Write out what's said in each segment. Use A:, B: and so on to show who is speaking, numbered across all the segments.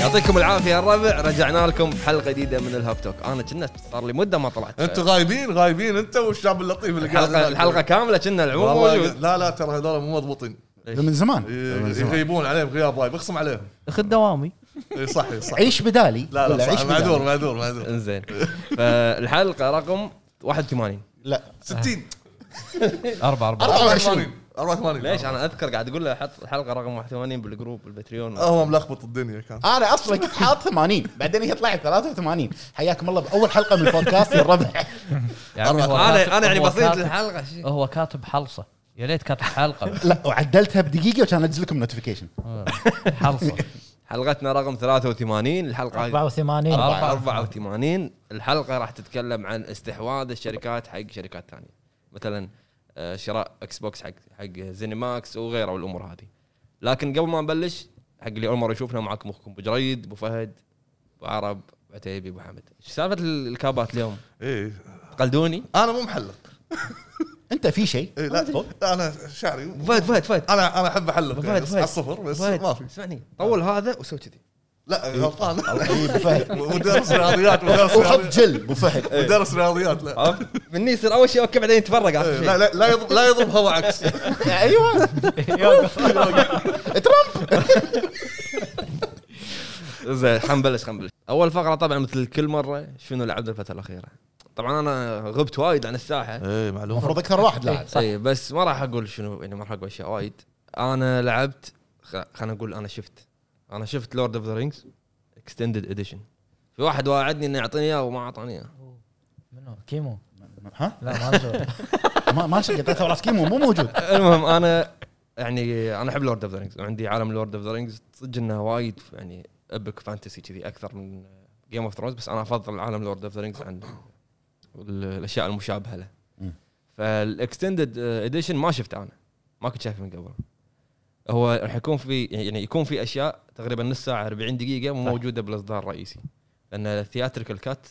A: يعطيكم العافيه الربع رجعنا لكم بحلقه جديده من الهاب توك انا كنا صار لي مده ما طلعت
B: انتوا غايبين غايبين انت والشاب اللطيف اللي قاعد
A: الحلقه
B: هناك.
A: الحلقه كامله كنا العموم
B: والله
A: موجود
B: لا لا ترى هذول مو مضبوطين
C: من زمان
B: إيه،
C: من زمان.
B: يغيبون عليهم غياب وايد اخصم عليهم
D: خذ دوامي
B: اي صح إي صح
C: عيش بدالي
B: لا
C: ولا
B: لا
C: عيش
B: صح معذور
C: بدالي
B: معذور معذور
A: انزين فالحلقه رقم 81
C: لا
B: 60
D: اربع اربع
B: 24 84
A: ليش انا اذكر قاعد اقول له حط الحلقه رقم 81 بالجروب البتريون
B: هو ملخبط الدنيا كان
C: انا اصلا كنت حاط 80 بعدين هي طلعت 83 حياكم الله باول حلقه من البودكاست الربع
D: يا عمي هو كاتب-
A: انا انا يعني
D: هو
A: بسيط
D: كاتب-
A: الحلقه شيء
D: هو كاتب حلصه يا ليت كاتب حلقه
C: لا وعدلتها بدقيقه وكان انزل لكم نوتيفيكيشن
D: حلصه
A: حلقتنا رقم 83 الحلقه هاي
E: 84
D: أربعة.
A: 84 الحلقه راح تتكلم عن استحواذ الشركات حق شركات ثانيه مثلا آه، شراء اكس بوكس حق حق زينماكس وغيره والامور هذه لكن قبل ما نبلش حق اللي اول مره يشوفنا معكم اخوكم ابو جريد ابو فهد ابو عرب ابو عتيبي ابو حمد ايش سالفه ال- الكابات اليوم؟
B: اي
A: تقلدوني؟
B: انا مو محلق
C: انت في شيء
B: اي لا انا شعري
A: ابو فهد فهد فهد
B: انا انا احب احلق
A: فهد،
B: يعني بس
A: فهد.
B: على الصفر بس
A: فهد،
B: ما في
A: اسمعني طول هذا وسوي كذي
B: لا غلطان
C: إي، أبو فهد.
B: مدرس رياضيات مدرس
C: وحط
B: رياضيات
C: جل ابو فهد
B: مدرس رياضيات لا
A: عرفت؟ مني يصير اول شيء اوكي بعدين يتفرق على
B: إيه،
A: شيء.
B: لا لا لا يضرب لا يضرب هواء عكس
C: ايوه ترامب
A: زين خلينا نبلش خلينا نبلش اول فقره طبعا مثل كل مره شنو لعبنا الفتره الاخيره طبعا انا غبت وايد عن الساحه
B: اي معلومه
C: المفروض اكثر واحد لاعب
A: اي بس ما راح اقول شنو يعني ما راح اقول اشياء وايد انا لعبت خ- خلينا نقول انا شفت انا شفت لورد اوف ذا رينجز اكستندد اديشن في واحد واعدني انه يعطيني اياه وما اعطاني اياه
E: منو كيمو
C: ها
E: لا ما أدري.
C: ما ما شقيته راس كيمو مو موجود
A: المهم انا يعني انا احب لورد اوف ذا رينجز وعندي عالم لورد اوف ذا رينجز صدق انه وايد يعني ابك فانتسي كذي اكثر من جيم اوف ثرونز بس انا افضل عالم لورد اوف ذا رينجز عن ال- الاشياء المشابهه له
C: مم.
A: فالاكستندد اديشن ما شفته انا ما كنت شايفه من قبل هو راح يكون في يعني يكون في اشياء تقريبا نص ساعه 40 دقيقه مو موجوده بالاصدار الرئيسي لان الثياتريكال كات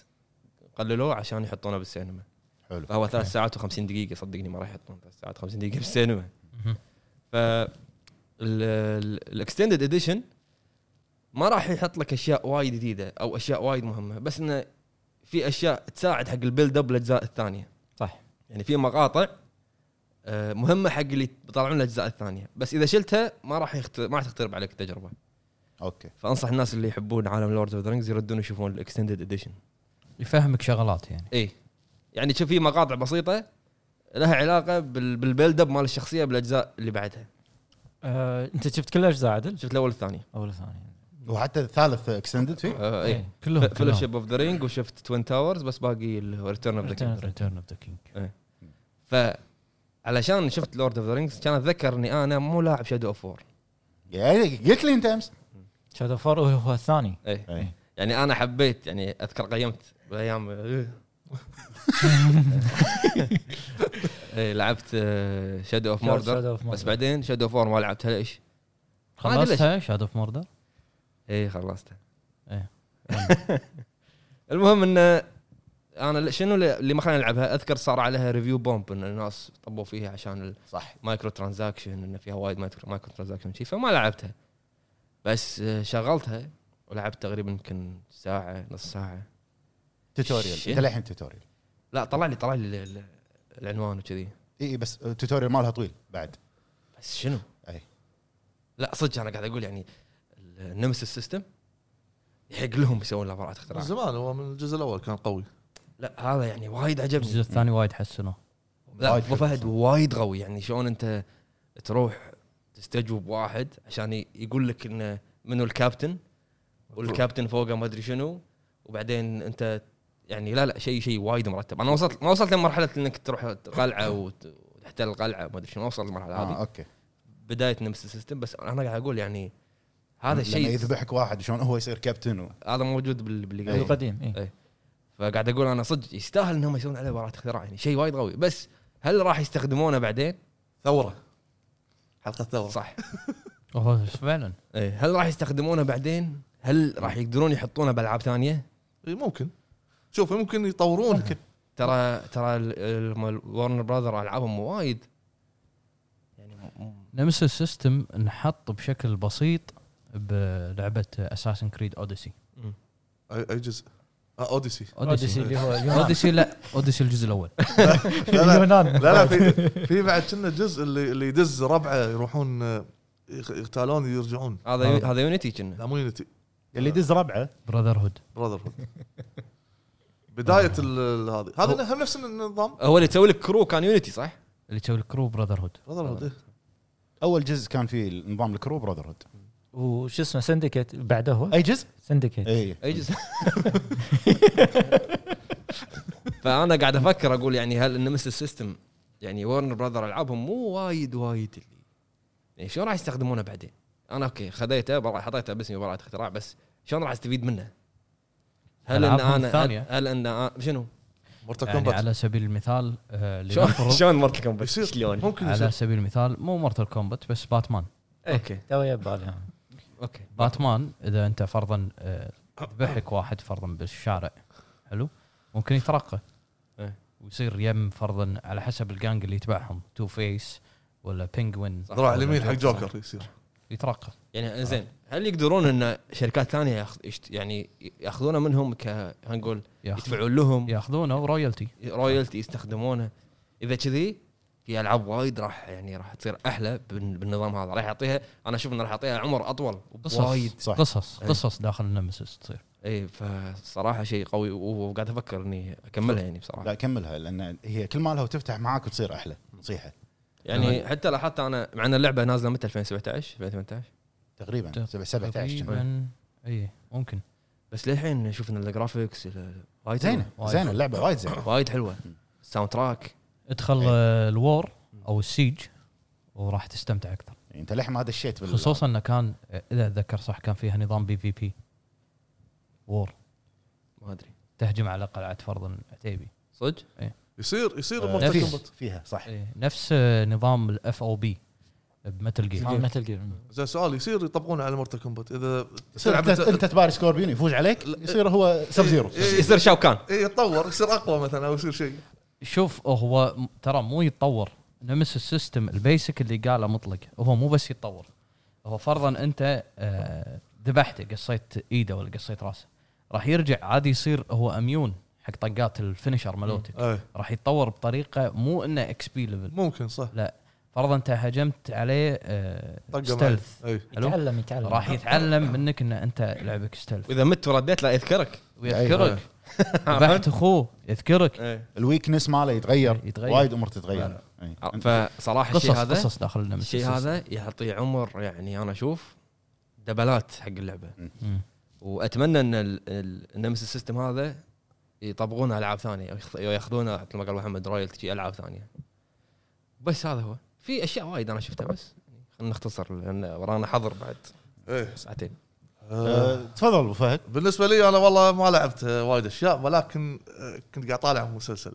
A: قللوه عشان يحطونه بالسينما
C: حلو.
A: فهو ثلاث ساعات و50 دقيقه صدقني ما راح يحطون ثلاث ساعات و50 دقيقه بالسينما
D: مهم.
A: ف الاكستندد اديشن ما راح يحط لك اشياء وايد جديده او اشياء وايد مهمه بس انه في اشياء تساعد حق البيلد اب الاجزاء الثانيه
D: صح.
A: يعني في مقاطع آه، مهمه حق اللي بيطلعون الاجزاء الثانيه بس اذا شلتها ما راح يخت... ما راح تخترب عليك التجربه
C: اوكي
A: فانصح الناس اللي يحبون عالم لورد اوف ذا يردون يشوفون الاكستندد اديشن
D: يفهمك شغلات يعني
A: اي يعني شوف في مقاطع بسيطه لها علاقه بال... بالبيلد اب مال الشخصيه بالاجزاء اللي بعدها
E: آه، انت شفت كل الاجزاء عدل
A: شفت الاول والثاني
E: اول ثاني
C: وحتى الثالث اكستندد فيه
A: آه
E: إيه،
A: اي
D: كلهم
A: فيلوشيب اوف ذا رينج وشفت توين تاورز بس باقي ريتيرن اوف ذا كينج
E: ريتيرن اوف ذا كينج
A: ف علشان شفت لورد اوف ذا رينجز كان اتذكر اني انا مو لاعب شادو اوف وور
C: يعني قلت لي انت امس
E: شادو فور هو الثاني
A: اي
C: إيه.
A: يعني انا حبيت يعني اذكر قيمت آه، إيه. بالايام اي إيه، لعبت آه، شادو اوف موردر
E: Shadow of Mordor.
A: بس بعدين شادو اوف وور ما لعبتها ليش؟
D: خلصتها شاد اوف موردر
A: اي خلصتها
D: إيه.
A: المهم انه انا شنو اللي اللي ما خلاني العبها اذكر صار عليها ريفيو بومب ان الناس طبوا فيها عشان ال-
C: صح
A: مايكرو ترانزاكشن انه فيها وايد مايكرو, مايكرو ترانزاكشن شي فما لعبتها بس آه، شغلتها ولعبت تقريبا يمكن ساعه نص ساعه
C: توتوريال
A: شيت.
C: انت للحين توتوريال
A: لا طلع لي طلع لي ال- ال- العنوان وكذي
C: اي إي، إيه، بس التوتوريال مالها طويل بعد
A: بس شنو؟
C: أي.
A: لا صدق انا قاعد اقول يعني النمس السيستم يحق لهم يسوون لابرات
B: من
A: اختراع
B: زمان هو من الجزء الاول كان قوي
A: لا هذا يعني وايد عجبني
D: الجزء الثاني وايد حسنوه
A: لا
C: وايد
A: ابو
C: حلو.
A: فهد وايد قوي يعني شلون انت تروح تستجوب واحد عشان ي- يقول لك انه منو الكابتن والكابتن فوقه ما ادري شنو وبعدين انت يعني لا لا شيء شيء وايد مرتب انا وصلت ما وصلت لمرحله انك تروح قلعه وت- وتحتل القلعه ما ادري شنو ما وصلت للمرحله هذه
C: آه اوكي
A: بدايه نمس السيستم بس انا قاعد اقول يعني هذا
C: لما
A: الشيء
C: يذبحك واحد شلون هو يصير كابتن و...
A: هذا موجود بال- باللي
C: أيوة.
A: قبل.
E: القديم إيه.
D: إيه.
E: اي
A: فقاعد اقول انا صدق يستاهل انهم يسوون عليه براءه اختراع يعني شيء وايد قوي بس هل راح يستخدمونه بعدين؟
B: ثوره حلقه ثوره
A: صح
D: وهو فعلا
A: إيه، هل راح يستخدمونه بعدين؟ هل راح يقدرون يحطونه بالعاب ثانيه؟
B: اي ممكن شوف ممكن يطورون ممكن
A: ترى ترى الورنر براذر العابهم وايد يعني م- م-
D: نمس السيستم انحط بشكل بسيط بلعبه اساسن كريد اوديسي
B: اي أي جزء آه، اوديسي
E: اوديسي اللي هو اليونان
D: اوديسي لا اوديسي الجزء الاول
B: لا
E: اليونان
B: لا في في بعد كنا جزء اللي اللي يدز ربعه يروحون آه، يخ- يغتالون يرجعون
A: هذا يو- هذا يونيتي كنا
B: لا مو يونيتي
C: اللي يدز ربعه
D: براذر هود
B: براذر هود بدايه ال- ال- هذه هذا هم نفس النظام
A: هو اللي يسوي لك كرو كان يونيتي صح؟
D: اللي تسوي الكرو براذر هود
B: براذر هود إيه.
C: اول جزء كان فيه نظام الكرو براذر هود
E: وش اسمه سندكيت بعده هو
C: اي جزء؟ إيه.
E: سندكيت
C: اي
A: اي جزء فانا قاعد افكر اقول يعني هل النمس السيستم يعني ورنر براذر العابهم مو وايد وايد اللي يعني شلون راح يستخدمونه بعدين؟ انا اوكي خذيته برا حطيته باسمي براءة اختراع بس شلون راح استفيد منه؟ هل ان
D: ألعابهم
A: انا هل,
D: الثانية.
A: هل ان أنا- شنو؟
B: مورتال
D: يعني
B: كومبات
D: على سبيل المثال آه،
A: شلون
D: لنفرض
A: شلون مرت لكم بس
B: يصير
A: شلون؟
B: ممكن يصير
D: على سبيل المثال مو مورتال كومبات بس باتمان
A: اوكي
D: إيه.
E: توي ببالي
A: اوكي
D: باتمان اذا انت فرضا آه، ذبحك واحد فرضا بالشارع حلو ممكن يترقى
A: إيه.
D: ويصير يم فرضا على حسب الجانج اللي يتبعهم تو فيس ولا بينجوين
A: صح.
B: ذراع اليمين حق جوكر يصير
D: يترقى
A: يعني زين هل يقدرون ان شركات ثانيه ياخ- يشت- يعني ياخذونه منهم ك خلينا نقول
D: ياخذ-
A: يدفعون لهم
D: ياخذونه ورويالتي
A: رويالتي يستخدمونه اذا كذي في العاب وايد راح يعني راح تصير احلى بال- بالنظام هذا راح يعطيها انا اشوف انه راح يعطيها عمر اطول
D: قصص
A: وايد
C: صح.
D: قصص
A: إيه.
D: قصص داخل النمسيس تصير
A: اي فصراحه شيء قوي و- وقاعد افكر اني اكملها يعني
C: لا
A: بصراحه
C: كملها لان هي كل ما لها وتفتح معاك وتصير احلى نصيحه
A: يعني حتى لاحظت انا مع ان اللعبه نازله متى 2017 2018
C: تقريبا سبع- 17 كنا.
D: تقريباً. اي إيه، ممكن
A: بس للحين شفنا الجرافيكس وايد
C: زينه
A: حلوة.
D: وايد.
C: زينه اللعبه وايد زينه
A: يعني وايد حلوه الساوند تراك
D: ادخل آه، الوور او السيج وراح تستمتع اكثر
C: يعني انت للحين ما دشيت بال-
D: خصوصا انه كان آه، اذا اتذكر صح كان فيها نظام بي في بي وور
A: ما ادري
D: تهجم على قلعه فرضا عتيبي
A: صدق
B: يصير يصير
C: آه،
B: مورتال
D: نفيس.
B: كومبات
C: فيها صح
D: إيه، نفس آه، نظام الاف او بي بمتل جير
E: متل جير
B: زين سؤال يصير يطبقونه على مورتال كومبات اذا
C: يصير
B: تلعب
C: انت, انت تباري سكوربيون يفوز عليك يصير هو سب زيرو
A: يصير شاوكان
B: اي إيه، يتطور يصير اقوى مثلا او يصير شيء
D: شوف هو م- ترى مو يتطور نمس السيستم البيسك اللي قاله مطلق هو مو بس يتطور هو فرضا انت آه، ذبحته قصيت ايده ولا قصيت راسه راح يرجع عادي يصير هو اميون حق طقات الفينشر مالوتك
B: اي
D: راح يتطور بطريقه مو انه اكس بي ليفل
B: ممكن صح
D: فرضا انت هجمت عليه
B: طقه معي.
D: ستيلث
B: اي
D: حلو.
E: يتعلم يتعلم
D: راح يتعلم منك ان انت لعبك ستيلث
A: واذا مت ورديت لا يذكرك
D: ويذكرك ذبحت اخوه يذكرك
C: إيه. الويكنس ماله يتغير
D: يتغير.
C: وايد امور تتغير إيه. إي.
B: آه،
A: فصراحه
D: قصص
A: الشيء هذا
D: قصص داخل النمس
A: الشيء هذا يعطي عمر يعني انا اشوف دبلات حق اللعبه واتمنى ان ال- ال- النمس السيستم هذا يطبقونه العاب ثانيه ويخ- وياخذونه مثل ما قال محمد رويالتي العاب ثانيه بس هذا هو في اشياء وايد انا شفتها بس خلينا نختصر لان ورانا حظر بعد
B: اي
A: ساعتين
B: إيه. آه،
C: أه، تفضل ابو فهد
B: بالنسبه لي انا والله ما لعبت آه، وايد اشياء ولكن آه، كنت قاعد طالع مسلسل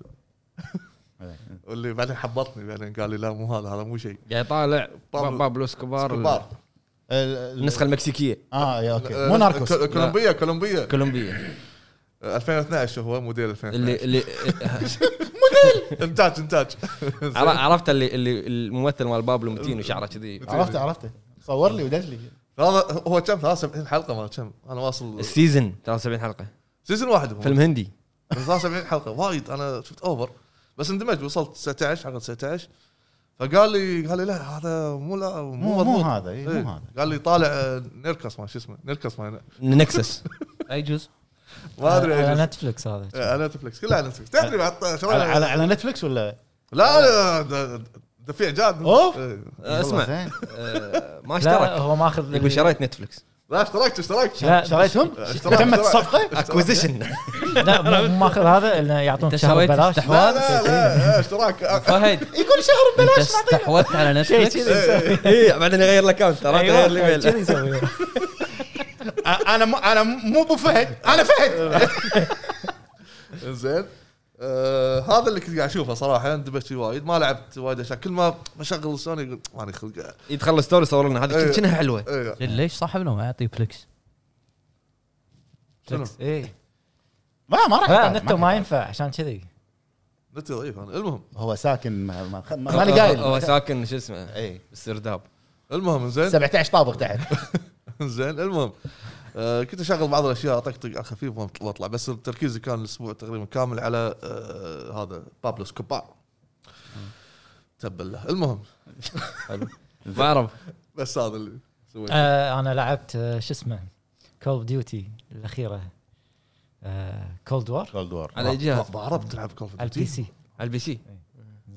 B: إيه.
C: إي.
B: واللي بعدين حبطني بعدين قال لي لا مو هذا هذا مو شيء
A: قاعد طالع
B: بابلو-
A: بابلو اسكوبار
B: كبار
C: ال- ال-
A: النسخه المكسيكيه
C: اه يا اوكي
B: آه،
C: مو ناركوس
B: كو- كولومبيا كولومبيا
A: كولومبيا
B: آه، 2012 هو موديل 2012
A: اللي اللي
B: انتاج انتاج
A: عر- عرفت اللي اللي الممثل مال بابلو متين وشعره كذي
C: عرفته عرفته صور لي ودز لي
B: هذا هو كم 73 حلقه ما كم انا واصل
A: السيزون 73 حلقه
B: سيزون واحد هو
A: فيلم هندي
B: 73 حلقه وايد انا شفت اوفر بس اندمجت وصلت 19 حلقه 19 فقال لي قال لي لا هذا مو لا
C: مو
B: مو
C: مو
B: مضبوط
C: هذا إي،
B: إيه.
C: مو هذا
B: قال لي طالع آه، نيركس ما شو اسمه نيركس ما
A: نكسس
D: اي جزء
B: ما ادري
C: آه،
E: على
B: ايش
E: نتفلكس هذا
B: على نتفلكس آه، كلها على نتفلكس تدري بعد شو
C: على-
B: رأيك؟
C: على على نتفلكس ولا
B: لا لا، د- د- دفيع جاد
C: أوف.
B: إيه.
A: اسمع
C: والله زين.
A: آه، ما
E: لا
A: اشترك
E: هو ماخذ
A: يقول شريت نتفلكس
B: لا اشتركت اشتركت
E: لا
C: شريتهم؟
B: اشتراك،
C: تمت
B: اشتراك.
C: الصفقه؟
A: اكوزيشن
E: لا مو- مو ماخذ هذا انه
D: انت
E: يعطون شهر
D: سويت
E: ببلاش
B: لا
D: استحواذ
B: لا لا اشتراك آه، أ-
D: فهد
C: يقول شهر
D: انت استحوذت على نتفلكس
A: اي إيه، بعدين يغير الاكونت ترى
E: أيوة،
A: يغير الايميل
E: كذي يسوي.
C: انا مو- انا مو ابو فهد انا فهد
B: زين آه هذا اللي كنت قاعد اشوفه صراحه اندمجت فيه وايد ما لعبت وايد اشياء كل ما بشغل السوني يقول ماني خلق
A: يدخل الستوري يصور لنا هذه
B: إيه.
A: كنها حلوه
B: إيه،
D: ليش صاحبنا ما يعطي بلكس؟
B: شنو؟
E: ايه
C: ما ما راح
E: لا
C: يطالع،
E: نتو
C: ما
E: ما ينفع عشان كذي
B: نتي ضعيف انا المهم
C: هو ساكن ما- ما- ما- ماني قايل إيه.
A: هو ساكن شو اسمه
C: إي.
A: السرداب
B: المهم زين
C: 17 طابق تحت
B: زين المهم آه، كنت اشغل بعض الاشياء اطقطق على خفيف وأطلع- واطلع بس تركيزي كان الاسبوع تقريبا كامل على آه، هذا بابلو سكوبار تبا له المهم
A: حلو ما اعرف
B: بس هذا اللي سويته
E: آه، انا لعبت آه، شو اسمه كول اوف ديوتي الاخيره كولد وور
C: جولد وور
A: على أي جهاز
B: بعرب تلعب كول اوف
E: آه، على البي سي
A: على آه، البي سي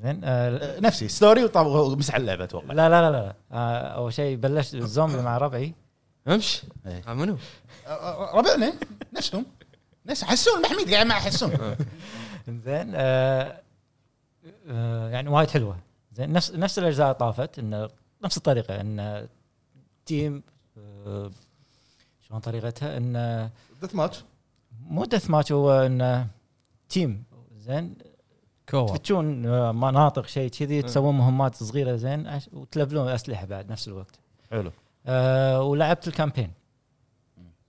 E: زين آه،
C: نفسي ستوري وطاب- ومسح اللعبه اتوقع
E: لا لا لا لا آه، اول شيء بلشت الزومبي مع ربعي
A: امش
C: إيه.
A: ها آه، منو؟
C: أه، ربعنا نفسهم نفس حسون محميد قاعد مع حسون
E: زين آه، آه، يعني وايد حلوه زين نفس نفس الاجزاء اللي طافت انه نفس الطريقه انه تيم آه، شلون طريقتها انه
B: ديث ماتش
E: مو دث ماتش هو انه تيم زين
D: كور
E: تفتشون آه، مناطق شيء كذي تسوون مهمات صغيره زين أش- وتلفلون اسلحه بعد نفس الوقت
C: حلو
E: آه ولعبت الكامبين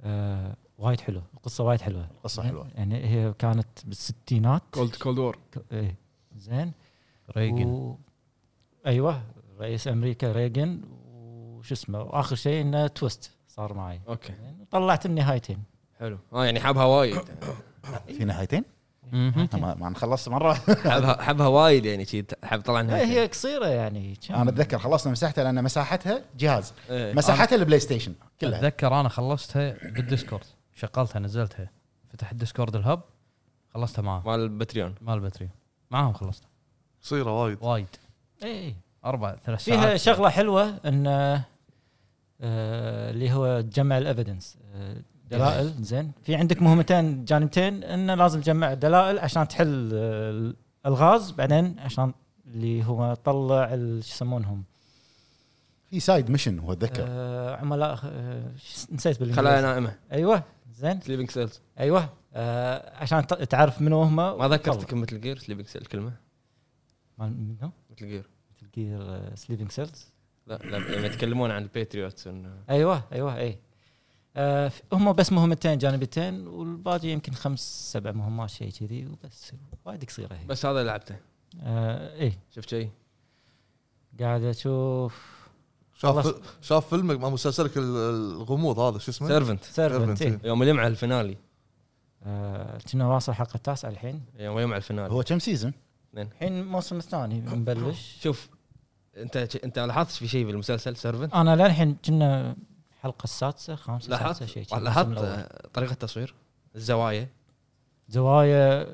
E: آه وايد حلو القصه وايد حلوه
C: قصه حلوه
E: يعني هي كانت بالستينات
A: كولد كولد وور
E: ك- إيه. زين
D: ريجن
E: و... ايوه رئيس امريكا ريغن وش اسمه واخر شيء انه تويست صار معي
A: اوكي
E: زين، طلعت النهايتين
A: حلو اه يعني حبها وايد
C: في نهايتين
D: مهم.
C: ما ما أنا خلصت مره
A: حبها حبها وايد يعني شي حب طلع
E: لا،
A: نهاية.
E: إيه، هي قصيره يعني كم-
C: انا اتذكر خلصنا مساحتها لان مساحتها جهاز
A: إيه.
C: مساحتها البلاي ستيشن كلها
D: اتذكر انا خلصتها بالديسكورد شغلتها نزلتها فتحت ديسكورد الهب خلصتها معاهم
A: مال البتريون
D: مال الباتري معاهم خلصتها
B: قصيره وايد
D: وايد
E: إيه.
D: اربع ثلاث ساعات
E: فيها شغله حلوه ان آه، اللي هو جمع الافيدنس دلائل
D: إيه.
E: زين في عندك مهمتين جانبتين انه لازم تجمع دلائل عشان تحل آه، الالغاز بعدين عشان اللي هو طلع ال- شو يسمونهم
C: في سايد ميشن هو اتذكر
E: آه، عملاء آه، ش- نسيت
A: خلاها
E: بالانجليزي
A: نائمه
E: ايوه زين
A: سليبنج سيلز
E: ايوه آه، عشان ت- تعرف منو هم
A: ما ذكرت كلمه الجير سليبنج سيل كلمه
E: منو؟ آه،
A: مثل الجير
E: تلقي سليبنج سيلز
A: لا لا لما يتكلمون عن الباتريوتس انه
E: ايوه ايوه اي آه ف- هم بس مهمتين جانبتين والباقي يمكن خمس سبع مهمات شيء كذي وبس وايد قصيره هي
A: بس هذا اللي لعبته
E: آه اي
A: شفت شيء
E: قاعد اشوف
B: شاف شاف فيلمك مع مسلسلك ال- الغموض هذا شو اسمه؟
A: سيرفنت
E: سيرفنت
B: إيه.
E: اي
A: يوم الجمعه الفينالي
E: آه، كنا واصل الحلقه التاسعه الحين
A: يوم الجمعه الفينالي
C: هو كم سيزون؟
E: الحين الموسم الثاني مبلش
A: شوف انت انت لاحظت في شيء بالمسلسل سيرفنت
E: انا للحين كنا الحلقه السادسه خامسه
A: لاحظت
E: سادسه شيء كذي،
A: لاحظت
E: الموسم الأول.
A: آه، طريقه التصوير الزوايا
E: زوايا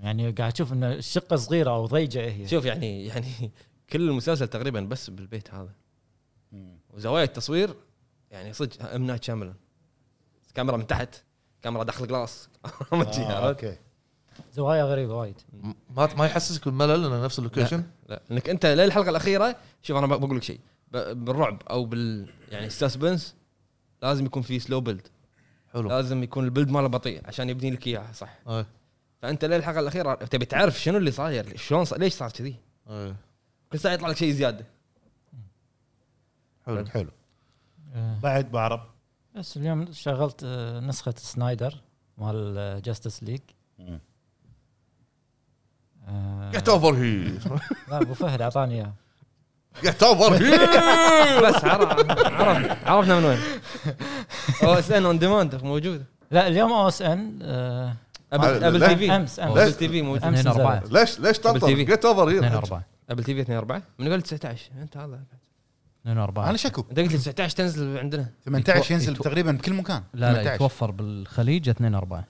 E: يعني قاعد اشوف ان الشقه صغيره او ضيقه هي
A: شوف يعني يعني كل المسلسل تقريبا بس بالبيت هذا وزوايا التصوير يعني صدق ام نايت شاملن كاميرا من تحت كاميرا داخل جلاس ما تجي،
C: آه،
A: عرفت؟
C: اوكي
E: زوايا غريبه وايد
B: م- ما ما يحسسك بالملل انه نفس اللوكيشن؟
A: لا انك انت للحلقه الاخيره شوف انا بقول لك شيء ب- بالرعب او بال يعني السسبنس لازم يكون في سلو بيلد
B: حلو إيه،
A: لازم يكون البيلد ماله بطيء عشان يبني لك اياه صح
B: أي.
A: فانت للحلقه الاخيره تبي تعرف شنو اللي صاير شلون صار ليش صار كذي
B: أي.
A: كل ساعه يطلع لك شيء زياده
B: حلو
C: حلو
E: آه.
C: بعد بعرب
E: بس اليوم شغلت آه، نسخة سنايدر مال آه، جاستس ليج
C: مم.
B: جيت اوفر هير
E: آه، لا ابو فهد اعطاني اياه
B: جيت اوفر هير
A: بس عرف عرف عرفنا من وين او اس ان اون ديماند موجود
E: لا اليوم او اس ان آه
A: ابل
B: لا،
A: ابل
B: لا.
A: تي في
E: امس
A: ابل
E: امس
A: تي في موجود
E: أمس
D: اثنين اربعه
E: نزلت.
B: ليش ليش تنطر؟
A: بالتيفي.
B: جيت اوفر
D: اثنين
B: هير
D: اربعه
A: ابل تي في 2 4 من قال 19 انت هذا
D: اثنين اربعه
C: انا شكو
A: انت قلت لي 19 تنزل عندنا
C: 18 ينزل
D: يتو-
C: تقريبا بكل مكان
D: لا لا
C: 18.
D: يتوفر بالخليج اثنين اربعه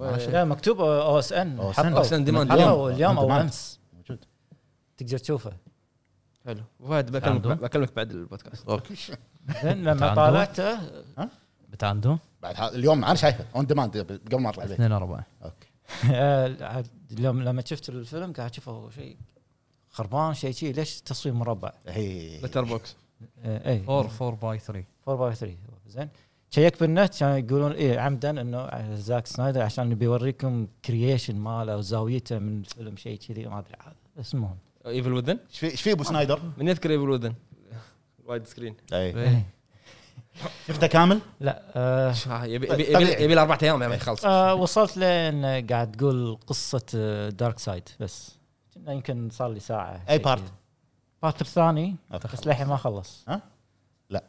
C: أنا شكو.
E: لا مكتوب او اس ان
C: أو اس إن.
A: او اس ان ديماند
C: اليوم.
E: اليوم اليوم او
C: أنت
E: امس
C: موجود
E: تقدر تشوفه
A: حلو فهد بكلمك
D: تعال
A: بكلمك بعد البودكاست
B: اوكي
E: زين لما
D: تعال
E: طالعته
D: بتعندهم
C: بعد ها- اليوم انا شايفه اون ديماند قبل ما اطلع البيت
D: اثنين اربعه
C: اوكي
E: آه، عاد اليوم لما شفت الفيلم قاعد اشوفه شيء خربان شيء شيء ليش تصوير مربع؟
C: هي
A: لتر بوكس
E: آه، اي
D: 4 4 باي 3
E: 4 باي 3 زين شيك بالنت كانوا يقولون ايه عمدا انه زاك سنايدر عشان بيوريكم كرييشن ماله وزاويته من الفيلم شيء كذي ما ادري عاد بس المهم
A: ايفل وذن
C: ايش في ايش في ابو سنايدر؟
A: من يذكر ايفل وذن وايد سكرين
C: اي
D: إيه.
C: شفته كامل؟
E: لا آه
A: يبي يبي
C: طبيعي.
A: يبي- يبي له اربع ايام يا يخلص
E: آه وصلت لين قاعد تقول قصه دارك سايد بس كنا يمكن صار لي ساعه
C: أي
E: شيء
C: part؟
E: كذي. بارت الثاني
C: أوكي.
E: بس للحين ما خلص
C: لا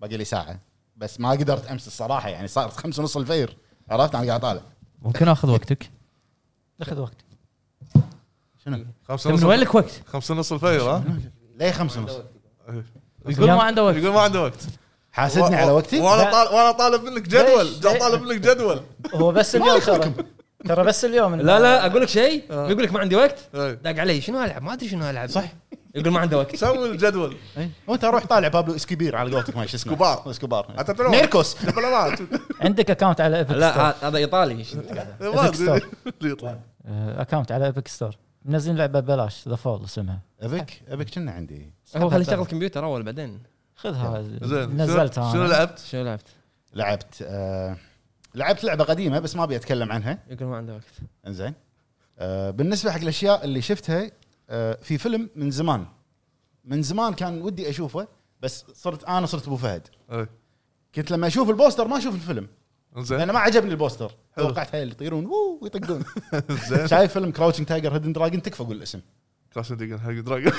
C: باقي لي ساعه بس ما قدرت امس الصراحه يعني صارت خمسة ونص الفير عرفت انا قاعد طالع
D: ممكن اخذ وقتك
E: اخذ وقت
C: شنو؟
B: خمسة
D: من
B: ونص
D: وين لك وقت؟
B: خمسة ونص الفجر ها
C: ليه خمسة ونص؟
D: يقول ما عنده وقت
B: يقول ما عنده وقت
C: حاسدني على وقتي؟
B: وانا طالب وانا طالب منك جدول
E: ليش؟
B: جا طالب منك جدول
E: هو بس اليوم ترى ترى بس اليوم
A: لا لا اقول لك شيء
B: آه.
A: يقول لك ما عندي وقت
B: إيه.
A: داق علي شنو العب ما ادري شنو العب صح يقول ما عنده وقت
B: سوي الجدول
C: وانت روح طالع بابلو اسكبير على قولتك ما شو اسمه
B: كبار.
C: اسكوبار
B: حتى لو-
C: ميركوس
B: دبلومات
E: عندك اكونت على ايبك
A: لا
E: ستور
A: ه- هذا ايطالي إيش أنت قاعد-
B: إيه، ما ادري
E: ستار.
B: اللي يطلع
E: اكونت آه، على ايبك ستور منزلين لعبه ببلاش ذا فول اسمها
C: ابيك ابيك كنا عندي
A: هو خليه يشتغل كمبيوتر اول بعدين
E: خذها
B: زين
E: نزلتها
B: شنو- شنو
E: انا
B: لعبت؟
A: شو لعبت
C: لعبت آه لعبت لعبه قديمه بس ما ابي اتكلم عنها
A: يقول ما عنده وقت
C: انزين آه بالنسبه حق الاشياء اللي شفتها آه في فيلم من زمان من زمان كان ودي اشوفه بس صرت انا صرت ابو فهد
B: إيه.
C: كنت لما اشوف البوستر ما اشوف الفيلم
B: زين
C: لان ما عجبني البوستر
B: حلو.
C: توقعت هاي اللي يطيرون ووو ويطقون
B: زين
C: شايف فيلم كراوتشنج تايجر هيدن دراجون تكفى اقول الاسم
B: كراش ديجن حق دراجون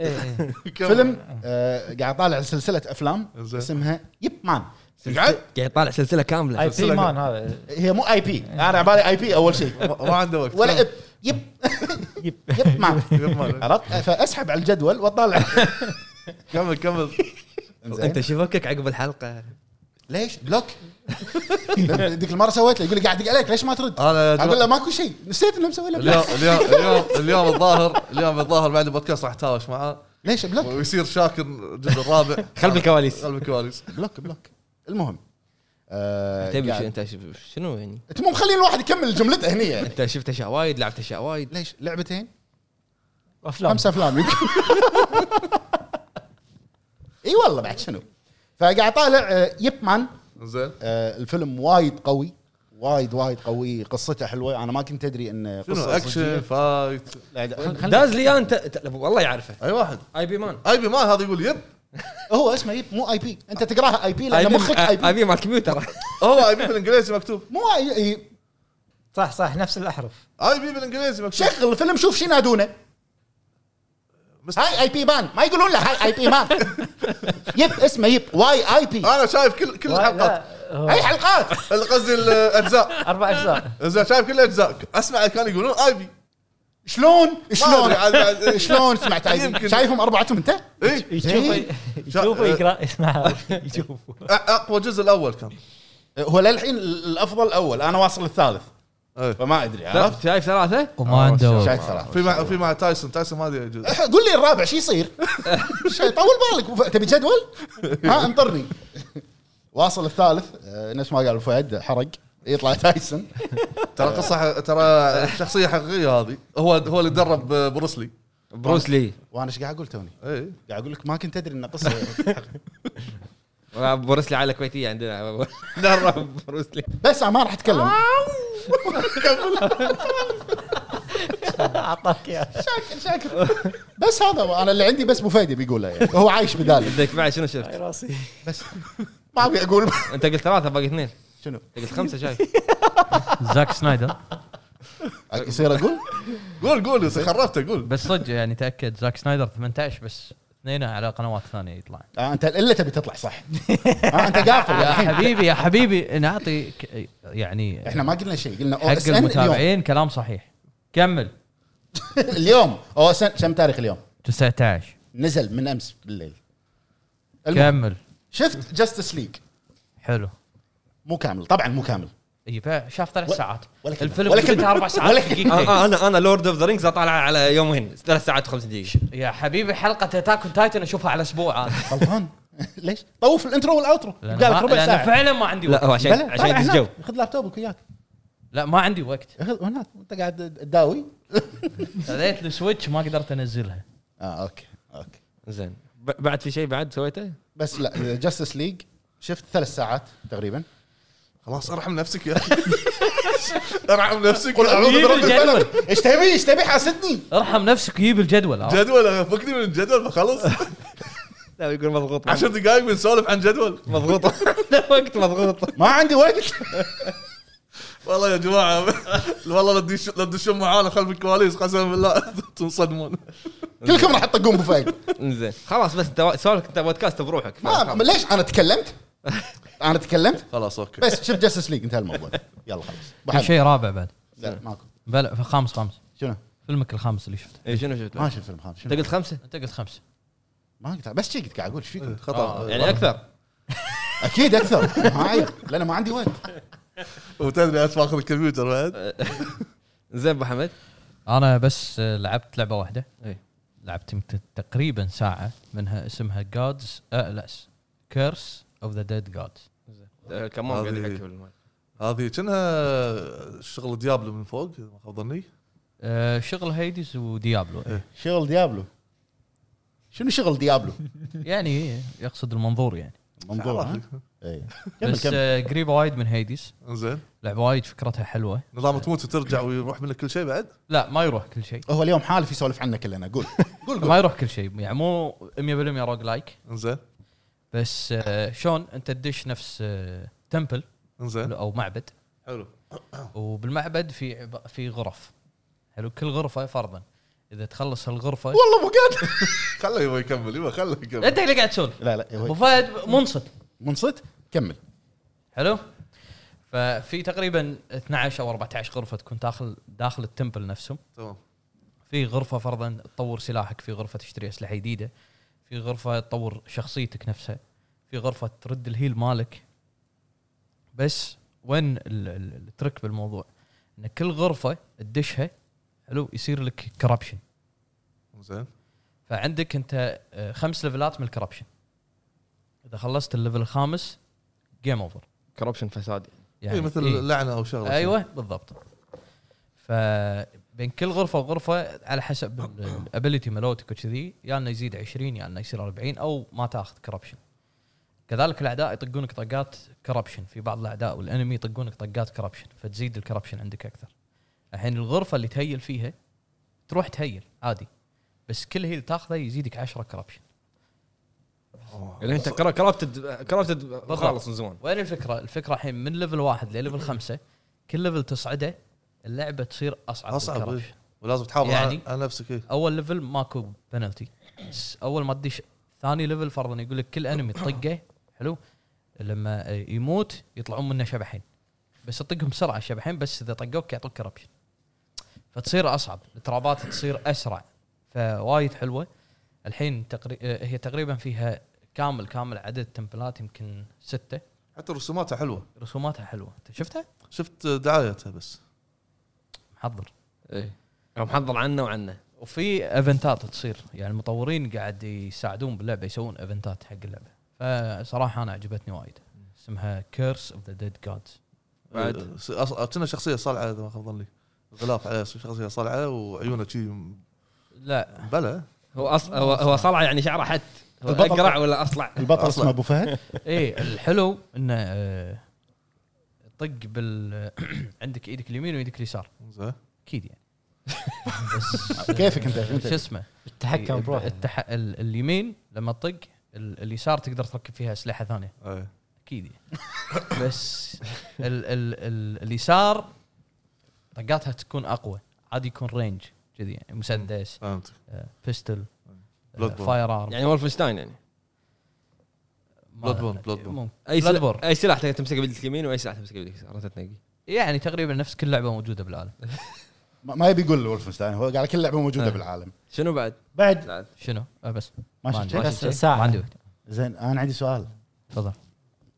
C: إيه، فيلم آه قاعد طالع سلسله افلام
B: زين.
C: اسمها يب مان
B: قعد
A: قاعد طيب، يطالع سلسله كامله
E: اي بي مان هذا
C: هي مو اي بي انا عبالي اي بي اول شيء
B: ما ما عنده وقت
C: ولا اب يب
E: يب.
C: يب مان
B: يب مان.
C: عرفت فاسحب على الجدول واطلع
B: كمل كمل
A: انت شبكك عقب الحلقه
C: ليش بلوك ذيك المره سويت له يقول لي قاعد ادق عليك ليش ما ترد
B: انا
C: اقول له ماكو شيء نسيت انه مسوي له بلوك.
B: اليوم اليوم اليوم اليوم الظاهر اليوم الظاهر بعد البودكاست راح اتهاوش معاه
C: ليش بلوك
B: ويصير شاكر الجزء الرابع
A: خلف الكواليس
B: خلف الكواليس
C: بلوك بلوك المهم آه،
A: تبي
C: قاعد-
A: شو- انت شو- شنو يعني
C: انت مو مخلين الواحد يكمل جملته هني يعني.
A: انت شفت اشياء وايد لعبت اشياء وايد
C: ليش لعبتين
E: افلام
C: خمسة افلام يمكن اي والله بعد شنو فقاعد طالع آه، يب مان
B: زين
C: آه، الفيلم وايد قوي وايد وايد قوي قصته حلوه انا ما كنت ادري ان
B: شنو
C: قصه
B: اكشن فايت
C: اكشن
A: داز لي إياه انت ت- والله يعرفه
B: اي واحد
A: اي بي مان
B: اي بي مان هذا يقول يب
C: هو اسمه يب مو اي بي انت تقراها اي بي
A: اي
C: لان
A: بي
C: مخك اي
A: اي
C: بي
A: بي آه، مال كمبيوتر
B: هو اي بي بالانجليزي مكتوب
C: مو اي إي-
E: صح صح نفس الاحرف
B: اي بي بالانجليزي مكتوب
C: شغل الفيلم شوف شي ينادونه
B: بس-
C: هاي اي بي مان ما يقولون له هاي اي بي مان يب اسمه يب واي اي بي
B: انا شايف كل كل الحلقات
E: لا، هو
C: هاي حلقات
B: قصدي الاجزاء
E: اربع اجزاء
B: زين شايف كل الاجزاء اسمع كانوا يقولون اي بي
C: شلون شلون
B: أدري عاد- عاد-
C: شلون سمعت اي بي
B: يمكن.
C: شايفهم إيه. اربعتهم انت
B: اي
E: يشوفه يشوفه
B: آه.
E: يقرا اسمعها يشوفه
B: اقوى جزء الاول كان
C: هو للحين الافضل الاول انا واصل الثالث
B: إيه.
C: فما ادري عرفت
A: شايف شايف ثلاثه
D: وما عنده
C: شايف
D: وقت
C: ثلاث
B: في مع في مع تايسون تايسون ما ادري جزء
C: قول لي الرابع شو يصير؟ شي- طول بالك تبي جدول؟ ها انطرني واصل الثالث آه، نفس ما قال أبو فهد حرق يطلع تايسون
B: ترى قصه ح- ترى شخصيه حقيقيه هذه هو هو اللي درب إيه. بروسلي
A: بروس لي
C: وانا ايش قاعد اقول توني؟
B: اي
C: قاعد اقول لك ما كنت ادري ان قصه
A: بروس لي عائله كويتيه عندنا درب بروس لي
C: بس أنا ما راح اتكلم
B: آه.
E: اعطاك اياه
C: شاكر شاكر بس هذا انا اللي عندي بس ابو فهد بيقوله يعني هو عايش بدالي
A: بدك بعد شنو شفت؟
E: راسي
C: ما ابي اقول
A: انت قلت ثلاثه باقي اثنين
C: شنو؟
A: انت قلت خمسه شايف
D: زاك سنايدر
C: يصير اقول؟
B: قول قول إذا خربته قول
D: بس صدق يعني تاكد زاك سنايدر 18 بس اثنين على قنوات ثانيه يطلع
C: آه انت الا تبي تطلع صح آه انت قافل
D: يا
C: الحين
D: حبيبي يا حبيبي نعطي ك- يعني
C: احنا ما قلنا شيء قلنا او
D: حق
C: اس ان اليوم
D: المتابعين كلام صحيح كمل
C: اليوم او اس ان كم تاريخ اليوم؟
D: 19
C: نزل من امس بالليل المهم،
D: كمل
C: شفت جاستس ليج
D: حلو
C: مو كامل طبعا مو كامل
D: اي فا- شافت ثلاث
C: ولا-
D: ساعات
C: ولا كلمة.
D: الفيلم
C: ولا
D: مدته
C: كلمة.
D: اربع
C: ولا آه،
D: ساعات
C: كلمة.
A: آه،
D: دقيقتين
A: انا انا لورد اوف ذا رينجز اطالع على يومين ثلاث ساعات وخمس دقيقه
D: يا حبيبي حلقه اتاك اون تايتن اشوفها على اسبوع انا
C: غلطان ليش؟ طوف الانترو والاوترو
D: لأن
C: قالك
D: ما-
C: ربع
D: لأن
C: ساعه
D: فعلا ما عندي
A: لا
D: وقت
A: هو عشان
C: بلى،
A: عشان
C: طالع
A: يدز
C: هناك،
A: جو
C: خذ لابتوبك وياك
D: لا ما عندي وقت
C: خذ هناك وانت قاعد تداوي
D: خذيت السويتش ما قدرت انزلها
C: اه اوكي اوكي
A: زين ب- بعد في شيء بعد سويته؟
C: بس لا جاستس ليج شفت ثلاث ساعات تقريبا
B: خلاص ارحم نفسك يا اخي ارحم نفسك
C: قل اعوذ
D: جيب
C: برب
D: الجدول.
C: الفلك ايش تبي ايش تبي حاسدني
D: ارحم نفسك جيب الجدول عرفت؟
B: جدول فكني من الجدول فخلص
A: لا يقول مضغوط
B: عشر دقائق بنسولف عن جدول
A: مضغوط وقت مضغوط
C: ما عندي وقت
B: والله يا جماعه والله لا تدش- لا تدشون معانا خلف الكواليس قسما بالله تنصدمون
C: كلكم راح تطقون ابو فهد
A: انزين خلاص بس انت سؤالك انت بودكاست بروحك
C: ما ما- ليش انا تكلمت انا تكلمت
B: خلاص اوكي
C: بس شفت جاستس ليج انتهى الموضوع يلا خلاص
D: في
C: بحل.
D: شيء رابع بعد
C: لا ماكو
D: بلا خامس خامس
C: شنو؟
D: فيلمك الخامس اللي شفته
A: إيه، شنو شفت
C: ما
A: له؟
C: شفت فيلم خامس
A: انت
C: شنو؟
A: قلت خمسه
D: انت قلت خمسه
C: ما قلت بس شي قاعد اقول ايش فيكم؟
B: خطا
A: يعني اكثر
C: اكيد اكثر ما عيب لان ما عندي وقت
B: وتدري ايش ماخذ الكمبيوتر بعد
A: زين ابو حمد
D: انا بس آه، لعبت لعبه واحده
A: إيه.
D: لعبت يمكن تقريبا ساعه منها اسمها جادز آه لا كيرس اوف ذا ديد جادز
A: آه، كمان قاعد
B: هذه-
A: يحكي بالمايك.
B: هذه كانها شغل ديابلو من فوق ما خاب ظني
D: آه، شغل هيدز وديابلو
C: شغل ديابلو شنو شغل ديابلو؟
D: يعني يقصد المنظور يعني
C: منظور ها؟ إيه. كمل
D: بس
C: كمل
D: آه، قريبه وايد من هيدز
B: زين
D: لعبه وايد فكرتها حلوه
B: نظام تموت وترجع ويروح منك كل شيء بعد
D: لا ما يروح كل شيء
C: هو اليوم حالف يسولف عنا كلنا قول قول قول
D: ما يروح كل شيء يعني مو 100% روج لايك
B: زين
D: بس آه، شلون انت تدش نفس آه، تمبل
B: زين
D: او معبد
B: حلو
D: وبالمعبد في عب- في غرف حلو كل غرفه فرضا اذا تخلص الغرفه
C: والله مو قادر
B: خله يبغى يكمل يبغى خله يكمل
D: انت اللي قاعد تسولف
C: لا لا
D: ابو
C: هو
D: فهد منصت
C: منصت كمل
D: حلو ففي تقريبا 12 او 14 غرفه تكون داخل داخل التمبل نفسهم
B: تمام
D: في غرفه فرضا تطور سلاحك في غرفه تشتري اسلحه جديده في غرفه تطور شخصيتك نفسها في غرفه ترد الهيل مالك بس وين ال- ال- الترك بالموضوع ان كل غرفه تدشها حلو يصير لك كربشن
B: زين
D: فعندك انت آه، خمس ليفلات من الكربشن اذا خلصت الليفل الخامس جيم اوفر
A: كربشن فساد
B: اي إيه، مثل لعنه او شغله
D: ايوه يعني إيه. بالضبط فبين كل غرفه وغرفه على حسب الابيلتي مالوتك وكذي يا انه يزيد 20 يا انه يصير 40 او ما تاخذ كربشن كذلك الاعداء يطقونك طقات كربشن في بعض الاعداء والانمي يطقونك طقات كربشن فتزيد الكربشن عندك اكثر الحين الغرفه اللي تهيل فيها تروح تهيل عادي بس كل هيل تاخذه يزيدك 10 كربشن
A: يعني انت كرا- كرابتد كرابتد خالص من زمان
D: وين الفكره؟ الفكره الحين من ليفل واحد لليفل خمسه كل ليفل تصعده اللعبه تصير اصعب
B: اصعب
D: بالكربشن.
B: إيه. ولازم تحافظ
D: يعني؟
B: على على نفسك إيه.
D: اول ليفل ماكو بنالتي بس اول ما تدش ثاني ليفل فرضا يقول لك كل انمي طقه حلو لما يموت يطلعون منه شبحين بس تطقهم بسرعه شبحين بس اذا طقوك يعطوك كربشن فتصير اصعب الترابات تصير اسرع فوايد حلوه الحين تقري... آه، هي تقريبا فيها كامل كامل عدد تمبلات يمكن سته
B: حتى رسوماتها حلوه
D: رسوماتها حلوه انت شفتها؟
B: شفت دعايتها بس
D: محضر
C: إيه.
A: ايه محضر عنه وعنه
D: وفي ايفنتات تصير يعني المطورين قاعد يساعدون باللعبه يسوون ايفنتات حق اللعبه فصراحه انا عجبتني وايد اسمها كيرس اوف ذا ديد جادز
A: بعد.
C: إيه.
B: آه، س- أص- كنا شخصيه صلعه اذا ما خاب ظني غلاف عليها شخصيه صلعه وعيونه شي م-
D: لا
B: بلى
A: هو أص... هو, هو صلع يعني شعره حت هو
C: البطل-
A: اقرع ولا اصلع
C: البطل
B: أصلاً.
C: اسمه ابو فهد
D: ايه الحلو انه آه، طق بال عندك ايدك اليمين وايدك اليسار
B: زين
D: اكيد يعني بس
C: آه،
D: آه،
C: كيفك أنت، فهمت.
D: شو اسمه إيه،
E: التحكم بروحه
D: التح... ال- اليمين لما تطق ال- اليسار تقدر تركب فيها اسلحه ثانيه
B: إيه.
D: اكيد يعني. بس ال ال ال اليسار طقاتها تكون اقوى عادي يكون رينج كذي يعني مسدس
B: فهمت
D: آه، بيستل
B: Bloodborne.
D: فاير ارم
A: يعني ولفنشتاين يعني
B: Bloodborne- Bloodborne.
A: اي
D: بلاد
A: سلاح اي سلاح تقدر تمسكه بيدك اليمين واي سلاح تمسكه بيدك اليسار انت تنقي
D: يعني تقريبا نفس كل لعبه موجوده بالعالم
C: ما ما يبي يقول ولفنشتاين هو قال كل لعبه موجوده
D: إيه.
C: بالعالم
A: شنو بعد؟
C: بعد
D: شنو آه بس
C: ما
D: ما
C: شفت
D: عندي
C: شيء؟
D: وقت.
E: بس
D: ما
E: ساعه
D: عندي وقت
C: زين انا عندي سؤال
D: تفضل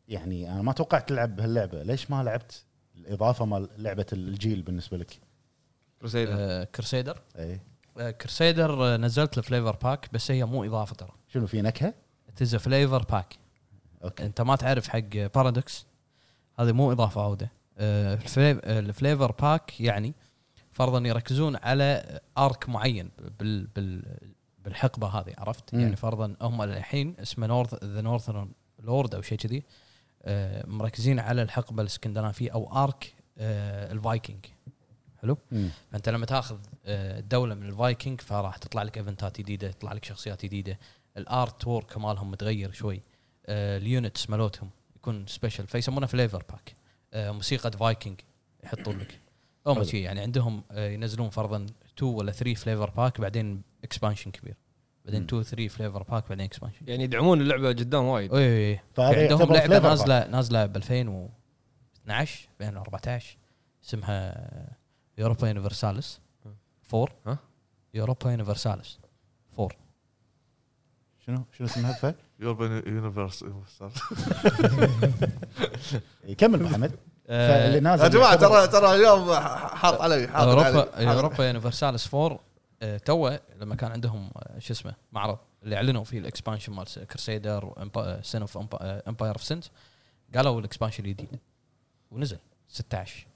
C: يعني انا ما توقعت تلعب بهاللعبه ليش ما لعبت الاضافه مال لعبه الجيل بالنسبه لك آه. إيه.
A: كروسيدر
D: آه، كرسيدر
C: اي
D: كرسيدر آه، نزلت الفليفر باك بس هي مو اضافه ترى
C: شنو في نكهه
D: تز فليفر باك
C: اوكي
D: انت ما تعرف حق بارادوكس هذه مو اضافه عوده آه، الفلي- آه، الفليفر باك يعني فرضا يركزون على ارك معين بال بال بالحقبه هذه عرفت؟
C: مم.
D: يعني فرضا هم الحين اسمه نورث ذا نورثرن لورد او شيء كذي آه، مركزين على الحقبه الاسكندنافيه او ارك آه، الفايكنج حلو؟
C: مم.
D: فانت لما تاخذ آه، دوله من الفايكنج فراح تطلع لك ايفنتات جديده تطلع لك شخصيات جديده الارت وورك مالهم متغير شوي آه، اليونتس مالتهم يكون سبيشل فيسمونه فليفر باك موسيقى فايكنج يحطون لك او
C: حلو.
D: شيء يعني عندهم آه، ينزلون فرضا 2 ولا 3 فليفر باك بعدين اكسبانشن كبير بعدين 2 3 فليفر باك بعدين اكسبانشن
A: يعني يدعمون اللعبه قدام وايد
D: اي اي اي
C: فهذا
D: عندهم
C: يعتبر
D: لعبه
C: flavor pack.
D: نازله نازله ب 2012 2014 اسمها يوروبا يونيفرساليس 4
A: ها؟
D: يوروبا يونيفرساليس 4
C: شنو شنو اسمها فهد؟
B: يوربن يونيفرس
C: إيه، كمل محمد فاللي نازل
B: يا جماعه
C: يعتبر-
B: ترى ترى اليوم حاط علي
C: آه،
B: حاط
D: اوروبا اوروبا يونيفرسالس 4 آه، توه لما كان عندهم آه، شو اسمه معرض اللي اعلنوا فيه الاكسبانشن مال كرسيدر سن اوف امباير اوف سنت قالوا الاكسبانشن الجديد ونزل 16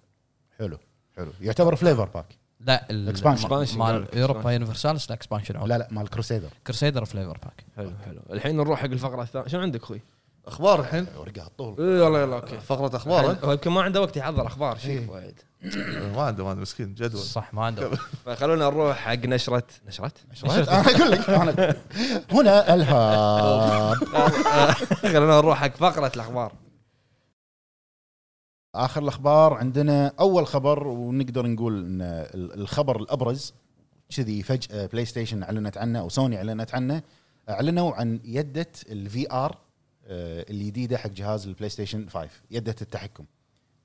C: حلو حلو يعتبر فليفر باك
D: لا
C: Expansion.
A: Expansion.
D: الاكسبانشن مال اوروبا يونيفرسالس لا اكسبانشن
C: لا لا مال كروسيدر
D: كرسيدر فليفر باك
A: حلو حلو الحين نروح حق الفقره الثانيه شنو عندك اخوي؟
B: اخبار الحين
C: ورقه طول
A: اي والله يلا اوكي
B: فقره اخبار
A: هو يمكن ما عنده وقت يحضر اخبار شيء
C: إيه.
A: وايد
B: أه، ما عنده ما عنده مسكين جدول
D: صح ما عندهم
A: فخلونا نروح حق نشره نشرات
C: انا اقول لك أنا- هنا الهاب
A: آه، خلونا نروح حق فقره الاخبار
C: اخر الاخبار عندنا اول خبر ونقدر نقول ان ال- الخبر الابرز كذي فجاه بلاي ستيشن اعلنت عنه او سوني اعلنت عنه اعلنوا عن يده الفي ار الجديده آه، حق جهاز البلاي ستيشن 5 يده التحكم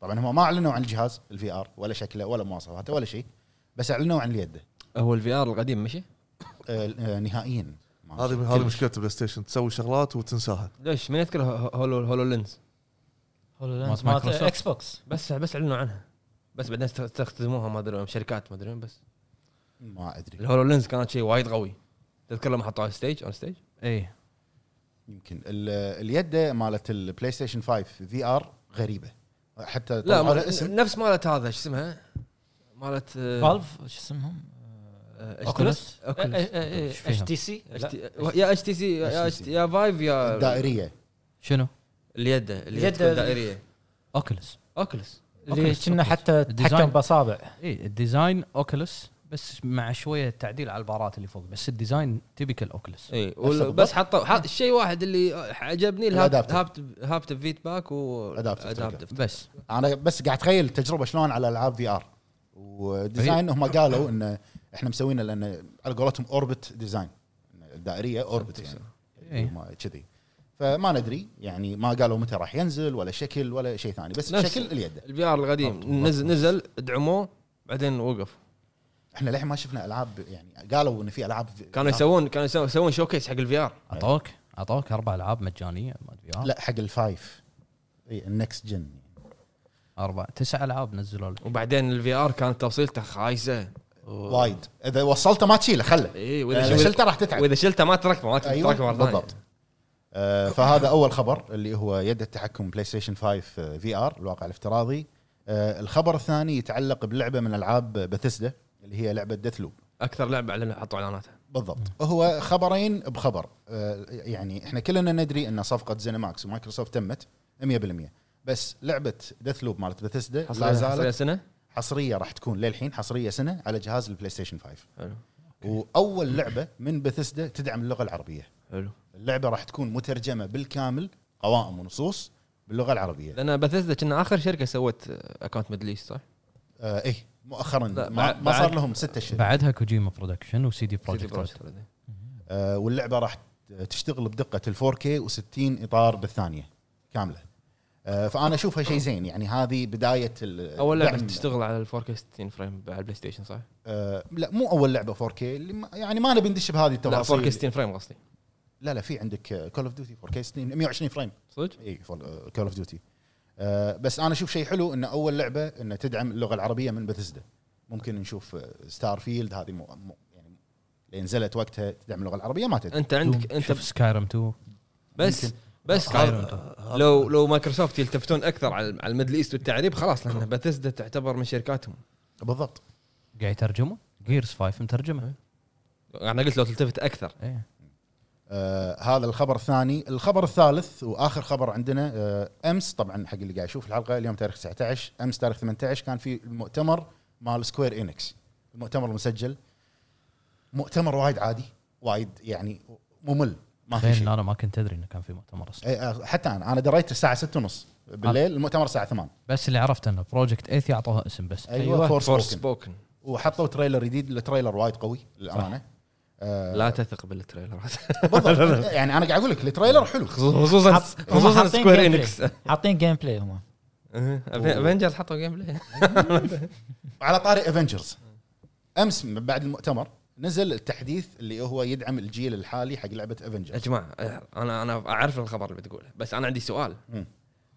C: طبعا هم ما اعلنوا عن الجهاز الفي ار ولا شكله ولا مواصفاته ولا شيء بس اعلنوا عن اليده
A: هو الفي ار القديم مشي؟
C: آه، آه، نهائيا ما
B: هذه هذه مشكله البلاي ستيشن تسوي شغلات وتنساها
A: ليش؟ من يذكر هولو هولو لينز؟
D: مالت
E: مالت
D: مايكروسوفت.
E: اكس بوكس
A: بس بس اعلنوا عنها بس بعدين است- استخدموها ما ادري وين، شركات ما ادري وين بس
C: ما ادري
A: الهولو لينز كانت شيء وايد قوي تذكر لما حطوها على ستيج اون ستيج؟
D: اي
C: يمكن ال- اليده مالت البلاي ستيشن 5 في ار غريبه حتى
A: لا
C: طلعوا
A: مال-
C: لها اسم
A: نفس مالت هذا شو اسمها؟ مالت آه،
E: فالف شو اسمهم؟
A: اوكولس
E: إيه،
A: اوكولس
D: إيش فيهم؟
E: اتش تي سي
A: يا اتش تي سي يا
C: HTC.
A: HT يا فايف يا
C: دائريه
D: شنو؟
A: اليد اليد
E: اليد
A: تكون دائريه
D: اوكلس
A: اوكلس
E: اللي
D: Oculus.
E: كنا حتى
D: الديزاين.
E: تحكم باصابع
D: اي إيه، الديزاين اوكلس بس مع شويه تعديل على البارات اللي فوق بس الديزاين تيبيكال اوكلس
A: اي
C: نفس الضبط.
A: بس حطوا حط الشيء واحد اللي عجبني
C: الأدابتر.
A: الهابت هابت فيت باك و
C: أدابتر.
A: أدابتر.
D: بس
C: انا بس قاعد اتخيل التجربه شلون على العاب في ار وديزاين هم قالوا انه احنا مسوينه لان على قولتهم اوربت ديزاين الدائريه اوربت يعني
D: إيه.
C: هم كذي فما ندري يعني ما قالوا متى راح ينزل ولا شكل ولا شيء ثاني بس
A: نفس-
C: شكل اليد
A: الفي ار القديم نزل نزل دعموه بعدين وقف
C: احنا للحين ما شفنا العاب يعني قالوا ان في العاب
A: كانوا يسوون كانوا يسوون- يسوون شوكيس حق الفي ار
D: اعطوك اعطوك اربع العاب مجانيه مال VR.
C: لا حق إيه، الفايف اي النكست جن
D: اربع تسع العاب نزلوا لك
A: وبعدين الفي ار كانت توصيلته خايسه
C: وايد اذا وصلته ما تشيله خله
A: اي
C: اذا شلته راح تتعب
A: واذا يعني شلته أيوه. ما تركبه ما
C: أيوة،
A: تركبه مره ثانيه
C: بالضبط آه، فهذا اول خبر اللي هو يد التحكم بلاي ستيشن 5 في ار الواقع الافتراضي آه، الخبر الثاني يتعلق بلعبه من العاب بثسدا اللي هي لعبه ديث لوب
A: اكثر لعبه اعلن حطوا اعلاناتها
C: بالضبط هو خبرين بخبر آه، يعني احنا كلنا ندري ان صفقه زينماكس ومايكروسوفت تمت 100% بس لعبه ديث لوب مالت بثسدا لا
A: حصرية
C: زالت
A: سنه
C: حصريه راح تكون للحين حصريه سنه على جهاز البلاي ستيشن 5
A: حلو
C: واول لعبه يعني من بثسدا تدعم اللغه العربيه
A: حلو
C: اللعبه راح تكون مترجمه بالكامل قوائم ونصوص باللغه العربيه
A: لان بثزدا كنا اخر شركه سوت اكونت ميدل ايست صح؟
C: آه ايه مؤخرا
A: لا،
C: ما,
A: بعد-
C: ما صار
A: بعد-
C: لهم ستة اشهر
D: بعدها كوجيما برودكشن وسي دي
A: CD
D: بروجكت
A: Projekt Red.
C: آه واللعبه راح تشتغل بدقه ال 4K و60 اطار بالثانيه كامله آه فانا اشوفها شيء زين يعني هذه بدايه ال-
A: اول لعبه
C: دعم-
A: تشتغل على ال 4K 60 فريم على البلاي ستيشن صح؟
C: آه لا مو اول لعبه 4K اللي ما- يعني ما نبي ندش بهذه
A: لا 4K
C: التفاصيل
A: 60 فريم قصدي
C: لا لا في عندك كول اوف ديوتي 4K 60 120 فريم
A: صدق؟
C: اي كول اوف ديوتي آه، بس انا اشوف شيء حلو ان اول لعبه ان تدعم اللغه العربيه من بثزدا ممكن نشوف ستار فيلد هذه مو مو يعني اللي نزلت وقتها تدعم اللغه العربيه ما تدعم
A: انت عندك انت
D: شوف سكايرم 2
A: بس بس
D: Skyrim.
A: لو لو مايكروسوفت يلتفتون اكثر على على الميدل ايست والتعريب خلاص لان بثزدا تعتبر من شركاتهم
C: بالضبط
D: قاعد يترجمه جيرز 5 مترجمه
C: إيه.
A: انا قلت لو تلتفت اكثر
D: ايه
C: آه هذا الخبر الثاني الخبر الثالث واخر خبر عندنا آه امس طبعا حق اللي قاعد يشوف الحلقه اليوم تاريخ 19 امس تاريخ 18 كان في المؤتمر مال سكوير انكس المؤتمر المسجل مؤتمر وايد عادي وايد يعني ممل ما في
D: تخيل
C: شيء
D: إن انا ما كنت ادري انه كان في مؤتمر اصلا
C: إيه، آه، حتى انا انا دريت الساعه 6 ونص بالليل المؤتمر الساعه 8
D: بس اللي عرفت انه بروجكت ايثي اعطوها اسم بس
C: ايوه فور
A: فور
C: سبوكن
A: سبوكن
C: وحطوا تريلر جديد التريلر وايد قوي للامانه آه
A: لا تثق بالتريلرات
C: بالضبط يعني انا قاعد اقول لك التريلر حلو
A: خصوصا
E: حط- هم
A: خصوصا
E: حاطين
A: سكوير
E: gameplay.
A: انكس
E: عاطين جيم بلاي هم
A: افنجرز حطوا جيم بلاي
C: على طاري افنجرز امس من بعد المؤتمر نزل التحديث اللي هو يدعم الجيل الحالي حق لعبه
A: يا آه،
C: افنجرز
A: جماعه انا انا اعرف الخبر اللي بتقوله بس انا عندي سؤال
C: مم.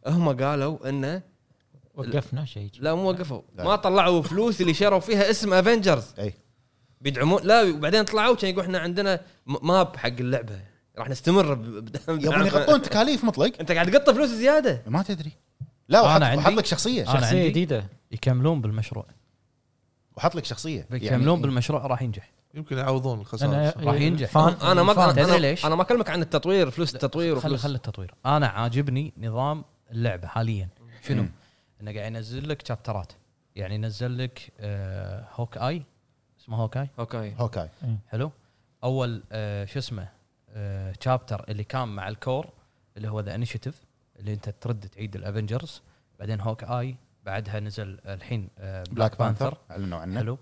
A: هم قالوا انه
E: وقفنا شيء
A: لا مو وقفوا
C: لا.
A: ما طلعوا فلوس اللي شروا فيها اسم افنجرز
C: اي
A: بيدعمون لا وبعدين طلعوا كان يقول احنا عندنا م- ماب حق اللعبه راح نستمر ب- ب-
C: يبون يغطون تكاليف مطلق
A: انت قاعد تقط فلوس زياده
C: ما تدري لا وحط,
D: أنا عندي- آه.
C: وحط لك شخصيه
D: أنا
E: شخصيه
D: عندي.
E: جديده
D: يكملون بالمشروع
C: وحط لك يعني شخصيه
D: يكملون بالمشروع راح ينجح
B: يمكن يعوضون الخساره
E: أنا- آه،
B: إن شاء
D: راح ينجح.
E: فان-
A: انا ما
D: فاهم.
A: انا
D: تدري ليش؟
A: انا ما اكلمك عن التطوير فلوس التطوير
D: خلي
A: وفلوس
D: خلي التطوير انا عاجبني نظام اللعبه حاليا شنو؟ انه قاعد ينزل لك شابترات يعني ينزل لك آه هوك اي اسمه هوك اي
A: اوكي
C: هوكاي
D: حلو اول آه شو اسمه آه شابتر اللي كان مع الكور اللي هو ذا انيشيتيف اللي انت ترد تعيد الافنجرز بعدين هوك اي بعدها نزل الحين آه
C: بلاك بانثر اعلنوا عنه
D: حلو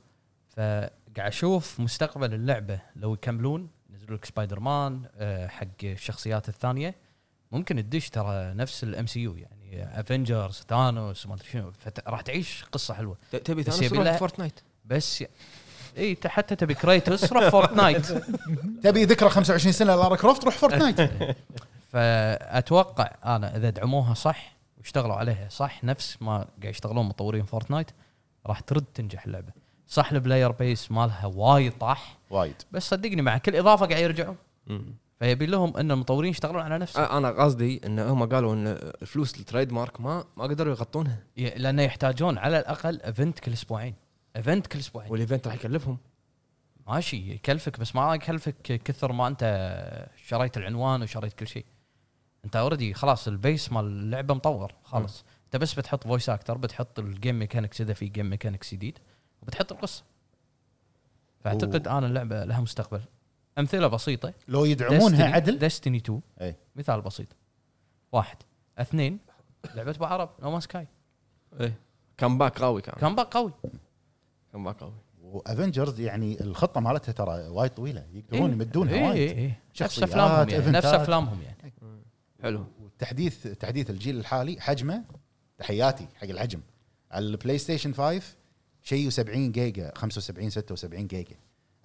D: فقاعد اشوف مستقبل اللعبه لو يكملون ينزلوا لك سبايدر مان آه، حق الشخصيات الثانيه ممكن تدش ترى نفس الام سي يو يعني افنجرز ثانوس ما ادري شنو فت- راح تعيش قصه حلوه
A: ت- تبي
D: بس
A: ثانوس
D: يبي
A: روح
D: لها-
A: فورتنايت
D: بس ي- اي ت- حتى تبي كريتوس روح فورتنايت
C: تبي ذكرى 25 سنه لارا كروفت روح فورتنايت
D: فاتوقع انا اذا دعموها صح واشتغلوا عليها صح نفس ما قاعد يشتغلون مطورين فورتنايت راح ترد تنجح اللعبه صح البلاير بيس مالها وايد طاح
C: وايد
D: بس صدقني مع كل اضافه قاعد يرجعون فيبي لهم ان المطورين يشتغلون على نفسهم
A: أ- انا قصدي ان هم قالوا ان فلوس التريد مارك ما ما قدروا يغطونها
D: ي- لانه يحتاجون على الاقل ايفنت كل اسبوعين ايفنت كل اسبوعين
A: والايفنت راح يكلفهم
D: ماشي يكلفك بس ما يكلفك كثر ما انت شريت العنوان وشريت كل شيء انت اوريدي خلاص البيس مال اللعبه مطور خلاص انت بس بتحط فويس اكتر بتحط الجيم ميكانكس اذا في جيم ميكانكس جديد وبتحط القصه فاعتقد انا اللعبه لها مستقبل امثله بسيطه
C: لو يدعمونها عدل
D: ديستني 2
C: أي.
D: مثال بسيط واحد اثنين لعبه ابو عرب نوما سكاي
A: ايه كان باك قوي كان
D: كان باك قوي
A: كان باك قوي
C: وافنجرز يعني الخطه مالتها ترى وايد طويله يقدرون يمدونها
D: إيه،
C: وايد
D: إيه، إيه. نفس
C: شخصيات،
D: افلامهم يعني نفس
C: آه، إيفنتات. إيه،
D: افلامهم يعني
A: حلو
C: تحديث تحديث الجيل الحالي حجمه تحياتي حق الحجم على البلاي ستيشن 5 شيء 70 جيجا 75 76 جيجا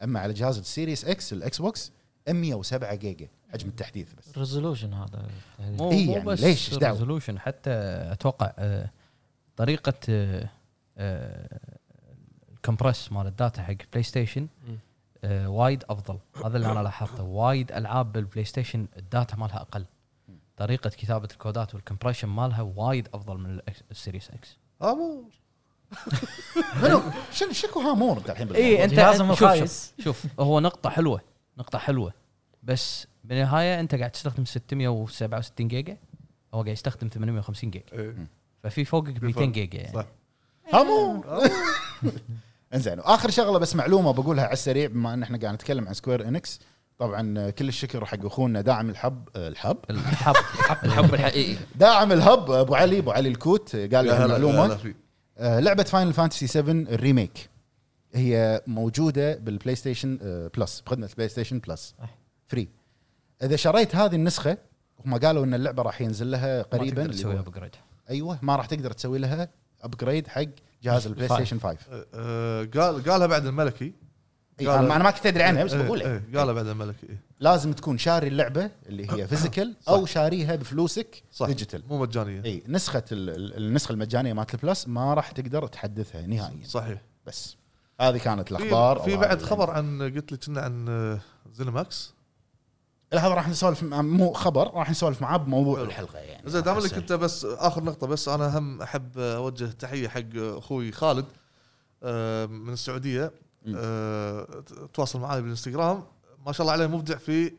C: اما على جهاز السيريس اكس الاكس بوكس 107 جيجا حجم التحديث بس
E: ريزولوشن هذا
D: مو
C: إيه
D: مو
C: يعني
D: بس
C: ليش؟ إيش دعوة؟
D: ريزولوشن حتى اتوقع آه، طريقه آه، آه، الكمبرس مال الداتا حق بلاي ستيشن
A: مم.
D: آه، وايد افضل هذا اللي انا لاحظته وايد العاب بالبلاي ستيشن الداتا مالها اقل طريقه كتابه الكودات والكمبريشن مالها وايد افضل من الأكس- السيريس اكس
B: الله. امور
C: منو شنو شكو هامور انت الحين بالموضوع؟
D: اي انت
E: جهازهم
D: شوف- شوف
E: الخايس.
D: شوف هو نقطه حلوه نقطه حلوه بس بالنهايه انت قاعد تستخدم 667 جيجا هو قاعد يستخدم 850 جيجا
B: إيه.
D: ففي فوقك 200 جيجا يعني
B: صح.
C: هامور انزين واخر شغله بس معلومه بقولها على السريع بما ان احنا قاعد نتكلم عن سكوير انكس طبعا كل الشكر حق اخونا داعم الحب الحب
D: الحب
A: الحب الحقيقي
C: داعم الهب ابو علي ابو علي الكوت قال
B: يا
C: لها
B: هلا- يا هلا
C: معلومه
B: فيك.
C: آه، لعبه فاينل فانتسي 7 الريميك هي موجوده بالبلاي ستيشن آه، بلس بخدمه البلاي ستيشن بلس
E: صح.
C: فري اذا شريت هذه النسخه هم قالوا ان اللعبه راح ينزل لها قريبا اللي
D: تسوي
C: هو
D: ابجريد
C: ايوه ما راح تقدر تسوي لها ابجريد حق جهاز البلاي
E: فايف.
C: ستيشن 5
B: آه، آه، قال قالها بعد الملكي
C: إيه،
B: قالوا-
C: انا ما كنت ادري عنها بس
B: إيه،
C: بقول لك
B: إيه، قالها بعد الملكي إيه.
C: لازم تكون شاري اللعبه اللي هي فيزيكال او شاريها بفلوسك
B: صح.
C: ديجيتال
B: مو مجانيه
C: اي نسخه ال- ال- النسخه المجانيه مالت البلس ما راح تقدر تحدثها نهائيا
B: صحيح
C: بس هذه كانت
B: في-
C: الاخبار
B: في
C: أو
B: بعد
C: هذه-
B: خبر عن قلت لك كنا عن آه، زينماكس
C: لا هذا راح نسولف مع- مو خبر راح نسولف معاه بموضوع
B: حلو.
C: الحلقه يعني
B: زين دام
C: راح
B: انك
C: نسولف.
B: انت بس اخر نقطه بس انا هم احب اوجه تحيه حق اخوي خالد آه، من السعوديه
C: مم.
B: آه، تواصل معي بالانستغرام ما شاء الله عليه مبدع في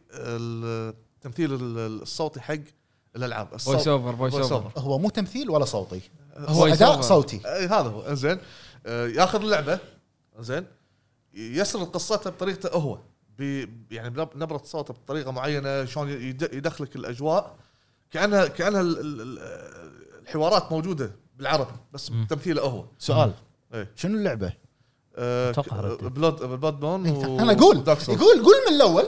B: التمثيل ال- الصوتي حق الالعاب الصوت-
A: فويس اوفر فويس
B: voice
A: اوفر
B: over.
C: هو مو تمثيل ولا صوتي هو
A: هو
C: اداء
A: يسوى.
C: صوتي
B: اي إيه، هذا هو زين ياخذ اللعبه زين يسرد قصتها بطريقته هو ب- يعني بنب- بنبره صوته بطريقه معينه شلون يد- يدخلك الاجواء كانها كانها ال- ال- ال- الحوارات موجوده بالعربي بس
D: مم.
B: تمثيله هو
C: سؤال
B: إيه.
C: شنو اللعبه؟
D: أتوقع ردت.
B: بلود بلود بون
C: انا اقول إيه، يقول قول من الاول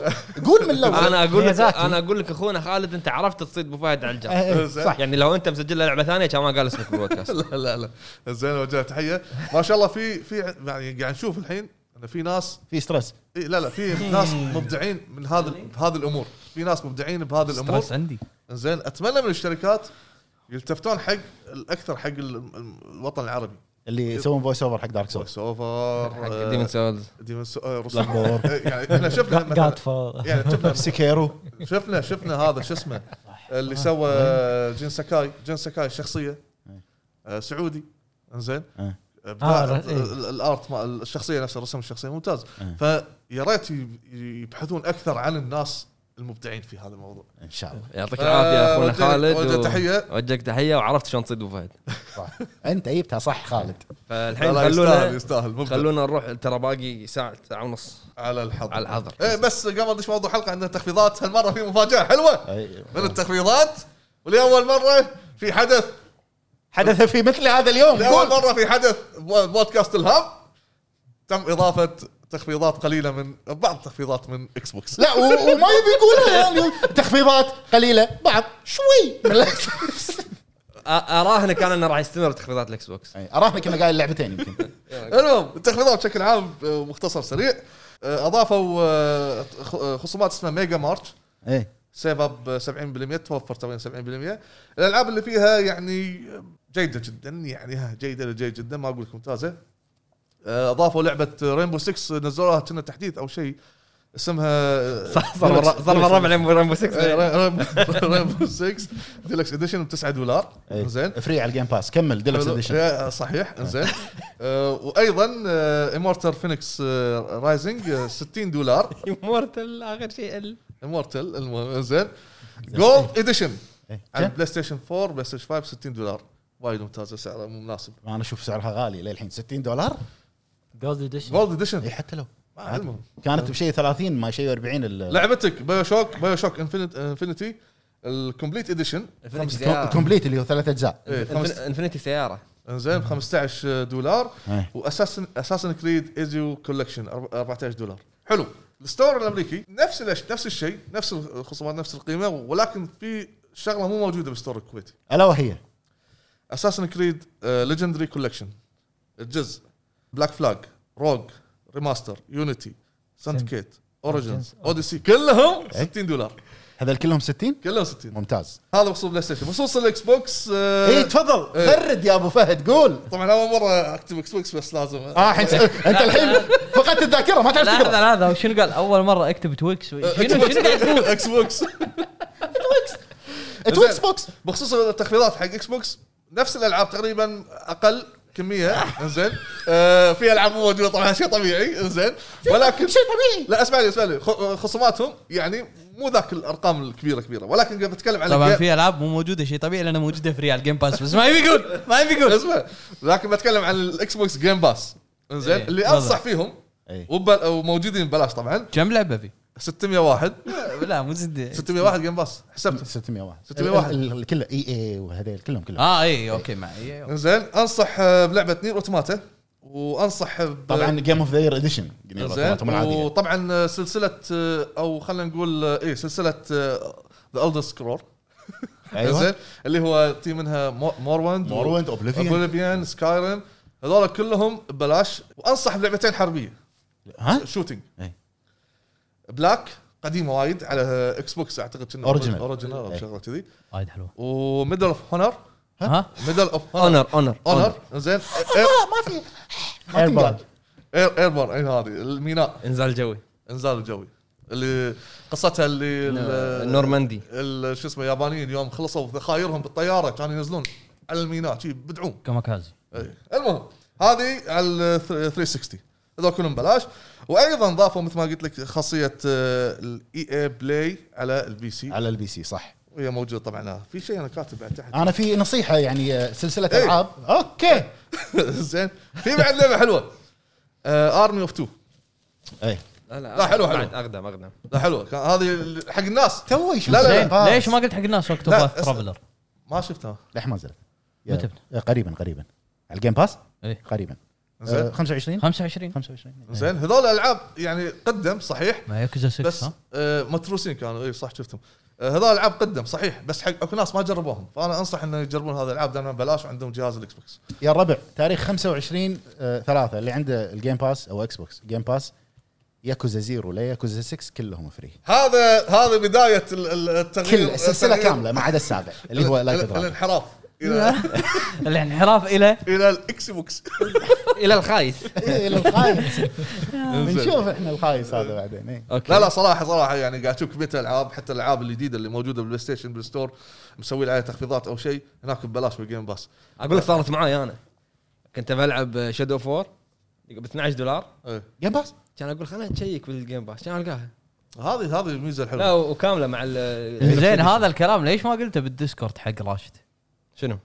C: قول من الاول
A: انا اقول لك
E: ميازاكي.
A: انا اقول لك اخونا خالد انت عرفت تصيد ابو فهد على الجرح
E: إيه،
B: صح
A: يعني لو انت مسجل له لعبه ثانيه كان ما قال اسمك بالبودكاست
B: لا لا لا زين وجه تحيه ما شاء الله في في يعني قاعد نشوف الحين ان في ناس
C: في ستريس
B: إيه لا لا في ناس مبدعين من هذا بهذه الامور في ناس مبدعين بهذه الامور
D: ستريس عندي
B: زين اتمنى من الشركات يلتفتون حق الاكثر حق ال- ال- الوطن العربي
C: اللي يسوون فويس اوفر حق دارك سولز
B: فويس اوفر
A: حق ديمن سولز
B: ديمون
C: بلاك بور
B: آه، يعني احنا شفنا مثلا
E: جاد فول
B: يعني شفنا
C: سكيرو
B: شفنا شفنا هذا شو اسمه اللي سوى جين ساكاي جين ساكاي الشخصيه
C: إيه.
B: آه، سعودي انزين
C: إيه.
B: بتاع
E: آه، ر- إيه.
B: ال- الارت مال الشخصيه نفسها رسم الشخصيه ممتاز
C: إيه.
B: فيا ريت ي- يبحثون اكثر عن الناس المبدعين في هذا الموضوع
C: ان شاء الله
A: يعطيك العافيه اخونا
B: أوجه-
A: خالد
B: أوجه
A: و-
B: آه، تحية.
A: اوجهك تحيه وعرفت شلون تصيد ابو فهد
C: صح. انت جبتها صح خالد
A: فالحين
B: لا، يستاهل
A: خلونا
B: يستاهل مبدع
A: خلونا نروح ترى باقي ساعه ساعه ونص
B: على الحظر
A: على الحظر.
B: إيه بس قبل ندش موضوع الحلقه عندنا تخفيضات هالمره في مفاجاه حلوه
C: أي-
B: من التخفيضات ولاول مره في حدث
C: حدث في مثل هذا اليوم
B: لأول
C: قول
B: مرة في حدث بو- بودكاست الهب تم إضافة تخفيضات قليلة من بعض التخفيضات من اكس بوكس
C: لا و- وما يبي يقولها يعني تخفيضات قليله بعض شوي من الأكس.
A: أ- اراهنك انا انه راح يستمر تخفيضات الاكس بوكس
C: أي، اراهنك انه قايل لعبتين يمكن
B: المهم التخفيضات بشكل عام آه، مختصر سريع آه، أضافوا آه، خ- آه، خصومات اسمها ميجا مارش
C: ايه
B: سيف اب 70% آه، توفر تقريبا 70% الالعاب اللي فيها يعني جيده جدا يعني ها جيده جيده جدا ما اقول لك ممتازه آه، اضافوا لعبه رينبو 6 نزلوها كنا تحديث او شيء اسمها آه،
A: صار صار صار مرة بعدين ريمبو
B: إيه.
A: 6
B: رينبو 6 ديلكس اديشن ب 9 دولار
C: إيه.
B: زين
C: فري على الجيم باس كمل ديلكس اديشن
B: آه، صحيح زين آه، وايضا امورتال فينيكس آه، رايزنج 60 دولار
A: مورتل اخر شيء ال-
B: امورتال المهم زين جولد اديشن
C: إيه.
B: على بلاي ستيشن 4 بلاي ستيشن 5 60 دولار وايد ممتازه سعرها مناسب
C: انا اشوف سعرها غالي للحين 60 دولار
E: جولد اديشن
B: جولد اديشن
C: اي حتى لو
B: المهم
C: كانت بشيء 30 ما شيء 40 ال-
B: لعبتك بايو شوك بايو شوك انفنتي الكومبليت اديشن
A: انفنتي
C: الكوم-
A: سيارة.
C: الكومبليت اللي هو ثلاث اجزاء
B: إيه،
A: انفن-
B: خمس-
A: انفنتي سياره
B: انزين ب 15 دولار
C: إيه.
B: واساسن اساسن كريد ايزيو كولكشن 14 دولار حلو الستور الامريكي نفس الأش... نفس الشيء نفس الخصومات نفس القيمه ولكن في شغله مو موجوده بالستور الكويتي آه،
C: الا وهي
B: اساسن كريد ليجندري كولكشن الجزء بلاك فلاج روج ريماستر يونيتي سندكيت اوريجنز اوديسي كلهم
D: إيه؟
B: 60 دولار
C: هذول كلهم 60
B: كلهم 60
C: ممتاز
B: هذا بخصوص بلاي ستيشن بخصوص الاكس بوكس آه،
C: اي تفضل
B: إيه.
C: غرد يا ابو فهد قول
B: طبعا اول مره اكتب اكس بوكس بس لازم
C: اه الحين
B: إيه.
C: انت الحين فقدت الذاكره ما تعرف
D: لحظه
C: تقرا
D: لحظه شنو قال اول مره اكتب تويكس شنو شنو قاعد تقول؟
B: اكس بوكس
C: تويكس بوكس
B: بخصوص التخفيضات حق اكس بوكس نفس الالعاب تقريبا اقل كميه انزين آه في العاب مو موجوده طبعا شيء طبيعي انزين ولكن
C: شيء طبيعي
B: لا اسمع لي اسمع لي خ- خصوماتهم يعني مو ذاك الارقام الكبيره كبيره ولكن قاعد بتكلم عن
D: طبعا
B: الجيم-
D: في العاب مو موجوده شيء طبيعي لانها موجوده فري على الجيم باس بس ما يبي يقول ما يبي يقول
B: اسمع لكن بتكلم عن الاكس بوكس جيم باس انزين
D: إيه،
B: اللي
D: تفضل.
B: انصح فيهم
C: إيه.
B: وب- وموجودين ببلاش طبعا
D: كم لعبه في؟
B: 601
D: لا مو زد
B: 601 جيم باس حسبته
C: 601
B: 601.
C: ال- ال- كله اي اي وهذيل كلهم كلهم
D: اه اي اوكي معي
B: انزين انصح آه، بلعبه نير اوتوماتا وانصح ب-
C: طبعا جيم اوف ذا يير اديشن
B: زين وطبعا آه، سلسله آه، او خلينا نقول آه، ايه سلسله ذا الدر سكرول
C: أيوة.
B: زين اللي هو في منها مو- موروند
C: موروند اوبليفيون
B: اوبليفيان سكايرم هذول كلهم ببلاش وانصح بلعبتين حربيه
C: ها
B: شوتينج
C: إيه.
B: بلاك قديمه وايد على اكس بوكس اعتقد كنا
C: Original.
B: اوريجنال او
C: إيه.
B: شغله كذي
D: وايد حلوه
B: وميدل اوف هونر
D: ها؟
B: ميدل اوف
A: اونر اونر
B: اونر زين
C: ما في ما تنقال
B: اير اير بور إيه، هذه الميناء
A: انزال جوي
B: انزال الجوي اللي قصتها اللي ال-
A: نورماندي
B: ال- شو اسمه اليابانيين يوم خلصوا ذخايرهم بالطياره كانوا ينزلون على الميناء شي بدعوم
D: كاماكازي
B: إيه. المهم هذه على ال 360 هذول كلهم ببلاش وايضا ضافوا مثل ما قلت لك آه، خاصيه الاي اي إيه بلاي على البي سي
C: على البي سي صح
B: وهي موجوده طبعا آه، في شيء انا كاتب بعد تحت
C: انا في نصيحه يعني آه، سلسله
B: إيه.
C: العاب اوكي
B: زين في بعد آه، لعبه حلوه ارمي اوف 2 إيه.
C: اي
B: لا، حلو، حلو.
A: بعد اقدم اقدم
B: لا حلوه كان هذه حق الناس
C: تو يشوف
B: لا، لا،
C: Game
B: لا.
C: Pass.
D: ليش ما قلت حق الناس وقت
B: لا،
D: باث ترافلر؟
B: ما شفتها
C: لح ما نزلت
D: متى؟
C: يلا. آه، قريبا قريبا على الجيم باس
D: إيه.
C: قريبا
B: زين
C: 25
D: 25
C: 25
B: زين هذول الالعاب يعني قدم صحيح
D: ما ياكوزا 6
B: بس
D: ها؟
B: آه متروسين كانوا اي صح شفتهم آه هذول العاب قدم صحيح بس حق اكو ناس ما جربوهم فانا انصح انه يجربون هذه الالعاب لانها ببلاش وعندهم جهاز الاكس بوكس
C: يا الربع تاريخ 25 آه، ثلاثة اللي عنده الجيم باس او اكس بوكس جيم باس ياكوزا زيرو لا ياكوزا 6 كلهم فري
B: هذا هذا بدايه ال- ال- التغيير
C: كل السلسله
B: التغيير-
C: كامله ما عدا السابع اللي هو
B: ال-
C: لايك
B: ال-
C: دراجون
B: الانحراف الى
D: الانحراف الى
B: الى الاكس بوكس
A: الى الخايس
C: الى إيه، الخايس بنشوف احنا الخايس هذا بعدين إيه.
A: اوكي
B: لا لا صراحه صراحه يعني قاعد اشوف كميه العاب حتى الالعاب الجديده اللي موجوده بالبلاي ستيشن بالستور مسوي عليها تخفيضات او شيء هناك ببلاش بالجيم باس
A: اقول لك صارت معاي انا كنت بلعب شادو 4 ب 12 دولار
B: إيه.
C: جيم باس
A: كان اقول خليني اشيك بالجيم باس كان القاها
B: هذه هذه الميزه
A: لا
B: الحلوه
A: وكامله مع ال-
D: زين هذا الكلام ليش ما قلته بالديسكورد حق راشد؟
A: شنو؟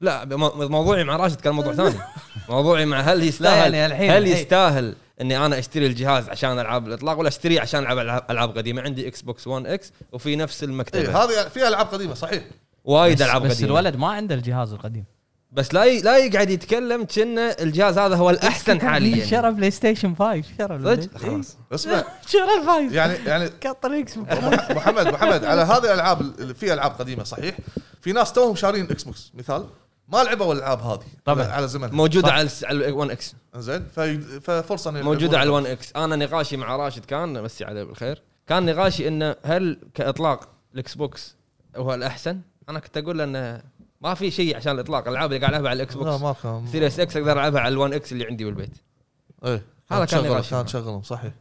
A: لا مو- موضوعي مع راشد كان موضوع ثاني موضوعي مع هل
D: لا
A: يستاهل
D: يعني الحين-
A: هل
D: إيه.
A: يستاهل اني انا اشتري الجهاز عشان العاب الاطلاق ولا اشتريه عشان العب ألعاب- العاب قديمه عندي اكس بوكس 1 اكس وفي نفس
B: إيه،
A: المكتبه
B: هذه فيها العاب قديمه صحيح
A: وايد
D: بس-
A: العاب
D: بس
A: قديمه
D: الولد ما عنده الجهاز القديم
A: بس لا ي... لا يقعد يتكلم كأنه الجهاز هذا هو الاحسن حاليا
D: شرى بلاي ستيشن 5 شرى بلاي-
A: صدق؟
D: إيه.
A: خلاص
B: اسمع
D: شرى الفايز
B: يعني يعني
D: قط الاكس بوكس.
B: مح- محمد محمد على هذه الالعاب اللي فيها العاب قديمه صحيح في ناس توهم شارين اكس بوكس مثال ما لعبوا الالعاب هذه
D: طبعاً.
B: على زمن
A: موجوده على الس- على ال1 اكس
B: زين في- ففرصه إن
A: موجوده
B: يلعبون.
A: على ال1 اكس انا نقاشي مع راشد كان مسي عليه بالخير كان نقاشي انه هل كاطلاق الاكس بوكس هو الاحسن؟ انا كنت اقول له انه ما في شيء عشان الاطلاق الالعاب اللي قاعد العبها على الاكس
B: لا
A: بوكس
B: ما كان
A: سيريس اكس اقدر العبها على ال1 اكس اللي عندي بالبيت
B: ايه
A: هذا
B: هذا
A: كان
B: كان
A: يراشد.
B: كان شغلهم صحيح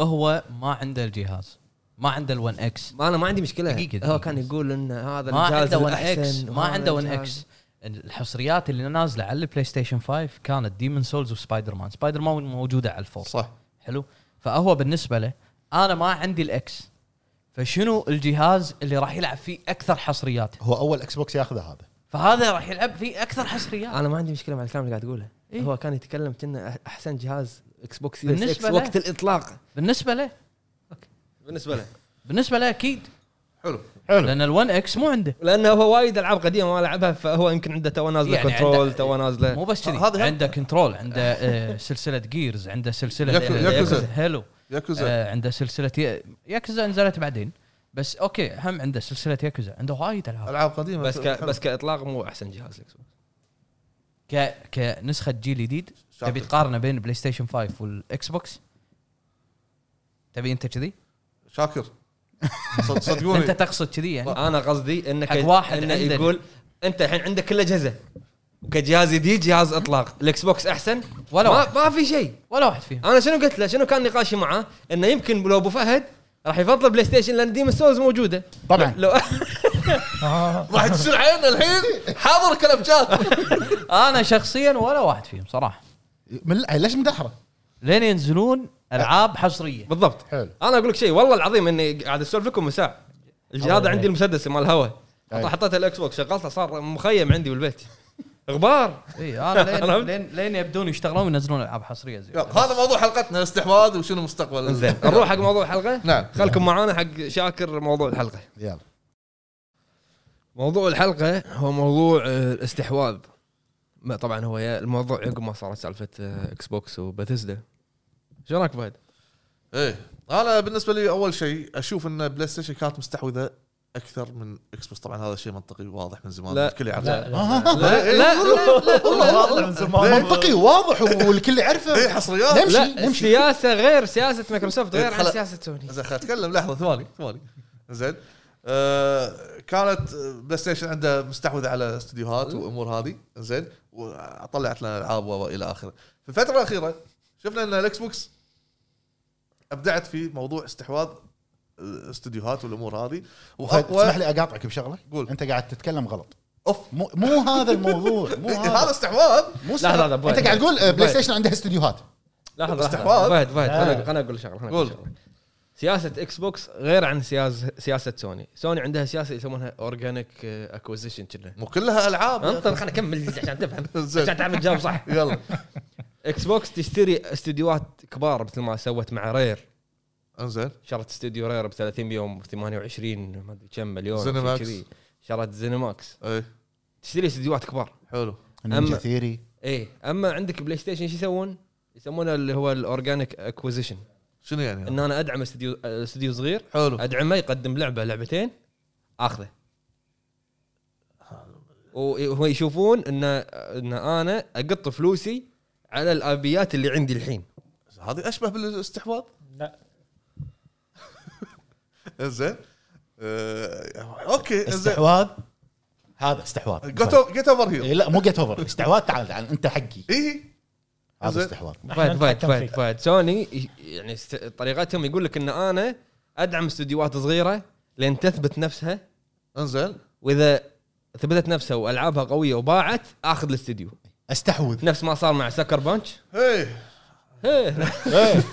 D: هو ما عنده الجهاز ما عنده ال1 اكس
A: ما انا ما عندي مشكله
D: دقيقة، دقيقة
A: هو كان
D: بس.
A: يقول ان هذا
D: ما
A: الجهاز
D: عنده 1 اكس
A: الأحسن
D: ما
A: وهذا
D: عنده 1
A: الجهاز-
D: اكس الحصريات اللي نازله على البلاي ستيشن 5 كانت ديمون سولز وسبايدر مان سبايدر مان موجوده على الفور
B: صح
D: حلو فهو بالنسبه له انا ما عندي الاكس فشنو الجهاز اللي راح يلعب فيه اكثر حصريات
C: هو اول اكس بوكس ياخذه هذا
D: فهذا راح يلعب فيه اكثر حصريات
A: انا ما عندي مشكله مع الكلام اللي قاعد تقوله
D: إيه؟
A: إيه؟ هو كان يتكلم كنا احسن جهاز اكس بوكس سيريس اكس
D: بالنسبة له.
A: وقت الاطلاق
D: بالنسبه له
A: بالنسبه له
D: بالنسبه له اكيد
B: حلو
C: حلو
D: لان ال1 اكس مو عنده
A: لانه هو وايد العاب قديمه ما لعبها فهو يمكن عنده تو نازله
D: يعني
A: يعني كنترول
D: عنده-
A: تو نازله
D: مو بس
B: هذا
D: كذي
B: هم-
D: عنده كنترول عنده آه، سلسله جيرز عنده سلسله
B: ياكو- ياكوزا.
D: حلو
B: ياكوزا
D: آه عنده سلسله يا- ياكوزا نزلت بعدين بس اوكي هم عنده سلسله ياكوزا عنده وايد العاب
B: العاب قديمه
A: آه، بس ك...
B: حلو.
A: بس كاطلاق مو احسن جهاز الاكس بوكس
D: ك... كنسخه جيل جديد
B: شاطر.
D: تبي تقارنه بين بلاي ستيشن 5 والاكس بوكس تبي انت كذي؟
B: شاكر صد-
D: انت
B: صدقوني
D: تقصد كذي يعني
A: انا قصدي انك
D: حق واحد
A: انه
D: عنده-
A: يقول انت الحين عندك كل اجهزه وكجهاز جديد جهاز اطلاق الاكس بوكس احسن
D: ولا
A: ما,
D: واحد.
A: ما في شيء
D: ولا واحد فيهم
A: انا شنو قلت له شنو كان نقاشي معاه انه يمكن لو ابو فهد راح يفضل بلاي ستيشن لان ديم سولز موجوده
C: طبعا
A: لو
B: راح تشيل عيننا الحين حاضر كلام جات
D: انا شخصيا ولا واحد فيهم صراحه
C: من ليش مدحره؟
D: لين ينزلون العاب حصريه
A: بالضبط
C: حلو
A: انا اقول لك شيء والله العظيم اني قاعد اسولف لكم من ساعه الجهاز
E: الله
A: عندي المسدس مال الهواء
C: أي.
A: حطيت الاكس بوكس شغلته صار مخيم عندي بالبيت غبار
D: اي انا آه، لين,
A: عرفت؟
D: لين لين يبدون يشتغلون وينزلون العاب حصريه زي
B: هذا موضوع حلقتنا الاستحواذ وشنو مستقبل
A: زين نروح حق موضوع الحلقه
B: نعم
A: خلكم معانا حق شاكر موضوع الحلقه
C: يلا
A: موضوع الحلقه هو موضوع آه، الاستحواذ ما طبعا هو يا- الموضوع عقب ما صارت سالفه آه، اكس بوكس وبثزدا شو رايك بعد؟
B: ايه انا بالنسبه لي اول شيء اشوف ان بلاي ستيشن كانت مستحوذه اكثر من اكس بوكس طبعا هذا شيء منطقي واضح من زمان
A: لا.
B: الكل يعرف
E: لا لا
C: آه، آه، آه.
A: لا إيه، لا لا
E: والله واضح من زمان
C: منطقي واضح والكل
B: ايه
A: إيه.
C: يعرفه
B: حصريات
C: نمشي
A: لا
C: نمشي
A: السياسه غير سياسه مايكروسوفت غير عن
B: خلا-
A: سياسه سوني
B: زين خليني اتكلم لحظه ثواني ثواني زين آه كانت بلاي ستيشن عنده مستحوذ على استديوهات وامور هذه زين وطلعت لنا العاب والى اخره في الفتره الاخيره شفنا ان الاكس بوكس ابدعت في موضوع استحواذ الاستديوهات والامور هذه
C: فهد، طيب، اسمح
B: واقوى
C: لي اقاطعك بشغله
B: قول.
C: انت قاعد تتكلم غلط
B: اوف
C: مو مو هذا الموضوع مو
B: إيه، هذا
C: هذا
B: استحواذ
C: مو
A: لا، لا، لا، بوي.
C: انت قاعد تقول آه، بلاي
A: بوي.
C: ستيشن عندها استديوهات
A: لحظه لحظه
B: استحواذ.
A: فهد فهد
E: آه.
A: خليني- خليني اقول شغله خليني أقول
B: قول.
A: شغلة. سياسه اكس بوكس غير عن سياسه سياسه سوني سوني عندها سياسه يسمونها uh, اورجانيك اكوزيشن كنا
B: مو كلها العاب
A: انطر أه؟ طيب، خليني اكمل عشان تفهم
B: زين.
A: عشان تعرف الجواب صح
B: يلا
A: اكس بوكس تشتري استديوهات كبار مثل ما سوت مع رير
B: انزين
A: شرت استوديو رير ب 30 يوم ب 28 ما ادري كم مليون شيء
B: زينماكس.
A: كذي. شرت زينماكس
B: اي
A: تشتري استديوهات كبار
B: حلو
C: نينجا
A: أما-
C: ثيري
A: ايه اما عندك بلاي ستيشن شو يسوون؟ يسمونه اللي هو الاورجانيك اكوزيشن
B: شنو يعني؟
A: ان انا ادعم استوديو استوديو صغير
B: حلو
A: ادعمه يقدم لعبه لعبتين اخذه وهو يشوفون ان ان انا اقط فلوسي على الابيات اللي عندي الحين
B: هذه اشبه بالاستحواذ
E: لا
B: زين آه، اوكي زين
C: استحواذ هذا استحواذ
B: جيت اوفر هيل
C: إيه لا مو جيت اوفر استحواذ تعال تعال انت حقي
B: اي
C: هذا
B: زين.
C: استحواذ
E: إحنا
A: فهد فهد
E: نتحكم
A: فهد,
E: فيك.
A: فهد سوني ي- يعني است- طريقتهم يقول لك ان انا ادعم استديوهات صغيره لين تثبت نفسها
B: انزين
A: واذا ثبتت نفسها والعابها قويه وباعت اخذ الاستديو
C: استحوذ
A: نفس ما صار مع سكر بانش
B: هي
A: إيه،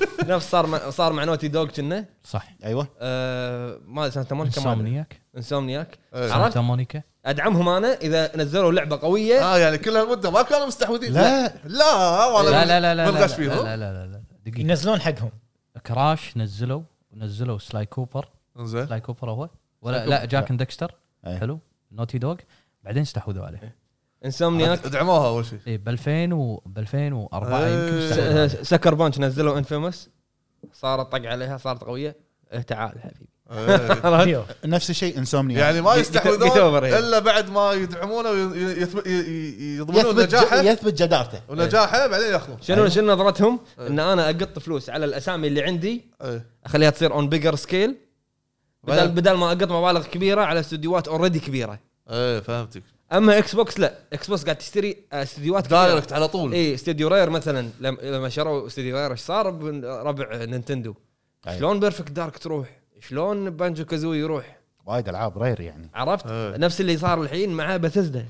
A: نفس صار مع صار مع نوتي دوغ كنا
D: صح
C: ايوه
A: آه، ما سانتا مونيكا ما أدري.
D: سامنياك
A: انسومنياك
B: إيه.
A: عرفت
D: سانتا مونيكا
A: ادعمهم انا اذا نزلوا لعبه قويه
B: اه يعني كل هالمده ما كانوا مستحوذين
C: لا
B: لا والله
D: لا لا لا لا
B: ما بغاش
D: لا
B: فيهم
D: لا لا لا دقيقة
E: ينزلون حقهم
D: كراش نزلوا نزلوا سلاي كوبر
B: انزين
D: سلاي كوبر هو ولا لا جاك اند ديكستر
C: أي.
D: حلو نوتي دوغ بعدين استحوذوا عليه
A: انسومنياك
B: ادعموها اول شيء
D: اي ب 2000 و ب 2004
B: أي.
D: يمكن
A: س-
D: استحوذوا
A: آه،
D: عليه.
A: سكر بانش نزلوا انفيموس صارت طق عليها صارت قويه إيه، تعال حبيبي
B: إيه.
A: عرفت؟
E: ديو
C: نفس الشيء انسومنيا
B: يعني ما
A: جيت- جيت
B: يستحوذون
A: أوفر هيل.
B: الا بعد ما يدعمونه ويضمنون
C: يثبت
B: نجاحه
C: يثبت جدارته
B: ونجاحه بعدين ياخذون
A: شنو شنو نظرتهم؟ ان انا اقط فلوس على الاسامي اللي عندي
B: إيه.
A: اخليها تصير اون بيجر سكيل بدل
B: بعدين-
A: بدل ما اقط مبالغ كبيره على استديوهات اوريدي كبيره
B: ايه فهمتك
A: اما اكس بوكس لا اكس بوكس قاعد تشتري آه، استديوهات كبيرة.
B: دايركت على طول
A: اي إيه، استديو رير مثلا لم- لما شروا استديو رير ايش صار بربع نينتندو؟
C: أي.
A: شلون بيرفكت دارك تروح؟ شلون بانجو كازوي يروح؟
C: وايد العاب رير يعني
A: عرفت؟
B: أي.
A: نفس اللي صار الحين مع بثزدا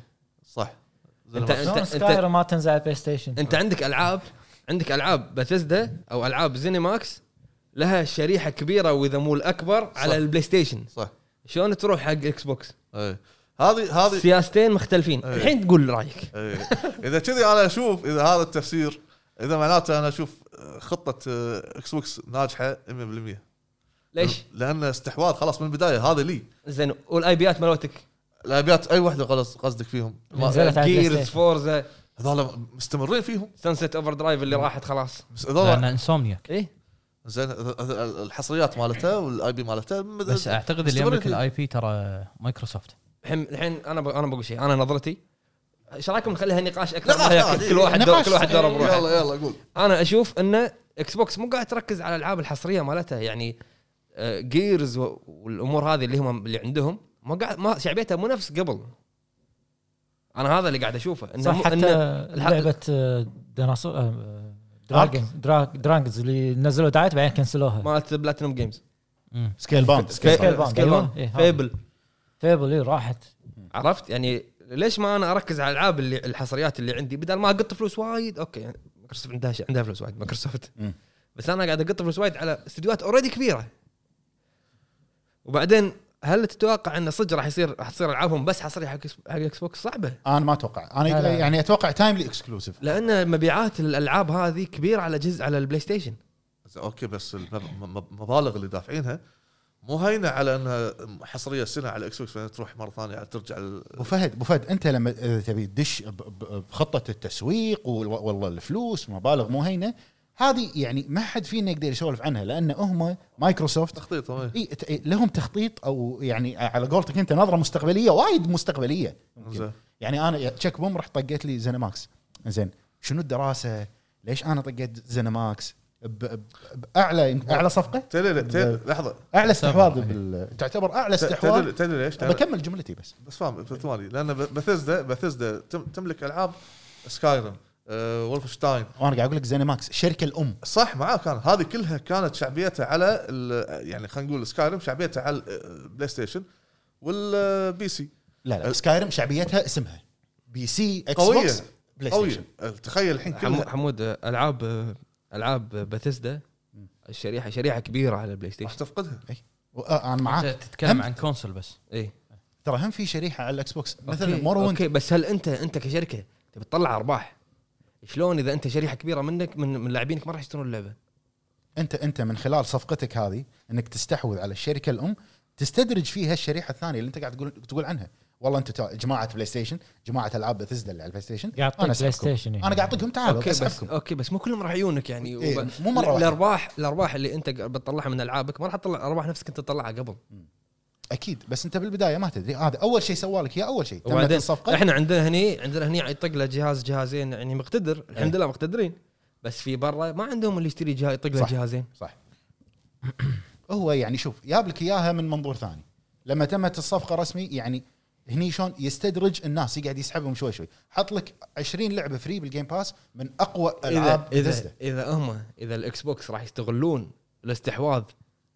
B: صح زين
A: انت
B: ما-
A: انت
E: شلون
A: انت,
E: سكايرو ما تنزل على البلاي ستيشن
A: انت عندك العاب عندك العاب بثزدا او العاب زينيماكس لها شريحه كبيره واذا مو الاكبر على البلاي ستيشن
B: صح
A: شلون تروح حق اكس بوكس؟
B: ايه هذه هذه
A: سياستين مختلفين
B: أي.
A: الحين تقول رايك
B: إيه. اذا كذي انا اشوف اذا هذا التفسير اذا معناته انا اشوف آه، خطه آه، اكس بوكس ناجحه 100%
A: ليش؟
B: لان استحواذ خلاص من البدايه هذا لي
A: زين والاي بيات مالتك
B: الابيات اي وحده خلاص قصدك فيهم
E: نزلت على البلاي
A: جيرز
E: ستيشن
A: فورزا
B: هذول مستمرين فيهم
A: سانسيت اوفر درايف اللي راحت خلاص
B: بس
D: لان
B: هذول
D: انسومنياك
E: إيه.
A: ايه
B: زين ال- ال- الحصريات مالته والاي بي مالته مد-
D: بس اعتقد اللي
B: مستمرين
D: يملك
B: فيه.
D: الاي بي ترى مايكروسوفت
A: الحين الحين انا ب... انا بقول شيء انا نظرتي ايش رايكم نخليها نقاش اكثر
B: نقاش
A: نخليها
B: عادي.
A: كل واحد دور
C: نقاش.
A: كل واحد دوره بروحه
B: يلا يلا قول
A: انا اشوف ان اكس بوكس مو قاعد تركز على الالعاب الحصريه مالتها يعني جيرز والامور هذه اللي هم اللي عندهم ما قاعد ما شعبيتها مو نفس قبل انا هذا اللي قاعد اشوفه انه
E: صح
A: مو-
E: حتى
A: إنه الح-
E: لعبه آه، ديناصور آه، دراجون دراج- دراجونز اللي نزلوا دايت بعدين كنسلوها
A: مالت بلاتينوم جيمز
D: مم.
C: سكيل باوند
E: سكيل باوند. أيوة. إيه، هذا.
A: فيبل
E: فيبل إيه، راحت
A: عرفت يعني ليش ما انا اركز على الالعاب اللي الحصريات اللي عندي بدل ما اقط فلوس وايد اوكي يعني مايكروسوفت عندها شيء عندها فلوس وايد مايكروسوفت
C: مم.
A: بس انا قاعد اقط فلوس وايد على استديوهات اوريدي كبيره وبعدين هل تتوقع ان صدق راح يصير راح تصير العابهم بس حصريه حق إكس- حق اكس بوكس صعبه
C: انا ما اتوقع
E: لا،
C: انا
E: لا.
C: يعني اتوقع تايملي اكسكلوسيف
A: لان مبيعات الالعاب هذه كبيره على جزء على البلاي ستيشن
B: زين، اوكي بس المبالغ اللي دافعينها مو هينه على انها حصريه سنه على اكس بوكس بعدين تروح مره ثانيه ترجع لل-
C: ابو فهد ابو فهد انت لما إذا تبي تدش ب- ب- بخطه التسويق وال- والله الفلوس مبالغ مو هينه هذه يعني ما حد فينا يقدر يسولف عنها لان هم مايكروسوفت
B: تخطيطهم إيه.
C: إي ت- إي لهم تخطيط او يعني على قولتك انت نظره مستقبليه وايد مستقبليه
B: زين.
C: يمكن. يعني انا تشيك بوم رحت طقيت لي زينماكس زين شنو الدراسه؟ ليش انا طقيت زينماكس؟ ب- ب- باعلى يمكن- اعلى صفقه؟
B: تدري لا- تدري- لحظه
C: اعلى استحواذ بال... تعتبر اعلى
B: تدري
C: استحواذ
B: تدري ليش؟ لأن-
C: بكمل جملتي بس
B: بس فاهم ثواني لان بثزدا بثزدا تم تملك العاب سكايرم أه وولفشتاين
C: وانا قاعد اقول لك زينماكس الشركه الام
B: صح معاه كان هذه كلها كانت شعبيتها على ال- يعني خلينا نقول سكايرم شعبيتها على البلاي ستيشن والبي سي
C: لا لا
B: ال-
C: سكايرم شعبيتها اسمها بي سي اكس
B: قوية.
C: بوكس بلاي
B: قوي
C: ستيشن
B: تخيل الحين
A: حمو-
B: كلها
A: حمود آه، العاب آه، العاب بثزدا
C: مم.
A: الشريحه شريحه كبيره على البلاي
B: راح
A: ستيشن
B: تفقدها
C: و- آه، انا
D: انت
C: معاك
D: تتكلم
C: هم-
D: عن كونسل بس
A: اي
C: ترى هم في شريحه على الاكس بوكس مثلا
A: أوكي،
C: مورون
A: اوكي بس هل انت انت كشركه تبي تطلع ارباح شلون اذا انت شريحه كبيره منك من من لاعبينك ما راح يشترون اللعبه
C: انت انت من خلال صفقتك هذه انك تستحوذ على الشركه الام تستدرج فيها الشريحه الثانيه اللي انت قاعد تقول تقول عنها والله انت تا- جماعه بلاي ستيشن جماعه العاب بثزدا اللي على البلاي ستيشن
E: يعطيك إيه.
C: أنا
E: بلاي
C: أسحبكم.
E: ستيشن
C: انا قاعد اعطيكم تعالوا
A: اوكي
C: آه، بس
A: بس
C: أسحبكم.
A: اوكي بس مو كلهم راح يجونك يعني
C: إيه،
A: وب-
C: مو مرة واحدة.
A: الارباح الارباح اللي انت بتطلعها من العابك ما راح تطلع ارباح نفسك كنت تطلعها قبل
C: اكيد بس انت بالبدايه ما تدري هذا اول شيء سوى لك اياه اول شيء تمت
A: وبعدين
C: الصفقه
A: احنا عندنا هني عندنا هني يطق له جهاز جهازين يعني مقتدر
C: إيه.
A: الحمد لله مقتدرين بس في برا ما عندهم اللي يشتري جهاز يطق له
C: صح.
A: جهازين
C: صح هو يعني شوف جاب لك اياها من منظور ثاني لما تمت الصفقه رسمي يعني هني شلون يستدرج الناس يقعد يسحبهم شوي شوي حط لك 20 لعبه فري بالجيم باس من اقوى
A: اذا
C: العاب
A: اذا
C: بثزدا
A: اذا هم اذا الاكس بوكس راح يستغلون الاستحواذ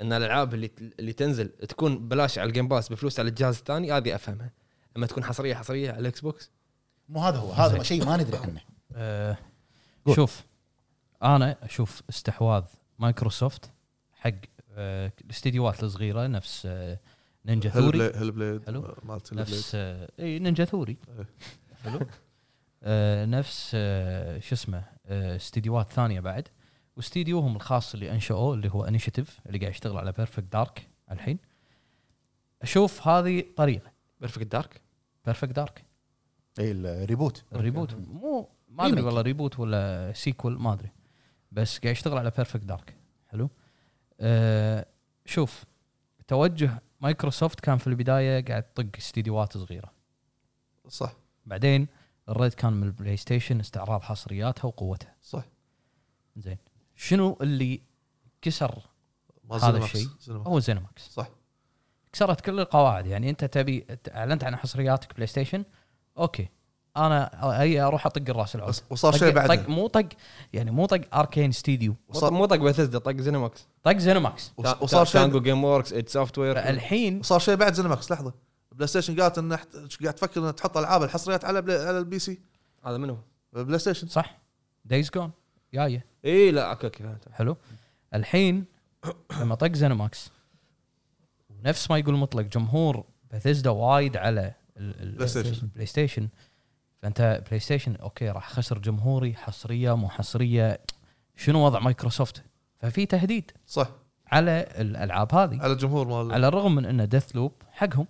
A: ان الالعاب اللي اللي تنزل تكون بلاش على الجيم باس بفلوس على الجهاز الثاني هذه افهمها اما تكون حصريه حصريه على الاكس بوكس
C: مو هذا هو هذا شيء ما ندري عنه
D: آه،
C: قول.
D: شوف انا اشوف استحواذ مايكروسوفت حق آه، الاستديوهات الصغيره نفس آه، نينجا
B: هل
D: ثوري
B: بليد هل بليد
D: حلو.
B: آه، مالت هل بليد
D: نفس آه، اي نينجا ثوري
B: إيه.
D: حلو آه، نفس آه، شو اسمه آه، استديوهات ثانيه بعد واستديوهم الخاص اللي انشأوه اللي هو انيشيتيف اللي قاعد يشتغل على بيرفكت دارك الحين اشوف هذه طريقه
A: بيرفكت دارك
D: بيرفكت دارك
C: اي الريبوت
D: ريبوت مو ما ادري
C: Remake.
D: والله ريبوت ولا سيكول ما ادري بس قاعد يشتغل على بيرفكت دارك حلو أه شوف توجه مايكروسوفت كان في البدايه قاعد تطق استديوهات صغيره
B: صح
D: بعدين الريد كان من البلاي ستيشن استعراض حصرياتها وقوتها
B: صح
D: زين شنو اللي كسر
B: ما
D: هذا
B: زلمة
D: الشيء.
B: بس، زلمة.
D: هو زينماكس
B: صح
D: كسرت كل القواعد يعني انت تبي ت- اعلنت عن حصرياتك بلاي ستيشن اوكي انا اي اروح اطق الراس العود
B: بس وصار شيء
D: طق-
B: بعدها
D: طق مو طق يعني مو طق اركين ستوديو
B: وصار-
A: مو طق بثزدا طق زينماكس
D: طق زينماكس
B: وص- وصار شيء
A: تانجو جيم وركس اد سوفت وير
D: الحين
B: وصار شيء بعد زلمكس لحظه بلاي ستيشن قالت ان احت- قاعد تفكر انها تحط العاب الحصريات على بلاي على البي سي
A: هذا منو؟
B: بلاي ستيشن
D: صح دايز جون جايه
A: اي إيه، لا اوكي اوكي فهمت
D: حلو الحين لما طق زينماكس نفس ما يقول مطلق جمهور بثيزدا وايد على ال- ال-
B: بلاي ستيشن.
D: البلاي ستيشن فانت بلاي ستيشن اوكي راح خسر جمهوري حصريه مو حصريه شنو وضع مايكروسوفت ففي تهديد
B: صح
D: على الالعاب هذه
B: على الجمهور مال
D: على الرغم من ان ديث لوب حقهم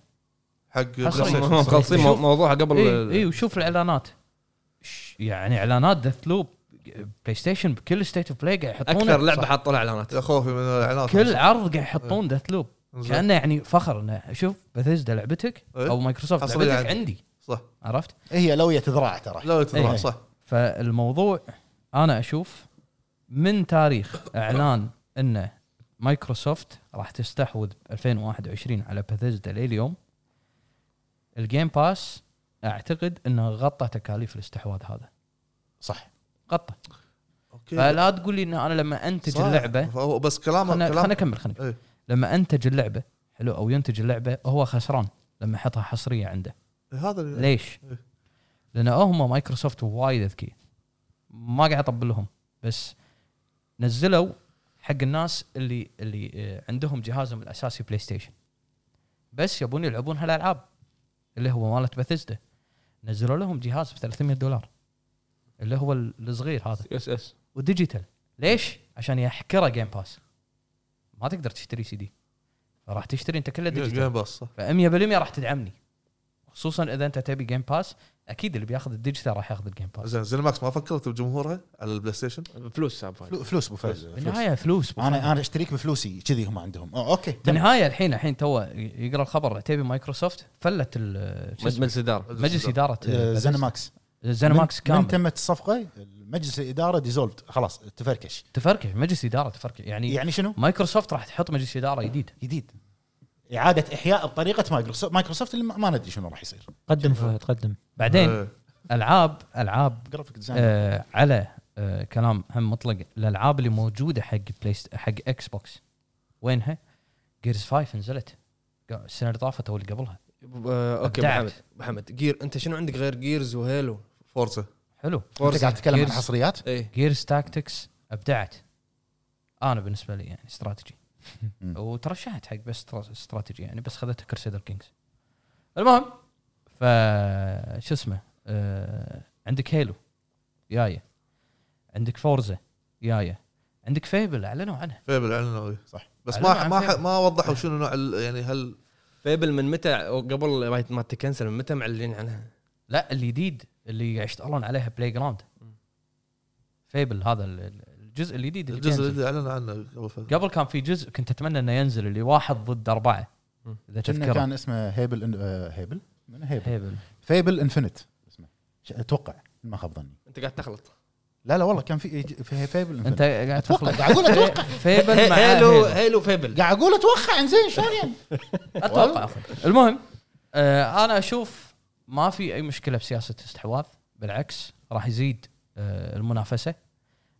B: حق بلاي
D: حصري.
B: ستيشن
A: هم مخلصين مو- موضوعها قبل
D: اي
B: إيه،
A: ال-
D: اي إيه، وشوف الاعلانات ش- يعني اعلانات ديث لوب بلاي ستيشن بكل ستيت اوف بلاي قاعد يحطون
A: اكثر لعبه حطوا لها اعلانات
B: يا خوفي من الاعلانات
D: كل عرض قاعد يحطون
A: إيه.
D: ديث لوب
B: زين.
D: كانه يعني فخر انه شوف بثيزدا لعبتك
B: إيه.
D: او مايكروسوفت
B: حصرية
D: لعبتك
A: يعني.
B: عندي.
D: عندي
B: صح
D: عرفت
C: هي لويه ذراع ترى
B: لا تدرون
D: إيه.
B: صح
D: فالموضوع انا اشوف من تاريخ اعلان انه مايكروسوفت راح تستحوذ 2021 على بثيزدا لليوم الجيم باس اعتقد انه غطى تكاليف الاستحواذ هذا
C: صح
D: غطى
B: اوكي
D: فلا تقول لي ان انا لما انتج
B: صح.
D: اللعبه
B: فهو بس كلامه
D: خلنا خلنا
B: كلام
D: اكمل خلنا أكمل.
B: إيه.
D: لما انتج اللعبه حلو او ينتج اللعبه هو خسران لما يحطها حصريه عنده
B: هذا اللي-
D: ليش؟
B: إيه.
D: لان هم مايكروسوفت وايد اذكياء ما قاعد اطبل لهم بس نزلوا حق الناس اللي اللي آه، عندهم جهازهم الاساسي بلاي ستيشن بس يبون يلعبون هالالعاب اللي هو مالت بثزدا نزلوا لهم جهاز ب 300 دولار اللي هو ال- الصغير هذا
A: اس اس
D: وديجيتال ليش؟ عشان يحكره جيم باس ما تقدر تشتري سي دي فراح تشتري انت كله ديجيتال
B: جيم باس صح
D: ف 100% راح تدعمني خصوصا اذا انت تبي جيم باس اكيد اللي بياخذ الديجيتال راح ياخذ الجيم باس
B: زين زينماكس ما فكرت بجمهورها على البلاي ستيشن
A: فلوس ساب هاي.
C: فلو- فلوس ابو فايز فلوس.
D: بالنهايه فلوس بو.
C: انا انا اشتريك بفلوسي كذي هم عندهم أوه اوكي تمام.
D: بالنهايه الحين الحين تو يقرا الخبر تبي مايكروسوفت فلت ال- شو اسمه؟
A: مجلس اداره
D: مجلس اداره
C: آه، زينماكس
D: زينماكس
C: من- من
D: كامل
C: تمت الصفقه مجلس الاداره ديزولفد خلاص تفركش
D: تفركش مجلس اداره تفركش يعني
C: يعني شنو؟
D: مايكروسوفت راح تحط مجلس اداره جديد
C: جديد اعاده احياء بطريقه مايكروسوفت مايكروسوفت اللي ما ما ندري شنو راح يصير
E: قدم فهد قدم
A: آه.
D: بعدين
B: إيه.
D: العاب العاب
C: جرافيك ديزاين
D: آه على آه كلام هم مطلق الالعاب اللي موجوده حق بلاي ست- حق اكس بوكس وينها؟ جيرز 5 نزلت قا- السنه اللي طافت او اللي قبلها
A: آه، اوكي
D: إبداعك.
A: محمد محمد جير انت شنو عندك غير جيرز وهيلو
B: فورزا
D: حلو
C: انت قاعد تتكلم عن
D: Gears.
C: حصريات
A: ايه
D: جيرز تاكتكس ابدعت انا بالنسبه لي يعني استراتيجي
C: مم.
D: وترشحت حق بس ترا- استراتيجي يعني بس خذتها كرسيدر كينجز المهم ف شو اسمه آه عندك هيلو جايه عندك فورزا جايه عندك فيبل اعلنوا عنها
B: فيبل اعلنوا إيه.
C: صح.
B: بس
D: أعلنوا
B: ما
D: عن
B: ما ح-
D: فيبل.
B: ما وضحوا شنو نوع ال- يعني هل
A: فيبل من متى أو قبل ما- ما تكنسل من متى معلنين عنها؟
D: لا الجديد اللي يشتغلون عليها بلاي جراوند فيبل هذا ال- ال- الجزء الجديد اللي
B: الجزء
D: بينزل.
B: اللي اعلن عنه قبل فتره
D: قبل كان في جزء كنت اتمنى انه ينزل اللي واحد ضد اربعه
A: مم.
D: اذا
C: كنا
D: تذكر
C: كان اسمه هيبل إن... آه، هيبل من هيبل
D: هيبل
C: فيبل انفنت اسمه ش- اتوقع ما خاب ظني
A: انت قاعد تخلط
C: لا لا والله كان في في فيبل
D: انت
C: انفنت
D: قاعد
C: اتوقع
D: تخلط
C: قاعد اقول اتوقع
D: فيبل مع
A: هيلو
D: هيبل.
A: هيلو فيبل
C: قاعد اقول اتوقع زين شلون يعني
D: اتوقع اخوي المهم آه انا اشوف ما في اي مشكله بسياسه استحواذ بالعكس راح يزيد آه المنافسه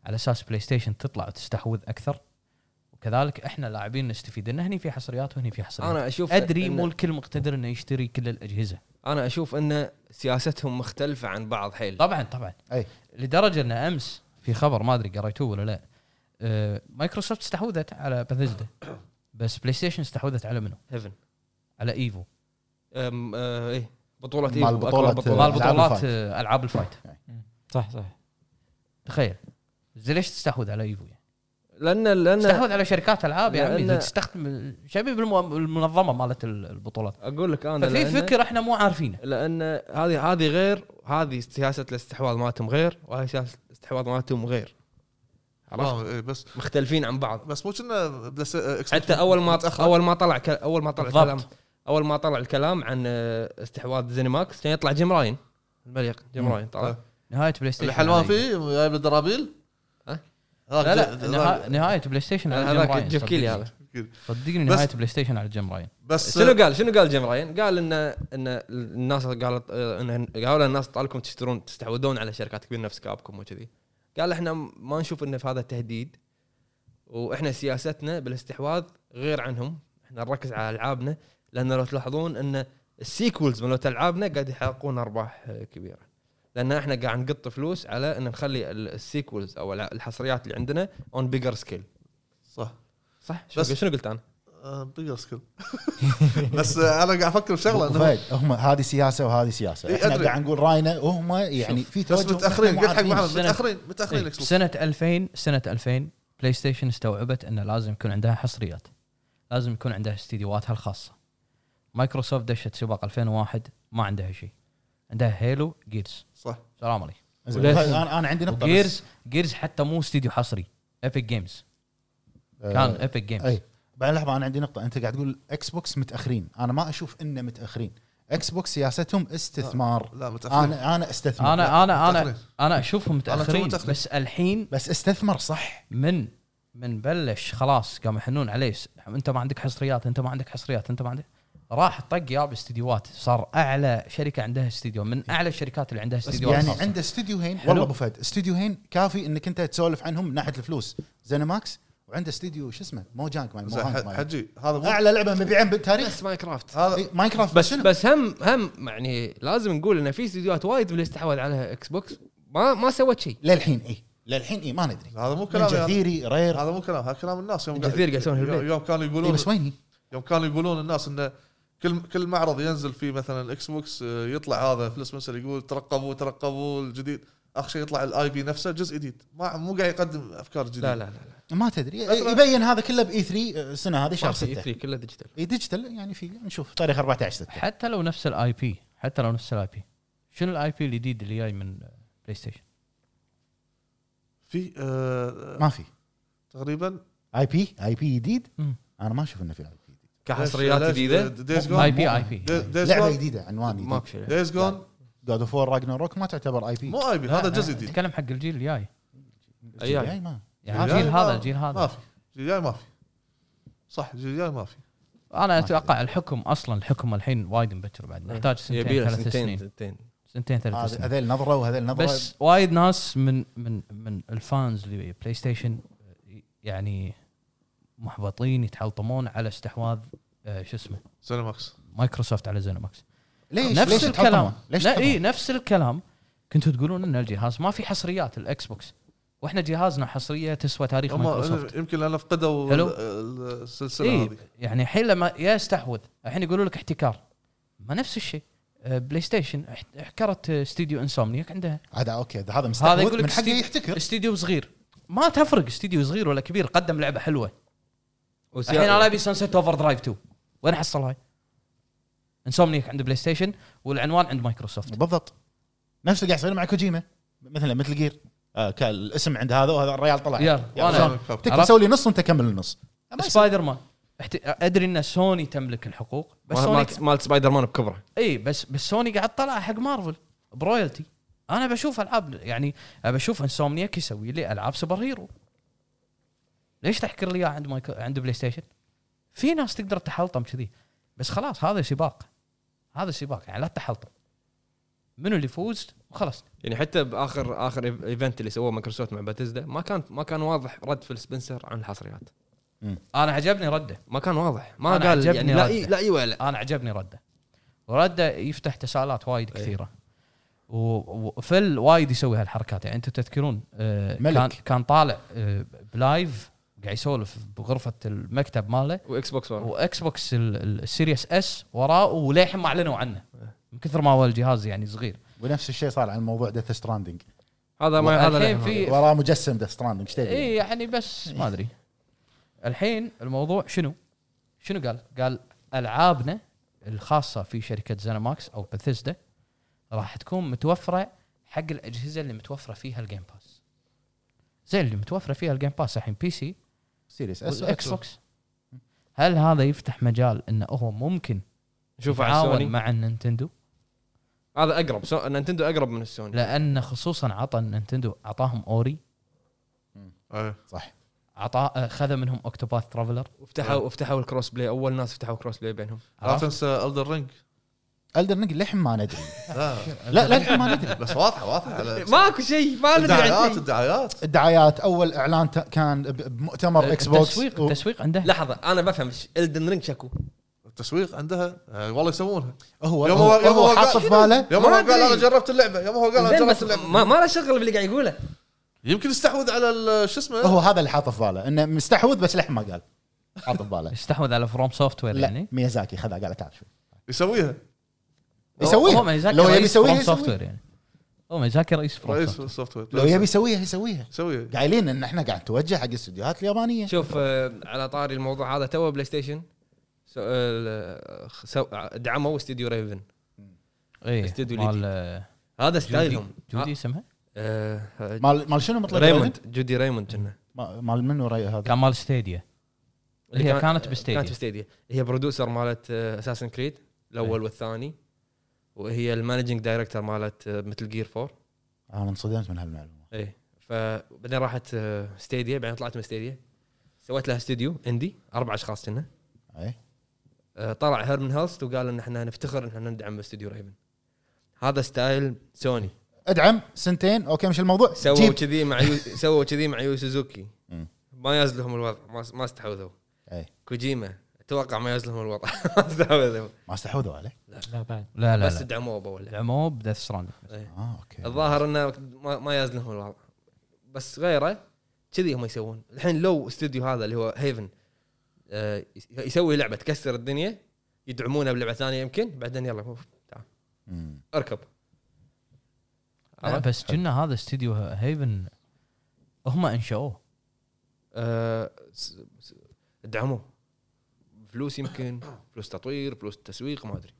D: على اساس بلاي ستيشن تطلع وتستحوذ اكثر وكذلك احنا لاعبين نستفيد ان هني في حصريات وهني في حصريات
A: انا اشوف
D: ادري
A: إن-
D: مو الكل مقتدر انه يشتري كل الاجهزه
A: انا اشوف ان سياستهم مختلفه عن بعض حيل
D: طبعا طبعا
C: أي.
D: لدرجه ان امس في خبر ما ادري قريتوه ولا لا آه مايكروسوفت استحوذت على باثيزدا بس بلاي ستيشن استحوذت على منو؟
A: هيفن
D: على ايفو
A: أم آه، ايه بطوله
C: مال
A: إيفو، أكبر
C: بطولة-
D: مال
C: ألعاب
D: بطولات
C: الفايت.
D: آه، العاب الفايت
E: صح صح
D: تخيل زين ليش تستحوذ على ايفو يعني؟
A: لان لان
D: تستحوذ على شركات العاب يا عمي
A: لأن-
D: تستخدم شبيه بالمو- بالمنظمه مالت ال- البطولات
A: اقول لك انا
D: ففي
A: لأن-
D: فكر احنا مو عارفينه
A: لان هذه هذه غير هذه سياسه الاستحواذ مالتهم غير وهذه سياسه الاستحواذ مالتهم غير عرفت؟
B: آه، إيه، بس
A: مختلفين عن بعض
B: بس مو كنا بس- آه، Xbox
A: حتى اول ما
B: متأخر.
A: اول ما طلع ك- اول ما طلع
D: بالضبط.
A: الكلام اول ما طلع الكلام عن آه، استحواذ زينماكس كان يطلع جيم راين طيب. المليق جيم
D: مم.
A: راين طلع آه،
D: نهايه بلاي ستيشن
B: اللي حلوان
D: على إيفو.
B: فيه جايب الدرابيل
A: أه؟
D: لا لا نها- نهايه بلاي ستيشن على جيم
A: هذاك
D: راين
A: جيف كيلي
D: صدقني.
A: هذا
D: صدقني
B: بس-
D: نهايه بلاي ستيشن على جيم راين
B: بس
A: شنو قال شنو قال جيم راين؟ قال ان ان الناس قالت آه، ان قالوا الناس طالكم تشترون تستحوذون على شركات كبيره نفس كابكم وكذي. قال احنا ما نشوف ان في هذا تهديد واحنا سياستنا بالاستحواذ غير عنهم، احنا نركز على العابنا لان لو تلاحظون ان السيكولز مالت العابنا قاعد يحققون ارباح آه، كبيره. لان احنا قاعد نقط فلوس على ان نخلي ال- السيكولز او الع- الحصريات اللي عندنا اون بيجر سكيل.
B: صح
A: صح؟ شنو
B: بس-
A: شنو قلت انا؟
B: بيجر سكيل بس آه، انا قاعد افكر بشغله انه
C: فهد هم هذه سياسه وهذه سياسه
B: إي،
C: احنا
B: أدري.
C: قاعد نقول راينا وهم يعني في
B: بس
C: توجه
B: متاخرين قلت
C: إحنا مو
B: حق
C: عارفين.
B: معرض
D: السنة.
B: متاخرين
D: إيه،
B: متاخرين Xbox.
D: سنه 2000 سنه 2000 بلاي ستيشن استوعبت ان لازم يكون عندها حصريات لازم يكون عندها استديوهاتها الخاصه مايكروسوفت دشت سباق 2001 ما عندها شيء عندها هيلو جيرز
B: صح
D: سلام عليكم
C: زين،
D: وليش؟
C: فهد، انا انا عندي نقطه
D: جيرز جيرز حتى مو استديو حصري ايبك جيمز
C: آه،
D: كان ايبك جيمز
C: اي بعد لحظه انا عندي نقطه انت قاعد تقول اكس بوكس متاخرين انا ما اشوف انه متاخرين اكس بوكس سياستهم استثمار
B: لا متاخرين
C: انا انا استثمر أنا
D: انا انا انا
B: متأخرين.
D: انا اشوفهم متاخرين
B: متأخرين.
D: بس الحين
C: بس استثمر صح
D: من من بلش خلاص قاموا يحنون عليه س- انت ما عندك حصريات انت ما عندك حصريات انت ما عندك راح طق ياب استديوهات صار اعلى شركه عندها استديو من اعلى الشركات اللي عندها استديوهات
C: يعني
D: خاصة.
C: عنده استوديو هين
D: حلو.
C: والله ابو فهد استوديو هين كافي انك انت تسولف عنهم من ناحيه الفلوس زينماكس وعنده استوديو شو اسمه موجانك ماي
B: بس
C: موهانك
B: ح-
C: ماي.
B: حجي هذا مو
C: اعلى لعبه مبيعا بالتاريخ
A: بس ماينكرافت
B: هذا
C: إي، ماينكرافت
A: بس
C: إيه، شنو؟
A: بس هم هم يعني لازم نقول ان في استديوهات وايد اللي استحوذ عليها اكس بوكس ما ما سوت شيء
C: للحين اي للحين اي ما ندري
B: هذا مو كلام
C: نينجا
B: يعني.
C: ثيري رير
B: هذا مو كلام هذا كلام الناس يوم
A: كثير قاعد يسوون هالبيت.
B: يوم كانوا
C: اي
B: يقولون
C: إيه، بس وين هي؟
B: يوم كانوا يقولون الناس انه كل كل معرض ينزل فيه مثلا الاكس بوكس آه، يطلع هذا فلس منسل يقول ترقبوا ترقبوا الجديد اخر شيء يطلع الاي بي نفسه جزء جديد ما مو قاعد يقدم افكار جديده
A: لا لا لا لا
C: ما تدري
B: أترى-
C: يبين هذا كله باي 3 السنه هذه شهر
A: ما في
C: 6
A: 3 كله ديجيتال
C: اي ديجيتال يعني في نشوف تاريخ 14 6
D: حتى لو نفس الاي بي حتى لو نفس الاي بي شنو الاي بي الجديد اللي جاي من بلاي ستيشن
B: في آه
C: ما في
B: تقريبا
C: اي بي اي بي جديد
D: مم.
C: انا ما اشوف انه في اي بي جديد
A: كحصريات جديده
B: دايز
D: اي
B: جون
D: بي اي بي
B: دايز
C: لعبه
B: جون
C: جديده عنوان
A: ما
C: جديد
A: في شيء
B: دايز جون
C: جود اوف وور روك ما تعتبر اي بي
B: مو اي بي هذا جزء جديد
D: اتكلم حق الجيل الجاي
A: أي- أي.
C: يعني ما
D: يعني
B: الجيل
D: الجيل
B: ما-
D: هذا الجيل
B: ما
D: هذا
B: في جيل ما في صح جيل ما في
D: انا اتوقع الحكم اصلا الحكم الحين وايد مبكر بعد نحتاج
A: يبي له
D: سنتين ثلاث
A: سنتين
D: سنين
A: سنتين
D: سنتين ثلاث
C: هذا-
D: سنين
C: هذيل نظره وهذيل نظره
D: بس وايد ناس من من من الفانز لبلاي ستيشن يعني محبطين يتحلطمون على استحواذ آه، شو اسمه
B: سينماكس
D: مايكروسوفت على زينوماكس
C: ليش
D: نفس
C: ليش
D: الكلام
C: تحطمون؟ ليش
D: لا اي
C: تحطمون؟
D: نفس الكلام كنتوا تقولون ان الجهاز ما في حصريات الاكس بوكس واحنا جهازنا حصريه تسوى تاريخ
B: هم
D: مايكروسوفت
B: يمكن لان فقدوا
D: حلو.
B: ال- السلسله
A: إيه.
D: اي
B: هذه
D: يعني الحين لما يا استحوذ الحين يقولوا لك احتكار ما نفس الشيء آه، بلاي ستيشن احت- احتكرت آه، استديو انسومنياك عندها
C: هذا اوكي هذا
D: هذا
C: مستحوذ
D: يقول لك
C: من حقه
D: استديو-
C: يحتكر
D: استديو صغير ما تفرق استديو صغير ولا كبير قدم لعبه حلوه
A: وسيا-
D: الحين انا ابي سانسيت اوفر درايف 2 وين احصل هاي؟ انسومنيك عند بلاي ستيشن والعنوان عند مايكروسوفت
C: بالضبط نفس اللي قاعد يصير مع كوجيما مثلا مثل جير آه كان الاسم عند هذا وهذا الريال طلع
D: يلا، وأنا-
C: شلون؟ تكفى سوي لي نص وانت كمل النص ما يصير.
D: سبايدر مان احت- ادري ان سوني تملك الحقوق بس سوني
A: مال- مال سبايدر مان بكبره
D: اي إيه، بس بس سوني قاعد طلع حق مارفل برويالتي انا بشوف العاب يعني ابى اشوف انسومنياك يسوي لي العاب سوبر هيرو ليش تحكر لي إياه عند مايك... عند بلاي ستيشن في ناس تقدر تحلطم كذي بس خلاص هذا سباق هذا سباق يعني لا تحلطم منو اللي يفوز وخلاص
A: يعني حتى باخر اخر إيف- ايفنت اللي سووه مايكروسوفت مع باتيزدا ما كان ما كان واضح رد فيل سبنسر عن الحصريات
D: انا عجبني رده
A: ما كان واضح ما
D: أنا
A: قال
D: عجبني
A: يعني لا
D: رده.
A: اي لا اي ولا
D: انا عجبني رده ورده يفتح تساؤلات وايد كثيره و- وفل وايد يسوي هالحركات يعني انتم تذكرون آه
C: ملك.
D: كان كان طالع آه بلايف قاعد يسولف بغرفه المكتب ماله
A: واكس بوكس 1
D: واكس بوكس ال- السيريس اس وراه وللحين ما اعلنوا عنه من كثر ما هو الجهاز يعني صغير
C: ونفس الشيء صار عن موضوع ديث ستراندنج
A: هذا ما هذا
D: الحين
A: لا-
D: في- إيه.
C: وراه مجسم ديث ستراندنج ايش تبي؟
D: اي يعني بس ما ادري الحين الموضوع شنو؟ شنو قال؟ قال العابنا الخاصه في شركه زينماكس او بثيسدا راح تكون متوفره حق الاجهزه اللي متوفره فيها الجيم باس. زين اللي متوفره فيها الجيم باس الحين بي سي
C: سيريس اس
D: واكس بوكس. هل هذا يفتح مجال انه هو ممكن
A: شوف على
D: يتعاون
A: سوني
D: مع النينتندو؟
A: هذا اقرب سو... نينتندو اقرب من السوني
D: لان خصوصا عطى النينتندو اعطاهم اوري
B: إيه.
C: صح
D: عطى خذ منهم اوكتوباث ترافلر
A: وفتحوا وفتحوا الكروس بلاي اول ناس فتحوا الكروس بلاي بينهم
B: لا تنسى الدر رينج
C: الدر رينج للحين ما ندري لا للحين ما ندري
B: بس واضحه واضحه على
A: ماكو شيء ما ندري عن
B: الدعايات
A: شيء.
B: الدعايات
C: الدعايات اول اعلان ت- كان ب- بمؤتمر اكس بوكس
D: التسويق
C: و-
D: التسويق عنده
A: لحظه انا بفهم الدن رينج شكو
B: التسويق عندها آه، والله يسوونها
C: هو
B: يوم
C: هو,
B: هو- يوم
C: هو
B: هو
C: حاط
B: قال-
C: في باله
B: يوم
A: ما
B: هو قال
A: أدري.
B: انا جربت اللعبه يوم هو قال انا
A: زين
B: جربت
A: بس ما,
B: اللعبه
A: ما له شغل باللي قاعد يقوله
B: يمكن استحوذ على ال- شو اسمه
C: هو هذا اللي حاط في باله انه مستحوذ بس للحين ما قال حاط في باله
D: استحوذ على فروم سوفت وير
C: لا
D: يعني
C: ميازاكي خذها قال تعال شوي
B: يسويها
D: هو
C: يسويها
D: ميزاكي
C: لو يبي
D: رئيس
C: يسويها
D: فروم
C: يسويها.
D: سوفت وير يعني هو ميزاكي رئيس فروم
B: رئيس
D: سوفت
B: السوفت وير
C: لو يبي يسويها يسويها
B: يسويها
C: قايلين ان احنا قاعد نتوجه حق الاستديوهات اليابانيه
A: شوف آه، على طاري الموضوع هذا تو بلاي ستيشن سو- آه، ال- سو- آه، دعموا استديو ريفن
D: اي
A: استديو
D: إيه، مال
A: ليدي.
D: آه،
A: هذا
D: جودي
A: ستايلهم
D: جودي اسمها
A: آه، آه،
C: مال مال شنو مطلق الرجل؟
A: ريموند جودي ريموند كنا
C: ما- مال منو ري هذا؟
D: كان مال ستيديا
A: اللي
D: هي
A: كان-
D: كانت
A: كانت
D: بستيديا
A: بستيديا هي برودوسر مالت آه، اساسن كريد
D: إيه.
A: الاول والثاني وهي المانجنج دايركتور مالت آه، مثل جير 4
C: انا انصدمت آه، من هالمعلومه
D: إيه.
A: اي فبعدين راحت آه، ستيديا بعدين طلعت من ستيديا سويت لها استديو اندي اربع اشخاص كنا
C: اي
A: آه، طلع هيرمن هيلست وقال ان احنا نفتخر ان احنا ندعم استوديو ريفن هذا ستايل سوني
C: ادعم سنتين اوكي مش الموضوع
A: سووا
C: جيب.
A: كذي مع يو سووا كذي مع يو سوزوكي
C: مم.
A: ما يزلهم الوضع ما, ما استحوذوا
C: أي.
A: كوجيما اتوقع ما يزلهم الوضع ما استحوذوا
C: ما استحوذوا عليه
E: لا بعد
D: لا لا
A: بس
D: لا
A: دعموه باول
D: دعموه بديث ستراند
C: اه اوكي
A: إيه. الظاهر انه ما, ما يزلهم الوضع بس غيره كذي هم يسوون الحين لو استوديو هذا اللي هو هيفن آه، يسوي لعبه تكسر الدنيا يدعمونه بلعبه ثانيه يمكن بعدين يلا أوف، تعال
C: مم.
A: اركب آه.
D: بس كنا هذا استديو هيفن هم انشأوه
A: آه، س- س- دعموه فلوس يمكن فلوس تطوير فلوس تسويق ما ادري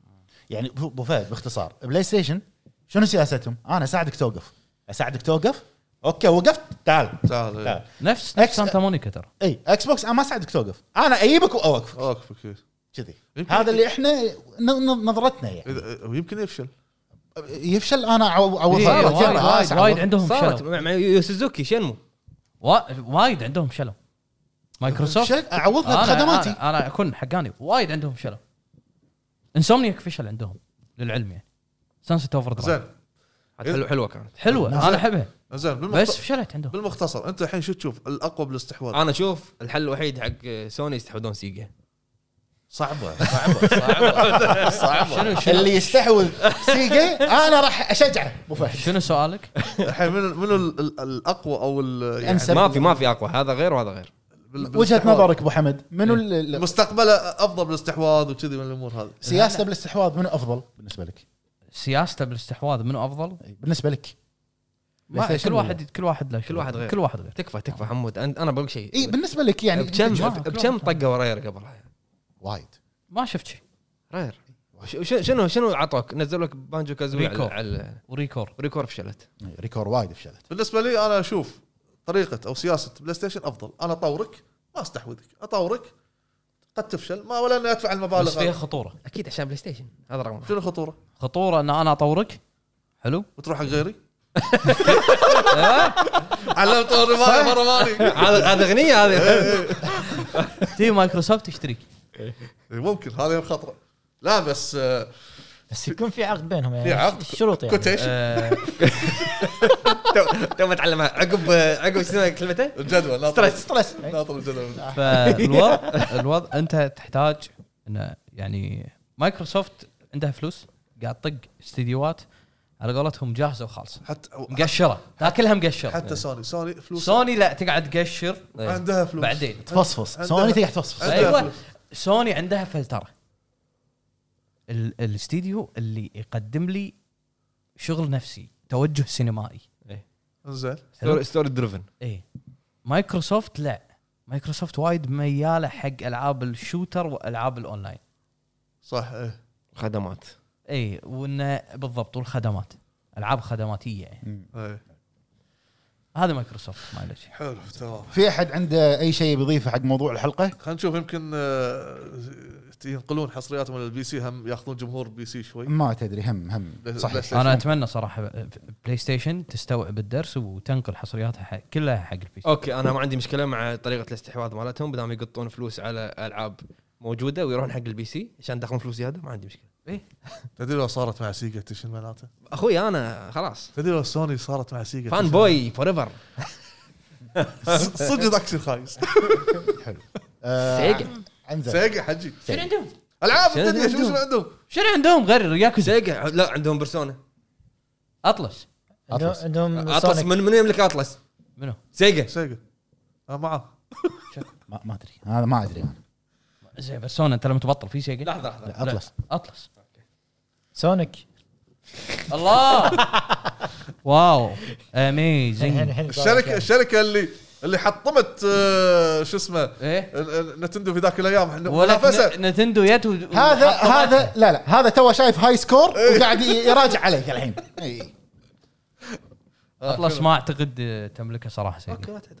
C: يعني أبو- ابو فهد باختصار بلاي ستيشن شنو سياستهم؟ انا اساعدك توقف اساعدك توقف اوكي وقفت تعال
B: تعال إيه.
C: تعال
D: نفس نفس
C: Ex-
D: سانتا مونيكا ترى
C: اي اكس بوكس انا ما اساعدك توقف انا اجيبك واوقفك
B: اوقفك إيه.
C: كذي
B: يمكن-
C: هذا اللي احنا ن- ن- نظرتنا يعني
B: إذا- ويمكن يفشل
C: يفشل انا عو- عوض
D: إيه،
C: مرة،
D: وايد-
C: يلا، ها،
D: وايد
C: أسعد.
D: وايد عندهم
A: صارت
D: شلو
A: مع مع يو سوزوكي شنمو
D: وا- وايد عندهم شلو مايكروسوفت
C: شل- اعوضها
D: أنا-
C: بخدماتي
D: انا, أنا اكون حقاني وايد عندهم شلل انسومنيك فشل عندهم للعلم يعني سانست اوفر درايف
B: زين
A: عاد حلو حلوه كانت
D: حلوه انا احبها
B: زين بالمخت-
D: بس آه. فشلت عندهم
B: بالمختصر انت الحين شو تشوف الاقوى بالاستحواذ
A: انا اشوف الحل الوحيد حق سوني يستحوذون سيجا
B: صعبه
D: شنو شنو
C: اللي يستحوذ سيجا انا راح اشجعه ابو فهد
D: شنو سؤالك؟
B: الحين منو منو ال- ال- الاقوى او ال- يعني
C: الأنسب.
A: ما في ما في اقوى هذا غير وهذا غير
B: بال-
C: وجهه
B: بالاستحواذ؟
C: نظرك ابو حمد منو ال- ال-
B: مستقبله افضل بالاستحواذ وكذي من الامور هذه
C: سياسته بالاستحواذ منو افضل بالنسبه لك؟
D: سياسته بالاستحواذ منو افضل؟
C: أي، بالنسبه إيه، لك
D: ما
C: PlayStation
D: كل
C: ولا؟
D: واحد كل واحد له شغل.
A: كل واحد غير.
D: كل واحد غير
A: تكفى تكفى حمود أن- انا بقول
C: اي
A: شيء
C: بالنسبه إيه، لك يعني
A: بكم
D: ما-
A: بكم طقه وراير قبل
C: وايد
D: ما شفت شيء
A: راير شو- شو- شنو شنو عطوك؟ نزلوا لك بانجو كازوي على,
D: ريكو.
A: على
D: وريكور
A: ريكور فشلت
C: إيه، ريكور وايد فشلت
B: بالنسبه لي انا اشوف طريقه او سياسه بلاي ستيشن افضل انا اطورك ما استحوذك اطورك قد تفشل ما ولا اني ادفع
D: بس
B: المبالغ
D: فيها
B: هذه.
D: خطوره
A: اكيد عشان بلاي ستيشن هذا رقم واحد.
B: شنو الخطوره؟
D: خطوره ان انا اطورك حلو
B: وتروح حق غيري
D: آه.
B: علمت الرماني مره ماني
A: هذا هذا اغنيه هذه
D: تي مايكروسوفت تشتريك
B: ممكن هذه هم خطره لا بس آه،
E: بس يكون في عقد بينهم يعني
B: في عقد
E: شروط يعني
B: كوتيشن
D: آه،
A: تو- تو اتعلمها عقب عقب شنو كلمته؟
B: الجدول ناطر
A: ستريس.
E: ستريس
B: ناطر الجدول
D: فالوضع الوضع انت تحتاج انه يعني مايكروسوفت عندها فلوس قاعد تطق استديوهات على قولتهم جاهزه وخالصه
B: حتى
D: مقشره تاكلها مقشره
B: حتى سوني سوني فلوس
D: سوني لا تقعد تقشر
B: عندها فلوس
D: بعدين
C: تفصفص
B: عندها-
C: سوني تقعد تفصفص
B: عندها
D: ايوه
B: فلوس.
D: سوني عندها فلتره ال- الاستديو اللي يقدم لي شغل نفسي توجه سينمائي
B: زين
D: حلو؟
A: ستوري دريفن
D: اي مايكروسوفت لا مايكروسوفت وايد مياله حق العاب الشوتر والعاب الاونلاين
B: صح ايه
A: خدمات
D: اي وانه إيه، بالضبط والخدمات العاب خدماتيه يعني
B: إيه.
D: هذا مايكروسوفت معلش
B: حلو تمام
C: في احد عنده اي شيء بيضيفه حق موضوع الحلقه؟
B: خلينا نشوف يمكن آه، ينقلون حصرياتهم للبي سي هم ياخذون جمهور بي سي شوي
C: ما تدري هم هم
B: بلاي
C: صحيح
B: ستيشن.
D: انا اتمنى صراحه بلاي ستيشن تستوعب الدرس وتنقل حصرياتها حق كلها حق البي سي
A: اوكي انا ما عندي مشكله مع طريقه الاستحواذ مالتهم بدام يقطون فلوس على العاب موجوده ويروحون حق البي سي عشان يدخلون فلوس زياده ما عندي مشكله
B: تدري لو صارت مع سيجا تشن معناته
A: اخوي انا خلاص
B: تدري لو سوني صارت مع سيجا
A: فان
B: تشن؟
A: بوي فور ايفر
B: ص- صدق ذاك شيء خايس
C: حلو آه
A: سيجا
C: انزل
B: سيجا حجي
A: شنو عندهم؟
B: العاب
A: شنو
B: الدنيا شو
A: عندهم؟
B: شنو عندهم
D: شنو عندهم غير ياكوزا
A: سيجا لا عندهم بيرسونا
D: اطلس
E: عندهم-
C: أطلس.
E: عندهم
A: اطلس
E: سونيك
A: من من يملك اطلس؟
D: منو؟
A: سيجا
B: سيجا آه، انا معاه
C: ما, ما ادري هذا ما ادري انا
D: زين بس سونا انت لما تبطل في شيء
A: لحظه لحظه
C: لا، اطلس
D: اطلس
E: سونيك
D: الله واو اميزنج
E: الحين
B: الشركه الشركه اللي اللي حطمت آه، شو اسمه
D: ايه
B: نتندو في ذاك الايام إحنا
D: ولا
B: منافسه
D: نتندو يت و-
C: هذا
D: وحطوا
C: هذا لا لا هذا تو شايف هاي سكور وقاعد ي- يراجع عليك الحين إي.
D: اطلس ما اعتقد آه، تملكه صراحه سيجا
A: اوكي ما تعتقد.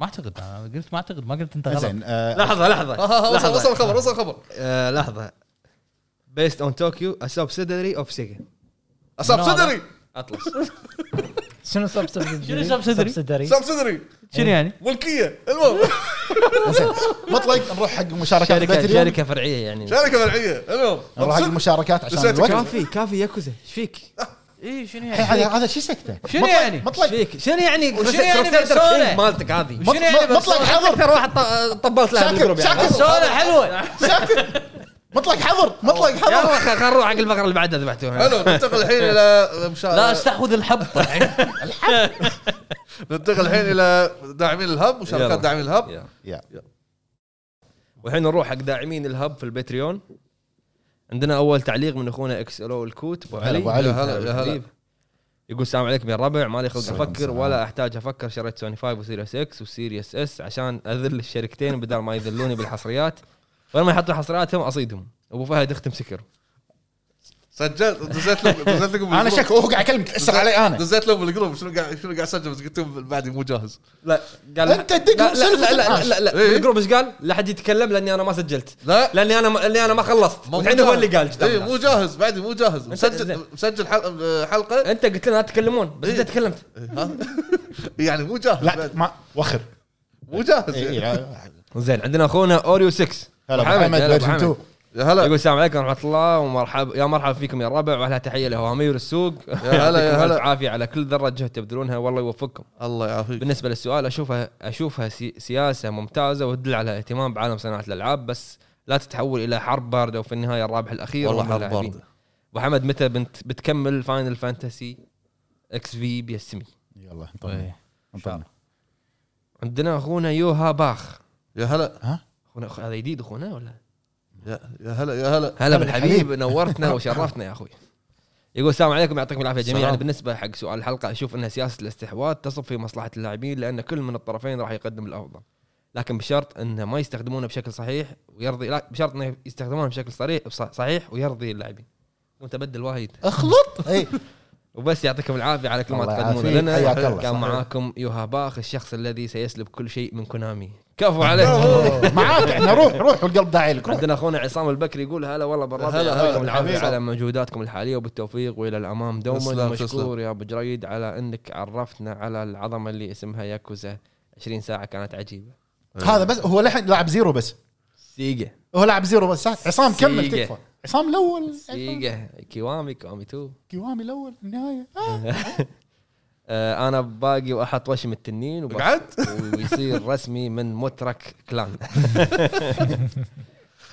D: ما اعتقد انا قلت ما اعتقد ما قلت انت غلط
C: زين آه،
A: لحظه لحظه
B: آه، وصل
A: لحظة.
B: وصل الخبر وصل الخبر
A: آه، لحظه بيست اون طوكيو سبسيدري اوف سيجا
B: اساب
D: منو هذا؟
B: صدري
A: اطلس
E: شنو سبسيدري
D: شنو subsidiary؟
E: سبسيدري
B: اساب صدري
D: شنو يعني؟
B: ملكيه المهم
C: زين مطلق نروح حق مشاركات
A: شركه
C: باتريون
A: شركه فرعيه يعني
B: شركه فرعيه المهم
C: نروح حق
B: مبسوط.
C: المشاركات عشان
B: نسيت
C: الوقت
A: كافي كافي ياكوزا ايش فيك؟
D: اي شنو
C: الحين هذا هذا شو سكته؟
D: شنو
C: مطلق-
D: يعني؟
A: ايش
C: مطلق
A: فيك؟ شنو يعني
D: وشنو يعني
A: Crusader
D: بيرسونا؟
A: King مالتك هذه؟
C: مط-
D: يعني بس؟
C: مطلق حظر
A: اكثر واحد ط- طبلت لها
C: شاكر-
A: بالجروب يعني
C: شاكر.
D: سؤال حلوه
C: ساكت مطلق حظر مطلق حظر
A: يلا خلينا نروح حق الفقره اللي بعدها ذبحتوها
B: حلو ننتقل الحين الى مشا-
D: لا استحوذ الحبطه
B: ننتقل الحين الى داعمين الهب وشركات
A: يلا.
B: داعمين الهب
A: يلا.
C: يا.
A: والحين نروح حق داعمين الهب في الباتريون عندنا اول تعليق من اخونا اكس الو الكوت ابو علي
C: أبو علي. طيب.
B: يا هلا يا هلا.
A: حبيب. يقول السلام عليكم يا الربع مالي خلق
C: السلام،
A: افكر
C: السلام.
A: ولا احتاج افكر شريت سوني 5 وسيريس اكس وسيريس اس عشان اذل الشركتين بدل ما يذلوني بالحصريات ولما يحطوا حصرياتهم اصيدهم ابو فهد اختم سكر
B: سجلت دزيت لكم دزيت لكم
C: انا
B: بالجروب.
C: شك هو قاعد يكلمك تاثر علي انا
B: دزيت لهم بالجروب شنو قاعد شنو قاعد اسجل بس قلت لهم بعدي مو جاهز
A: لا قال
C: أنت تدق
A: لا لا
C: سلف
A: لا لا, لا, لا
B: إيه.
A: بالجروب ايش قال؟ لا حد يتكلم لاني انا ما سجلت
B: لا
A: لاني انا ما لاني انا ما خلصت الحين هو اللي قال
B: اي إيه، مو
A: الناس.
B: جاهز بعدي مو جاهز
A: زين. إيه.
B: مسجل مسجل حل- حلقه
A: انت قلت لنا لا تتكلمون بس انت
B: إيه.
A: تكلمت
B: ها؟ يعني مو جاهز
C: لا
B: بعد.
C: ما وخر
B: مو جاهز
A: إيه.
C: إي،
B: يعني.
C: لا.
A: زين عندنا اخونا اوريو 6
C: هلا أبو حمد
A: هلا أبو
C: فيرجن
A: حمد.
C: 2
B: يا هلا
A: يقول السلام عليكم ورحمه الله ومرحبا يا مرحبا فيكم يا الربع واهلا تحيه لهوامير السوق
B: يا هلا، يا
A: يعطيكم
B: هلا.
A: ألف عافيه على كل ذره جهد تبذلونها والله يوفقكم
B: الله يعافيك
A: بالنسبه للسؤال اشوفها اشوفها سي سياسه ممتازه وتدل على اهتمام بعالم صناعه الالعاب بس لا تتحول الى حرب بارده وفي النهايه الرابح الاخير
B: والله
A: هم
B: حرب
A: اللاعبين.
B: باردة.
A: أبو حمد متى بنت بتكمل فاينل فانتسي اكس في بيسمي
C: يلا انطرنا انطرنا
A: عندنا اخونا يوها باخ
B: يا هلا
A: اخونا أخ- هذا جديد اخونا ولا
B: يا يا هلا يا هلا
A: هلا
C: بالحبيب.
A: بالحبيب نورتنا وشرفتنا يا اخوي يقول السلام عليكم يعطيكم العافيه جميعا
B: سلام.
A: بالنسبه حق سؤال الحلقه اشوف انها سياسه الاستحواذ تصب في مصلحه اللاعبين لان كل من الطرفين راح يقدم الافضل لكن بشرط انه ما يستخدمونه بشكل صحيح ويرضي لا بشرط انه يستخدمونه بشكل صريح بص- صحيح ويرضي اللاعبين وانت بدل وايد
C: اخلط اي
A: وبس يعطيكم العافيه على كل ما
C: الله
A: تقدمونه
C: يعافيك.
A: لنا
C: حياك الله.
A: كان
C: صحيح.
A: معاكم يوها باخ الشخص الذي سيسلب كل شيء من كونامي كفو عليه
C: أوه. معاك احنا روح روح والقلب داعي لك روح
A: عندنا اخونا عصام البكري يقول هلا والله بالربع
B: هلا،
A: يعطيكم
B: هلا،
A: العافيه
B: حبيبي.
A: على مجهوداتكم الحاليه وبالتوفيق والى الامام دوما
B: تسلم،
A: مشكور
B: تسلم.
A: يا ابو جريد على انك عرفتنا على العظمه اللي اسمها ياكوزا 20 ساعه كانت عجيبه
C: هذا بس هو لحن لاعب زيرو بس
A: سيجا
C: هو لاعب زيرو بس عصام كمل
A: سيقة.
C: تكفى عصام الاول
A: سيجا كيوامي كيوامي 2
C: كيوامي الاول النهايه
A: آه انا باقي واحط وشم التنين وب-
B: قعدت
A: ويصير رسمي من مترك كلان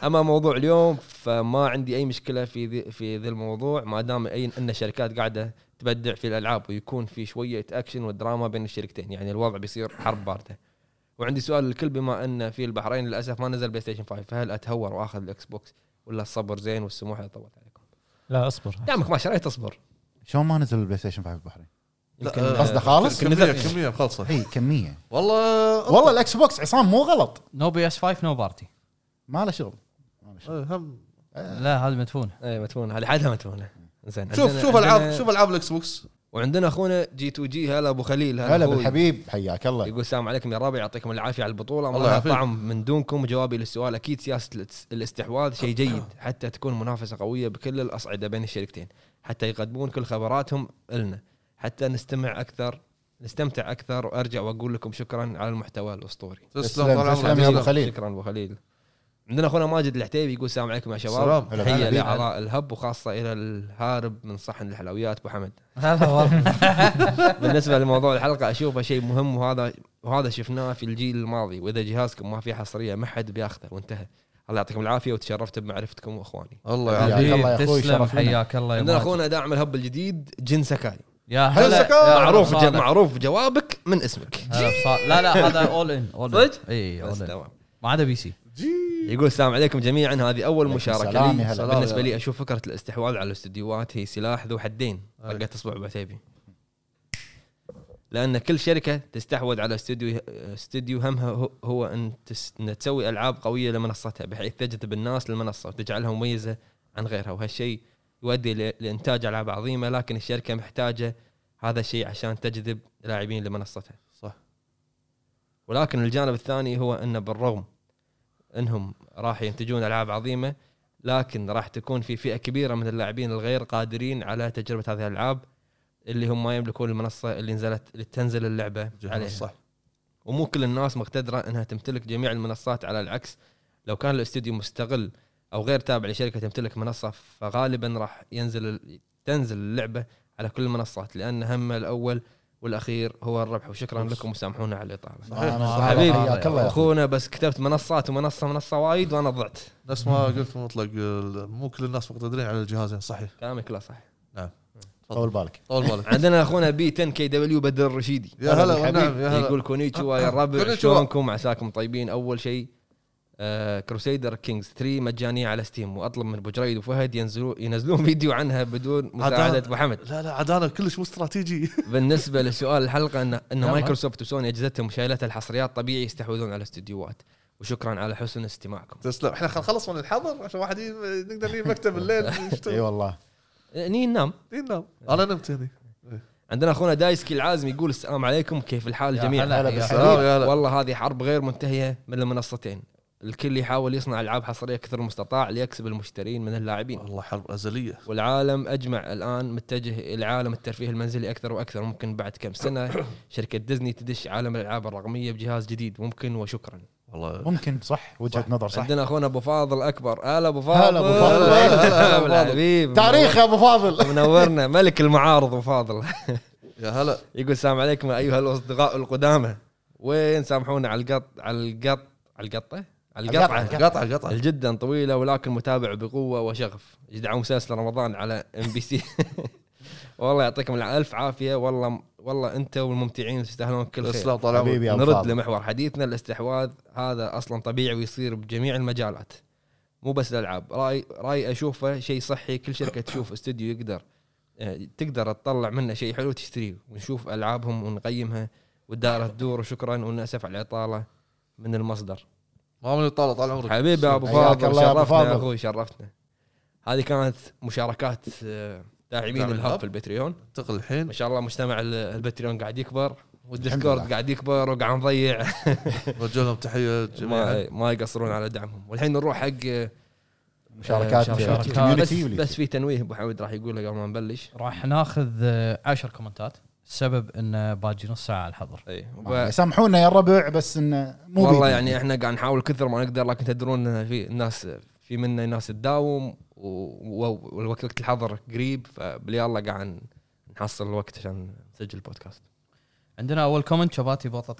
A: اما موضوع اليوم فما عندي اي مشكله في ذي في ذي الموضوع ما دام اي ان الشركات قاعده تبدع في الالعاب ويكون في شويه اكشن ودراما بين الشركتين يعني الوضع بيصير حرب بارده وعندي سؤال للكل بما ان في البحرين للاسف ما نزل بلاي ستيشن 5 فهل اتهور واخذ الاكس بوكس ولا الصبر زين والسموح يطولت عليكم
E: لا اصبر
A: دامك ما شريت اصبر
C: شلون ما نزل البلاي ستيشن 5 البحرين؟
A: يمكن
B: لا، آه،
C: قصده خالص؟
B: كميه كميه خلصه
A: إيه.
C: اي كميه
B: والله
C: والله الاكس بوكس عصام مو غلط
D: نو بي اس 5 نو بارتي
C: ما له شغل ما له شغل.
B: آه، هم-
D: لا هذه مدفونه
A: اي مدفونه إيه، هذه حدها مدفونه زين
B: شوف
A: عندنا-
B: شوف
A: عندنا-
B: العاب شوف العاب الاكس بوكس
A: وعندنا اخونا جي تو جي هلا ابو خليل
C: هلا
A: أخوي.
C: بالحبيب حياك الله
A: يقول السلام عليكم يا ربع يعطيكم العافيه على البطوله
B: الله
A: ما لها
B: يعافيك.
A: طعم من دونكم جوابي للسؤال اكيد سياسه الاس- الاستحواذ شيء
B: آه.
A: جيد حتى تكون منافسه قويه بكل الاصعده بين الشركتين حتى يقدمون كل خبراتهم لنا حتى نستمع اكثر نستمتع اكثر وارجع واقول لكم شكرا على المحتوى الاسطوري
C: تسلم،
B: تسلم طال
C: تسلم يا
B: عمرك
C: أبو خليل.
A: شكرا ابو خليل عندنا اخونا ماجد العتيبي يقول السلام عليكم يا شباب
B: سلام.
C: هلا
A: تحيه
C: هلا بيك.
A: لاعضاء الهب وخاصه الى الهارب من صحن الحلويات ابو حمد
E: هلا والله
A: بالنسبه لموضوع الحلقه اشوفه شيء مهم وهذا وهذا شفناه في الجيل الماضي واذا جهازكم ما فيه حصريه ما حد بياخذه وانتهى الله يعطيكم العافيه وتشرفت بمعرفتكم واخواني
B: الله
C: حياك
B: يعافيك
C: الله يا اخوي
D: تسلم
C: شرف لنا.
D: حياك الله يا
A: عندنا
D: ماجد.
A: اخونا داعم الهب الجديد جن سكاي
D: يا
B: هلا
D: هلا
B: سكا.
D: يا
A: معروف
D: صادق.
A: ج- معروف جوابك من اسمك
D: هلا بصا- لا لا هذا اول ان اول
A: صدق؟
D: اي
A: بس
D: اول ان
A: تمام.
D: ما عدا بي سي
A: يقول السلام عليكم جميعا هذه اول
C: عليكم
A: مشاركه
C: السلام،
A: لي
C: يا هلا.
A: بالنسبه لي اشوف فكره الاستحواذ على الاستديوهات هي سلاح ذو حدين طقت اصبع بعتيبي لان كل شركه تستحوذ على استوديو استوديو همها هو- هو ان تس- ان تسوي العاب قويه لمنصتها بحيث تجذب الناس للمنصه وتجعلها مميزه عن غيرها وهالشيء يؤدي ل- لانتاج العاب عظيمه لكن الشركه محتاجه هذا الشيء عشان تجذب لاعبين لمنصتها
B: صح.
A: ولكن الجانب الثاني هو انه بالرغم انهم راح ينتجون العاب عظيمه لكن راح تكون في فئه كبيره من اللاعبين الغير قادرين على تجربه هذه الالعاب اللي هم ما يملكون المنصه اللي نزلت اللي تنزل اللعبه عليها
B: صح
A: ومو كل الناس مقتدره انها تمتلك جميع المنصات على العكس لو كان الاستوديو مستقل او غير تابع لشركه تمتلك منصه فغالبا راح ينزل ال- تنزل اللعبه على كل المنصات لان همه الاول والاخير هو الربح وشكرا لكم وسامحونا على الاطاله
B: صحيح.
C: أنا-
A: حبيبي.
C: حياك الله يا اخوي
A: اخونا بس كتبت منصات ومنصه منصه وايد وانا ضعت
B: نفس ما قلت مطلق آه، مو كل الناس مقتدرين على الجهازين صحيح نعم.
A: كلامك لا صح
C: طول بالك
B: طول بالك
A: عندنا اخونا بي 10 كي دبليو بدر الرشيدي
B: يا هلا
C: حبيبي.
B: والنعم يا هلا
A: يقول كونيتشوا يا الربع
B: كونيتشوا.
A: شلونكم عساكم طيبين اول شيء آه، كروسيدر كينجز 3 مجانيه على ستيم واطلب من ابو جريد وفهد ينزلون ينزلون فيديو عنها بدون مساعده
B: عاد-
A: ابو حمد
B: لا لا عاد انا كلش مو استراتيجي
A: بالنسبه لسؤال الحلقه ان ان
D: يلا.
A: مايكروسوفت وسوني اجهزتهم وشايلتها الحصريات طبيعي يستحوذون على استديوهات وشكرا على حسن استماعكم
B: تسلم احنا خلينا نخلص من الحظر عشان واحد ي- نقدر نجي مكتب الليل
C: اي
A: أيوة.
B: يشتغل.
C: والله
A: ني ننام
B: ينام انا نمت هني
A: نعم. عندنا اخونا دايسكي العازم يقول السلام عليكم كيف الحال
D: يا
A: جميعا
D: هلا يا
B: سلام يا هلا
A: والله هذه حرب غير منتهيه من المنصتين الكل يحاول يصنع العاب حصريه كثر المستطاع ليكسب المشترين من اللاعبين
B: والله حرب ازليه
A: والعالم اجمع الان متجه الى عالم الترفيه المنزلي اكثر واكثر ممكن بعد كم سنه شركه ديزني تدش عالم الالعاب الرقميه بجهاز جديد ممكن وشكرا
B: والله
C: ممكن صح وجهه نظر
A: صح.
C: صح
A: عندنا اخونا ابو فاضل اكبر هلا ابو فاضل
C: هلا أبو فاضل.
A: هلا
B: هلا
A: أبو
B: أبو فاضل.
A: الحبيب
C: تاريخ يا ابو فاضل
A: منورنا ملك المعارض ابو فاضل
B: يا هلا
A: يقول السلام عليكم ايها الاصدقاء القدامى وين سامحونا على القط على القط على القطه على القطعه
B: قطعه قطعه
A: جدا طويله ولكن متابع بقوه وشغف يدعم مسلسل رمضان على ام بي سي والله يعطيكم الع- الف عافيه والله والله انت والممتعين تستاهلون كل خير
B: تسلم طال عمرك
C: حبيبي يا ابو
A: نرد
C: فاضل
A: لمحور حديثنا الاستحواذ هذا اصلا طبيعي ويصير بجميع المجالات مو بس الالعاب راي راي اشوفه شيء صحي كل شركه تشوف استوديو يقدر آه، تقدر تطلع منه شيء حلو تشتريه ونشوف العابهم ونقيمها والدائره تدور وشكرا وناسف على الاطاله من المصدر
B: ما من يطالع طال عمرك
A: حبيبي يا ابو
C: حياك
A: فاضل
C: الله يا أبو
A: شرفتنا يا
C: فاضل.
A: اخوي شرفتنا هذه كانت مشاركات آه، داعمين
B: داعمين
A: الهب
B: الهب.
A: في البتريون
B: انتقل الحين
A: ما شاء الله مجتمع ال- البتريون قاعد يكبر
C: لله.
A: والديسكورد قاعد يكبر وقاعد نضيع
B: نوجه لهم تحيه جميعا
A: ما, ما يقصرون على دعمهم والحين نروح حق آه،
C: مشاركات
D: مشاركات.
A: بس,
C: community
A: بس في تنويه ابو حميد راح يقوله قبل ما نبلش
D: راح ناخذ آه، عشر كومنتات السبب انه باجي نص ساعه على الحظر
A: اي
C: ولا- سامحونا يا الربع بس انه آه، مو
A: إيه. والله
C: بيدنا.
A: يعني احنا قاعد نحاول كثر ما نقدر لكن تدرون إن في ناس في منا ناس تداوم و- و- والوقت الحظر قريب فبلي الله قاعد نحصل الوقت عشان نسجل البودكاست
D: عندنا اول كومنت شباتي بطاط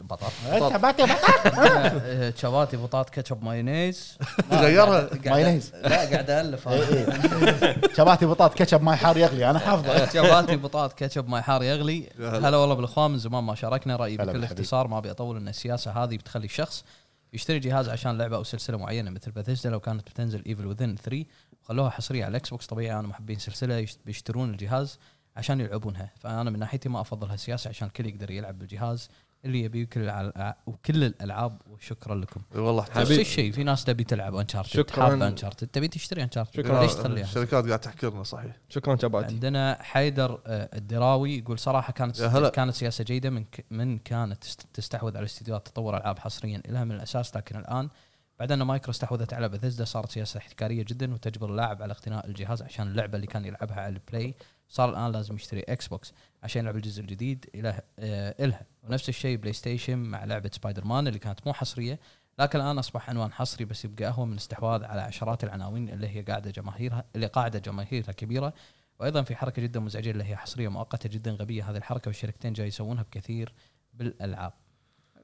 D: بطاط
C: أنت باتي باتي.
D: آه، شباتي بطاط كاتشب مايونيز لا،
B: غيرها.
D: قاعد-
C: مايونيز.
D: لا قاعد الف
C: إي إي. إيه، شباتي بطاط كاتشب ماي حار يغلي انا
A: طيب.
C: حافظه
D: شباتي بطاط كاتشب ماي حار يغلي
B: هلا.
D: هلا والله بالاخوان من زمان ما شاركنا رايي
C: هلا
D: بكل
C: بالحبيب.
D: اختصار ما ابي اطول ان السياسه هذه بتخلي الشخص يشتري جهاز عشان لعبه او سلسله معينه مثل باثيسدا لو كانت بتنزل ايفل وذن 3 وخلوها حصريه على الاكس بوكس طبيعي انا محبين سلسله يشت- بيشترون الجهاز عشان يلعبونها فانا من ناحيتي ما افضل هالسياسه عشان الكل يقدر يلعب بالجهاز اللي يبيه وكل الع- وكل الالعاب وشكرا لكم
B: اي والله
D: نفس
A: حبيب.
D: الشيء في ناس تبي تلعب انشارتد
A: شكراً.
D: حابه انشارتد تبي تشتري انشارتد
A: شكراً.
D: ليش تخليها
B: الشركات قاعد تحكرنا صحيح
A: شكرا شباتي
D: عندنا حيدر آه، الدراوي يقول صراحه كانت
B: يا هلا.
D: كانت سياسه جيده من ك- من كانت تست- تستحوذ على استديوهات تطور العاب حصريا لها من الاساس لكن الان بعد ان مايكرو استحوذت على بثيسدا صارت سياسه احتكاريه جدا وتجبر اللاعب على اقتناء الجهاز عشان اللعبه اللي كان يلعبها على البلاي صار الان لازم يشتري اكس بوكس عشان يلعب الجزء الجديد إله آه، الها ونفس الشيء بلاي ستيشن مع لعبه سبايدر مان اللي كانت مو حصريه لكن الان اصبح عنوان حصري بس يبقى اهون من استحواذ على عشرات العناوين اللي هي قاعده جماهيرها اللي قاعده جماهيرها كبيره وايضا في حركه جدا مزعجه اللي هي حصريه مؤقته جدا غبيه هذه الحركه والشركتين جاي يسوونها بكثير بالالعاب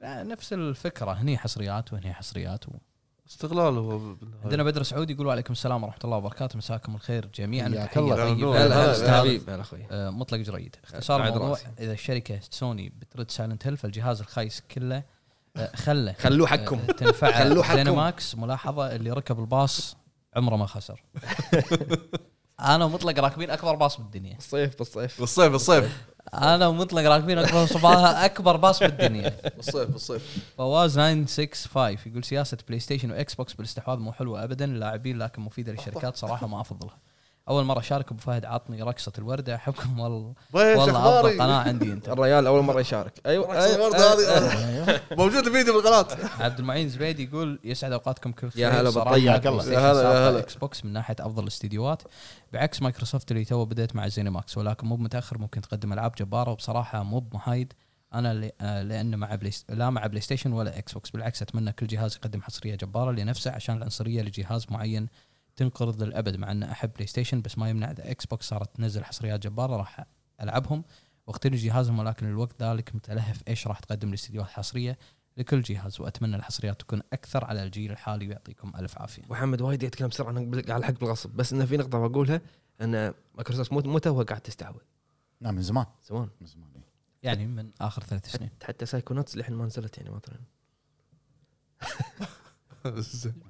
D: آه، نفس الفكره هني حصريات وهني حصريات و...
B: استغلال هو بالنهاية.
D: عندنا بدر سعود يقول وعليكم السلام ورحمه الله وبركاته مساكم الخير جميعا
C: حياك
D: تحية
C: الله.
D: طيبة.
A: هلا
B: هلا
A: هلا
B: هلا
A: أستاذ حبيب هلا اخوي
D: آه، مطلق جريد اختصار
A: بعد
D: الموضوع
A: رأسي.
D: اذا الشركه سوني بترد سايلنت هيل فالجهاز الخايس كله آه، خله
A: خلوه حقكم.
D: آه، تنفعه
A: خلوه
D: خلوه
A: حقكم.
D: ماكس ملاحظه اللي ركب الباص عمره ما خسر انا ومطلق راكبين اكبر باص بالدنيا
A: الصيف بالصيف
B: بالصيف بالصيف
D: انا ومطلق راكبين اكبر صباها اكبر باص بالدنيا
B: بالصيف بالصيف
D: فواز 965 يقول سياسه بلاي ستيشن واكس بوكس بالاستحواذ مو حلوه ابدا للاعبين لكن مفيده للشركات صراحه ما افضلها اول مره شارك ابو فهد عطني رقصه الورده احبكم والله
B: بيش
D: والله
B: أخباري؟
D: افضل قناه عندي انت
A: الريال اول مره يشارك ايوه
B: رقص
A: أيوة،
B: الوردة
A: أيوة.
B: هذه موجود الفيديو بالقناه
D: عبد المعين زبيد يقول يسعد اوقاتكم كل خير
A: يا هلا
D: صراحة
A: بالطيعة
D: بلاي
A: الله.
D: ستيشن
B: يا هلا، يا
D: سابقة
B: هلا.
D: اكس بوكس من ناحيه افضل الاستديوهات بعكس مايكروسوفت اللي تو بدات مع زينماكس ولكن مو بمتاخر ممكن تقدم العاب جباره وبصراحه مو بمحايد انا ل- آه، لان مع بلاي ست- لا مع بلاي ستيشن ولا اكس بوكس بالعكس اتمنى كل جهاز يقدم حصريه جباره لنفسه عشان العنصريه لجهاز معين تنقرض للابد مع ان احب بلاي ستيشن بس ما يمنع اذا اكس بوكس صارت تنزل حصريات جباره راح العبهم واختني جهازهم ولكن الوقت ذلك متلهف ايش راح تقدم الاستديوهات الحصريه لكل جهاز واتمنى الحصريات تكون اكثر على الجيل الحالي ويعطيكم الف عافيه.
A: محمد وايد يتكلم بسرعه انا بال- على الحق بالغصب بس انه في نقطه بقولها ان مايكروسوفت مو مو توها قاعد تستحوذ
C: لا من زمان
A: زمان
C: من زمان
D: يعني من اخر ثلاث سنين.
A: حتى- حتى سايكوناتس للحين ما نزلت يعني مثلا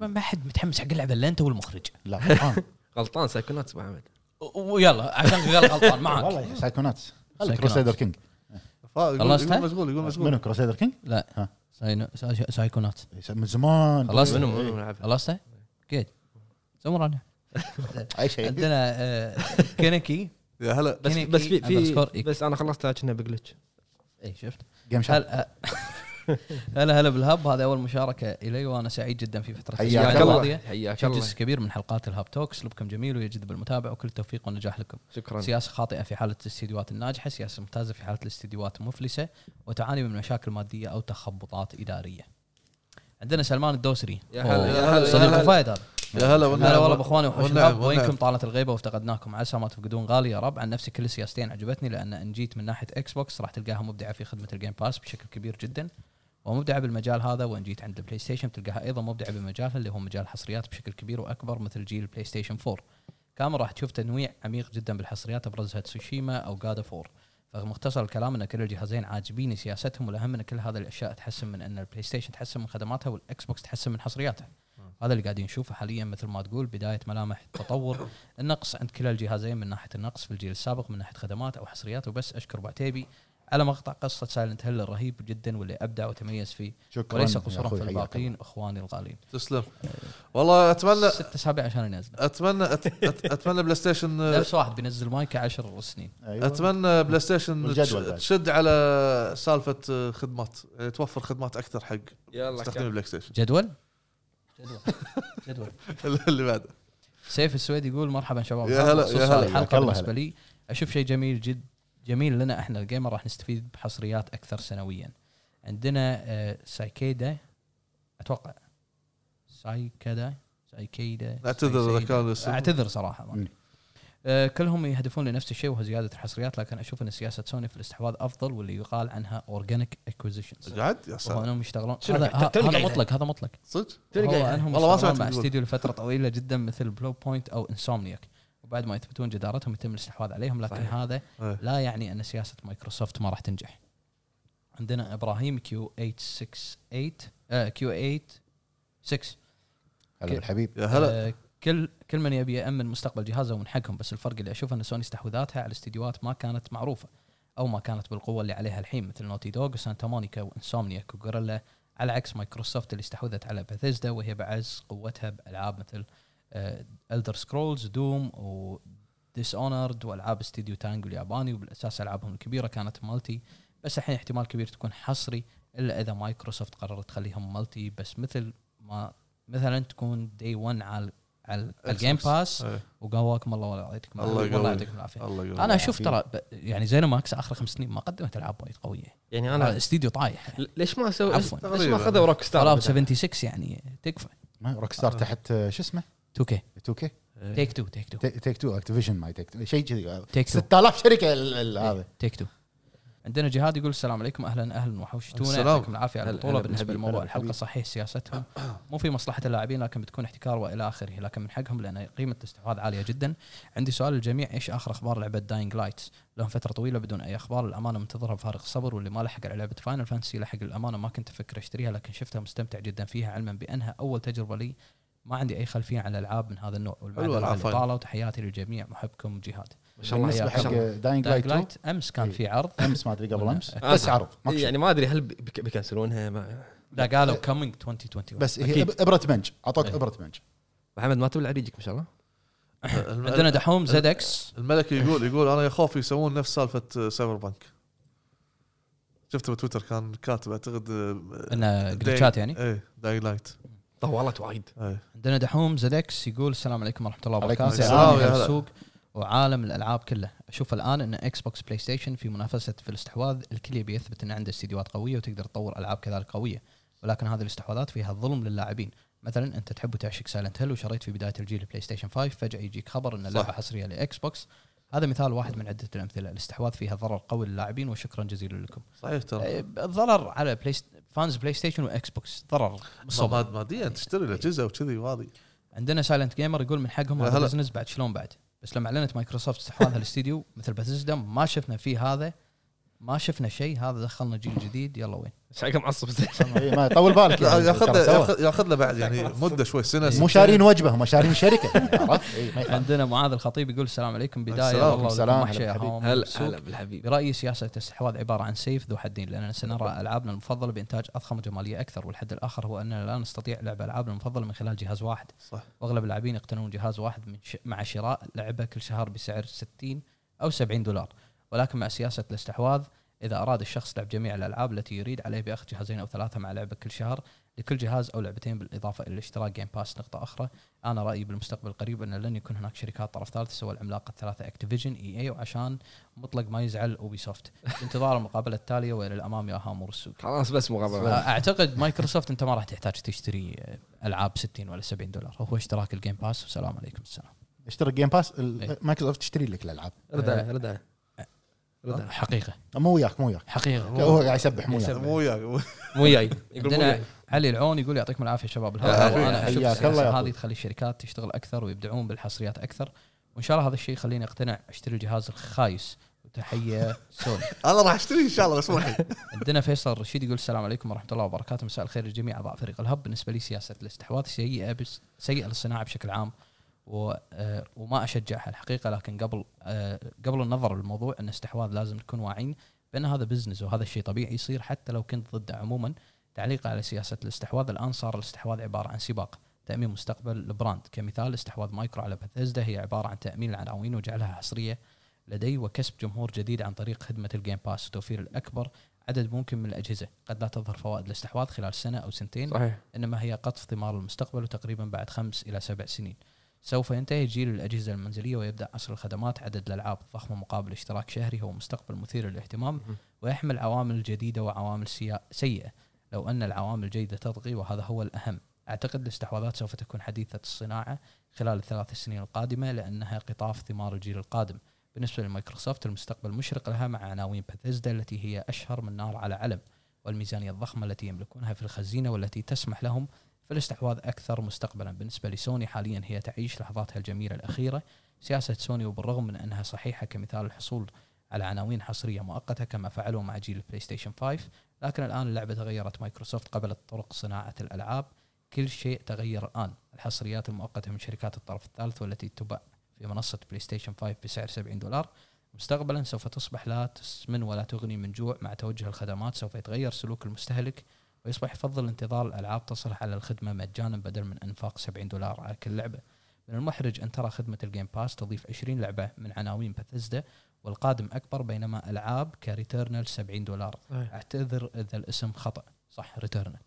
D: ما- ما حد متحمس حق اللعبه الا انت والمخرج.
C: لا الآن.
A: غلطان سايكوناتس ابو حمد
D: و- ويلا عشان تقول غلطان معك.
C: والله سايكونات
D: سايكونات.
C: كروسيدر كينج
D: خلصت؟
B: يقول مشغول يقول مشغول
C: منو كروسيدر كينج؟
D: لا
C: ها.
D: ساينو- سا- سايكونات
C: من زمان
D: خلاص.
A: منو منو لعبها
D: خلصت؟ جيد زمرنا
C: اي شيء
D: عندنا آه، كينيكي
B: يا هلا
A: بس
D: كينيكي
A: بس في
D: underscore
A: في
D: إيك.
A: بس انا خلصتها كنا بجلتش
C: إيه،
D: اي شفت
C: جيم شارك
D: هلا هلا هلا بالهب هذه اول مشاركه الي وانا سعيد جدا في فتره
C: حياك
D: الأسبوع
C: الله.
D: الماضية.
A: حياك
D: شيء
A: الله
D: جزء كبير من حلقات الهاب توك اسلوبكم جميل ويجذب المتابع وكل التوفيق والنجاح لكم
A: شكرا
D: سياسه خاطئه في حاله الاستديوهات الناجحه سياسه ممتازه في حاله الاستديوهات المفلسه وتعاني من مشاكل ماديه او تخبطات اداريه عندنا سلمان الدوسري
A: يا هلا،
D: أوه،
A: يا هلا، يا
D: صديق
A: هلا.
D: أبو فهد هذا
B: يا هلا والنعم.
D: هلا والله باخواني وحوش
B: والنعم،
D: الهب وينكم
B: والنعم.
D: طالت الغيبه وافتقدناكم عسى ما تفقدون غالي يا رب عن نفسي كل سياستين عجبتني لان ان جيت من ناحيه اكس بوكس راح تلقاها مبدعه في خدمه الجيم باس بشكل كبير جدا ومبدعه بالمجال هذا وان جيت عند البلاي ستيشن بتلقاها ايضا مبدعه بمجالها اللي هو مجال الحصريات بشكل كبير واكبر مثل جيل البلاي ستيشن 4 كامل راح تشوف تنويع عميق جدا بالحصريات ابرزها تسوشيما او جادا 4 فمختصر الكلام ان كل الجهازين عاجبيني سياستهم والاهم ان كل هذه الاشياء تحسن من ان البلاي ستيشن تحسن من خدماتها والاكس بوكس تحسن من حصرياتها هذا اللي قاعدين نشوفه حاليا مثل ما تقول بدايه ملامح التطور النقص عند كلا الجهازين من ناحيه النقص في الجيل السابق من ناحيه خدمات او حصريات وبس اشكر أبو عتيبي على مقطع قصه سايلنت هيل الرهيب جدا واللي ابدع وتميز فيه
C: شكرا
D: وليس
C: يا
D: قصورا
C: أخوي،
D: في
C: حياك
D: الباقين اخواني الغالين
B: تسلم والله اتمنى
D: ست اسابيع عشان ينزل
B: اتمنى أت- أت- اتمنى بلاي ستيشن آه،
D: نفس واحد بينزل مايكه عشر سنين
C: الله. أيوة.
B: اتمنى بلاي ستيشن
C: والجدول
B: تش-
C: بعد.
B: تشد على سالفه آه، خدمات يعني توفر خدمات اكثر حق
A: يلا
B: مستخدمي
A: كمل.
B: بلاي ستيشن
D: جدول جدول جدول
B: اللي بعده
D: سيف السويد يقول مرحبا شباب
B: يا هلا- يا
D: خصوصاً
B: هلا.
C: حياك
D: الحلقه
C: الله
D: بالنسبه لي اشوف شيء جميل جد جميل لنا احنا الجيمر راح نستفيد بحصريات اكثر سنويا عندنا آه، سايكيدا اتوقع سايكيدا سايكيدا
B: اعتذر اذا
D: سايكيدا.
B: كان الاسم.
D: اعتذر صراحه ما
C: مم.
D: أدري. آه، كلهم يهدفون لنفس الشيء وهو زياده الحصريات لكن اشوف ان سياسه سوني في الاستحواذ افضل واللي يقال عنها اورجانيك اكوزيشنز
B: قعد يا
D: وهو
B: سلام
D: انهم يشتغلون
E: شنو
D: هذا
E: قاعد-
D: ه-
E: تلقى
D: هذا
E: إذا.
D: مطلق هذا مطلق
B: صدق
D: هو انهم
B: والله ما
D: والله
B: سمعت
D: مع
B: تقول.
D: استديو لفتره طويله جدا مثل بلو بوينت او انسومنياك وبعد ما يثبتون جدارتهم يتم الاستحواذ عليهم لكن
A: صحيح.
D: صحيح. هذا
B: إيه.
D: لا يعني ان سياسه مايكروسوفت ما راح تنجح عندنا ابراهيم كيو 868 آه كيو 86
C: هلا بالحبيب
B: يا هلا
D: آه، كل كل من يبي يامن مستقبل جهازه ومن حقهم بس الفرق اللي اشوفه ان سوني استحوذاتها على استديوهات ما كانت معروفه او ما كانت بالقوه اللي عليها الحين مثل نوتي دوغ وسانتا مونيكا وانسومنياك وغوريلا على عكس مايكروسوفت اللي استحوذت على باثيزدا وهي بعز قوتها بالعاب مثل آه، الدر سكرولز دوم و ديس اونرد والعاب استديو تانجو الياباني وبالاساس العابهم الكبيره كانت مالتي بس الحين احتمال كبير تكون حصري الا اذا مايكروسوفت قررت تخليهم مالتي بس مثل ما مثلا تكون دي 1 على على
B: Xbox.
D: الجيم باس
B: إيه.
D: وقواكم الله ولا يعطيكم
B: الله
D: العافية.
B: يقويك.
D: آه، والله يعطيكم العافيه
B: الله يقويك.
D: انا اشوف ترى ب- يعني زينوماكس اخر خمس سنين ما قدمت العاب وايد قويه
A: يعني
D: انا
A: انا
D: استديو طايح
A: ل- ليش ما سوي ليش
D: عفواً.
A: ما اخذوا روك ستار
D: فال اوت
A: مثلاً؟
D: 76 يعني تكفى
C: روك ستار تحت آه، شو اسمه
D: 2
B: إيه.
D: كي
C: 2 كي
D: تيك 2 تيك 2
C: تيك تو اكتيفيشن ماي تيك تو شيء كذي
D: تيك 2
C: 6000 شركه ال- ال- هذا
D: تيك تو عندنا جهاد يقول السلام عليكم اهلا اهلا وحوشتونا
B: السلام.
D: يعطيكم العافيه على
A: هلا،
D: البطوله
A: هلا
D: بالنسبه
A: بالحبيب،
D: لموضوع
A: هلا بالحبيب.
D: الحلقه صحيح سياستهم مو في مصلحه اللاعبين لكن بتكون احتكار والى اخره لكن من حقهم لان قيمه الاستحواذ عاليه جدا عندي سؤال للجميع ايش اخر اخبار لعبه داينج لايتس لهم فتره طويله بدون اي اخبار الامانه منتظرها بفارغ الصبر واللي ما لحق على لعبه فاينل فانتسي لحق الامانه ما كنت افكر اشتريها لكن شفتها مستمتع جدا فيها علما بانها اول تجربه لي ما عندي اي خلفيه على العاب من هذا النوع والمعذره على
B: ألعاب Final.
D: الإطالة، وتحياتي للجميع محبكم جهاد
A: ما شاء الله
C: بالنسبه
A: يا
C: حق
A: شاء الله.
C: داينج
D: داينج
C: لايت
D: لايت امس كان
C: إيه.
D: في عرض
C: امس ما ادري قبل امس
A: آه،
C: بس عرض ماكو شيء.
A: يعني ما ادري هل بيك- بيكنسلونها ما
D: لا قالوا كامينج 2021
C: بس هي
A: أكيد.
C: إب- ابره بنج اعطوك
D: إيه.
C: ابره بنج
A: محمد ما تبلع ريجك ان شاء الله
B: الم-
D: عندنا دحوم زد اكس
B: الملكي يقول يقول انا يخاف يسوون نفس سالفه سايبر بانك شفته بتويتر كان كاتب اعتقد
D: انه جلتشات يعني
B: ايه داي لايت
A: طولت وايد
B: ايه
D: عندنا دحوم زد اكس يقول السلام عليكم ورحمه الله
C: عليكم
D: وبركاته
B: السلام،
D: عالم
B: يا هلا.
D: السوق وعالم الالعاب كله اشوف الان ان اكس بوكس بلاي ستيشن في منافسه في الاستحواذ الكل يبي يثبت انه عنده استديوهات قويه وتقدر تطور العاب كذلك قويه ولكن هذه الاستحواذات فيها ظلم للاعبين مثلا انت تحب وتعشق سايلنت هيل وشريت في بدايه الجيل البلاي ستيشن 5 فجاه يجيك خبر ان اللعبه
B: صح.
D: حصريه لاكس بوكس هذا مثال واحد من عده الامثله الاستحواذ فيها ضرر قوي للاعبين وشكرا جزيلا لكم
B: صحيح ترى
D: إيه، ضرر على بلاي ست- فانز بلاي ستيشن واكس بوكس ضرر بالصوب
B: ماد- ماديا يعني تشتري الاجهزه وكذي وهذه
D: عندنا سايلنت جيمر يقول من حقهم
B: يا
D: هذا
B: هلا.
D: بزنس بعد شلون بعد بس لما اعلنت مايكروسوفت استحواذها الاستديو مثل باتيزدا ما شفنا فيه هذا ما شفنا شيء هذا دخلنا جيل جديد يلا وين
A: ايش حق معصب زين؟
C: إيه، ما طول بالك
B: لا،
C: يعني،
B: ياخذ
C: ترى سوا.
B: ياخذ- ياخذ له بعد يعني مده شوي سنه
C: مو
B: سنتين.
C: شارين وجبه هم شارين شركه يعني، عرفت؟ إيه، ما يخالف.
D: عندنا معاذ الخطيب يقول السلام عليكم بدايه
B: السلام،
D: والله
C: السلام،
D: لكم وحشه
C: هلا
D: يا
C: بالحبيب.
D: هوام
A: هلا
D: السوق.
A: هلا بالحبيب
D: برايي سياسه الاستحواذ عباره عن سيف ذو حدين لاننا سنرى العابنا المفضله بانتاج اضخم وجماليه اكثر والحد الاخر هو اننا لا نستطيع لعب العابنا المفضله من خلال جهاز واحد
B: صح
D: واغلب اللاعبين يقتنون جهاز واحد من ش... مع شراء لعبه كل شهر بسعر 60 او 70 دولار ولكن مع سياسه الاستحواذ اذا اراد الشخص لعب جميع الالعاب التي يريد عليه باخذ جهازين او ثلاثه مع لعبه كل شهر لكل جهاز او لعبتين بالاضافه الى اشتراك جيم باس نقطه اخرى انا رايي بالمستقبل القريب ان لن يكون هناك شركات طرف ثالث سوى العملاقه الثلاثه اكتيفيجن اي اي وعشان مطلق ما يزعل اوبي سوفت انتظار المقابله التاليه والى الامام يا هامور السوق
A: خلاص بس مقابله
D: اعتقد آه، مايكروسوفت انت ما راح تحتاج تشتري العاب 60 ولا 70 دولار هو اشتراك الجيم باس والسلام عليكم السلام
C: اشترك جيم باس
D: إيه.
C: مايكروسوفت تشتري لك الالعاب
A: رد عليه رد عليه رد عليه.
D: حقيقه
C: مو وياك مو وياك
D: حقيقه
C: هو قاعد يسبح مو وياك
B: مو وياك
A: مو جاي يقول مو
D: عندنا
A: جاي
D: علي العون يقول يعطيكم العافيه شباب
B: يا
D: الهواء
B: أخوي،
D: وانا
C: حياك
D: اشوف
C: الله يا
D: السياسه
C: أخوي.
D: هذه تخلي الشركات تشتغل اكثر ويبدعون بالحصريات اكثر وان شاء الله هذا الشيء يخليني اقتنع اشتري الجهاز الخايس وتحيه سوني
B: انا راح اشتري ان شاء الله بس مو الحين
D: عندنا فيصل رشيد يقول السلام عليكم ورحمه الله وبركاته مساء الخير لجميع اعضاء فريق الهب بالنسبه لي سياسه الاستحواذ سيئه بس سيئه للصناعه بشكل عام و آه، وما اشجعها الحقيقه لكن قبل آه، قبل النظر للموضوع ان الاستحواذ لازم نكون واعيين بان هذا بزنس وهذا الشيء طبيعي يصير حتى لو كنت ضده عموما تعليق على سياسه الاستحواذ الان صار الاستحواذ عباره عن سباق تامين مستقبل البراند كمثال استحواذ مايكرو على بثيزدا هي عباره عن تامين العناوين وجعلها حصريه لدي وكسب جمهور جديد عن طريق خدمه الجيم باس وتوفير الاكبر عدد ممكن من الاجهزه قد لا تظهر فوائد الاستحواذ خلال سنه او سنتين
A: صحيح
D: انما هي قطف ثمار المستقبل وتقريبا بعد خمس الى سبع سنين سوف ينتهي جيل الاجهزه المنزليه ويبدا عصر الخدمات عدد الالعاب الضخمه مقابل اشتراك شهري هو مستقبل مثير للاهتمام ويحمل عوامل جديده وعوامل سيا- سيئه لو ان العوامل الجيده تطغي وهذا هو الاهم اعتقد الاستحواذات سوف تكون حديثه الصناعه خلال الثلاث سنين القادمه لانها قطاف ثمار الجيل القادم بالنسبه لمايكروسوفت المستقبل مشرق لها مع عناوين بثيزدا التي هي اشهر من نار على علم والميزانية الضخمة التي يملكونها في الخزينة والتي تسمح لهم في الاستحواذ أكثر مستقبلا بالنسبة لسوني حاليا هي تعيش لحظاتها الجميلة الأخيرة سياسة سوني وبالرغم من أنها صحيحة كمثال الحصول على عناوين حصرية مؤقتة كما فعلوا مع جيل البلاي ستيشن 5 لكن الآن اللعبة تغيرت مايكروسوفت قبلت طرق صناعة الألعاب كل شيء تغير الآن الحصريات المؤقتة من شركات الطرف الثالث والتي تباع في منصة بلاي ستيشن 5 بسعر 70 دولار مستقبلا سوف تصبح لا تسمن ولا تغني من جوع مع توجه الخدمات سوف يتغير سلوك المستهلك ويصبح يفضل انتظار الالعاب تصلح على الخدمه مجانا بدل من انفاق 70 دولار على كل لعبه. من المحرج ان ترى خدمه الجيم باس تضيف 20 لعبه من عناوين بثزدا والقادم اكبر بينما العاب كريتيرنال 70 دولار.
A: أي.
D: اعتذر اذا الاسم خطا صح ريتيرنال.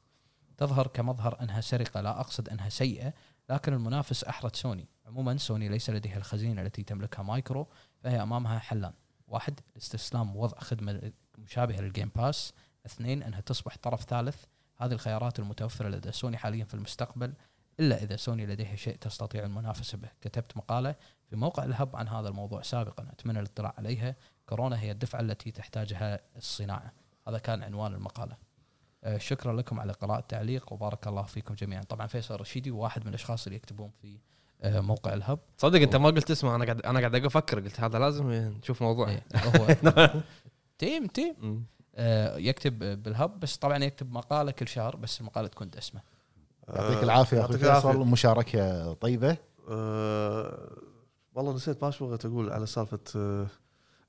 D: تظهر كمظهر انها سرقه لا اقصد انها سيئه لكن المنافس احرت سوني. عموما سوني ليس لديها الخزينه التي تملكها مايكرو فهي امامها حلان واحد الاستسلام ووضع خدمه مشابهه للجيم باس اثنين انها تصبح طرف ثالث هذه الخيارات المتوفره لدى سوني حاليا في المستقبل الا اذا سوني لديها شيء تستطيع المنافسه به كتبت مقاله في موقع الهب عن هذا الموضوع سابقا اتمنى الاطلاع عليها كورونا هي الدفعه التي تحتاجها الصناعه هذا كان عنوان المقاله آه، شكرا لكم على قراءة التعليق وبارك الله فيكم جميعا طبعا فيصل رشيدي واحد من الاشخاص اللي يكتبون في آه، موقع الهب
A: تصدق انت ما قلت اسمه انا قاعد انا قاعد افكر قلت هذا لازم نشوف موضوع
D: إيه، هو تيم تيم آه، يكتب بالهب بس طبعا يكتب مقاله كل شهر بس المقاله تكون اسمه آه،
C: يعطيك العافيه اخوي
B: يعطيك
C: فيصل
B: العافيه
C: مشاركه طيبه
B: آه، والله نسيت ما بغيت اقول على سالفه آه،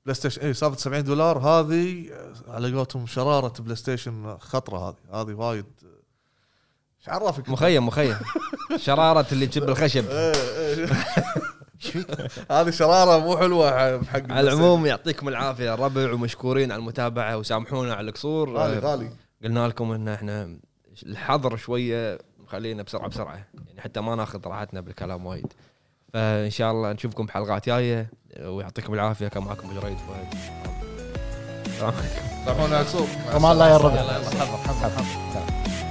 B: بلاي ستيشن اي سالفه 70 دولار هذه آه، على قولتهم شراره بلاي ستيشن خطره هذه هذه وايد آه، ايش عرفك
A: مخيم مخيم شراره اللي تشب الخشب
B: إيه، إيه.
C: ايش فيك؟
B: هذه شراره مو حلوه حق
A: على العموم يعطيكم العافيه الربع ومشكورين على المتابعه وسامحونا على القصور
B: غالي
A: آه،
B: غالي
A: قلنا لكم ان احنا الحظر شويه مخلينا بسرعه بسرعه يعني حتى ما ناخذ راحتنا بالكلام وايد فان شاء الله نشوفكم بحلقات جايه ويعطيكم العافيه كان معكم أبو جريد فهد
B: سامحونا على الصوت
C: كمان لا يا الربع
D: يلا حظر حظر حظر
C: سلام.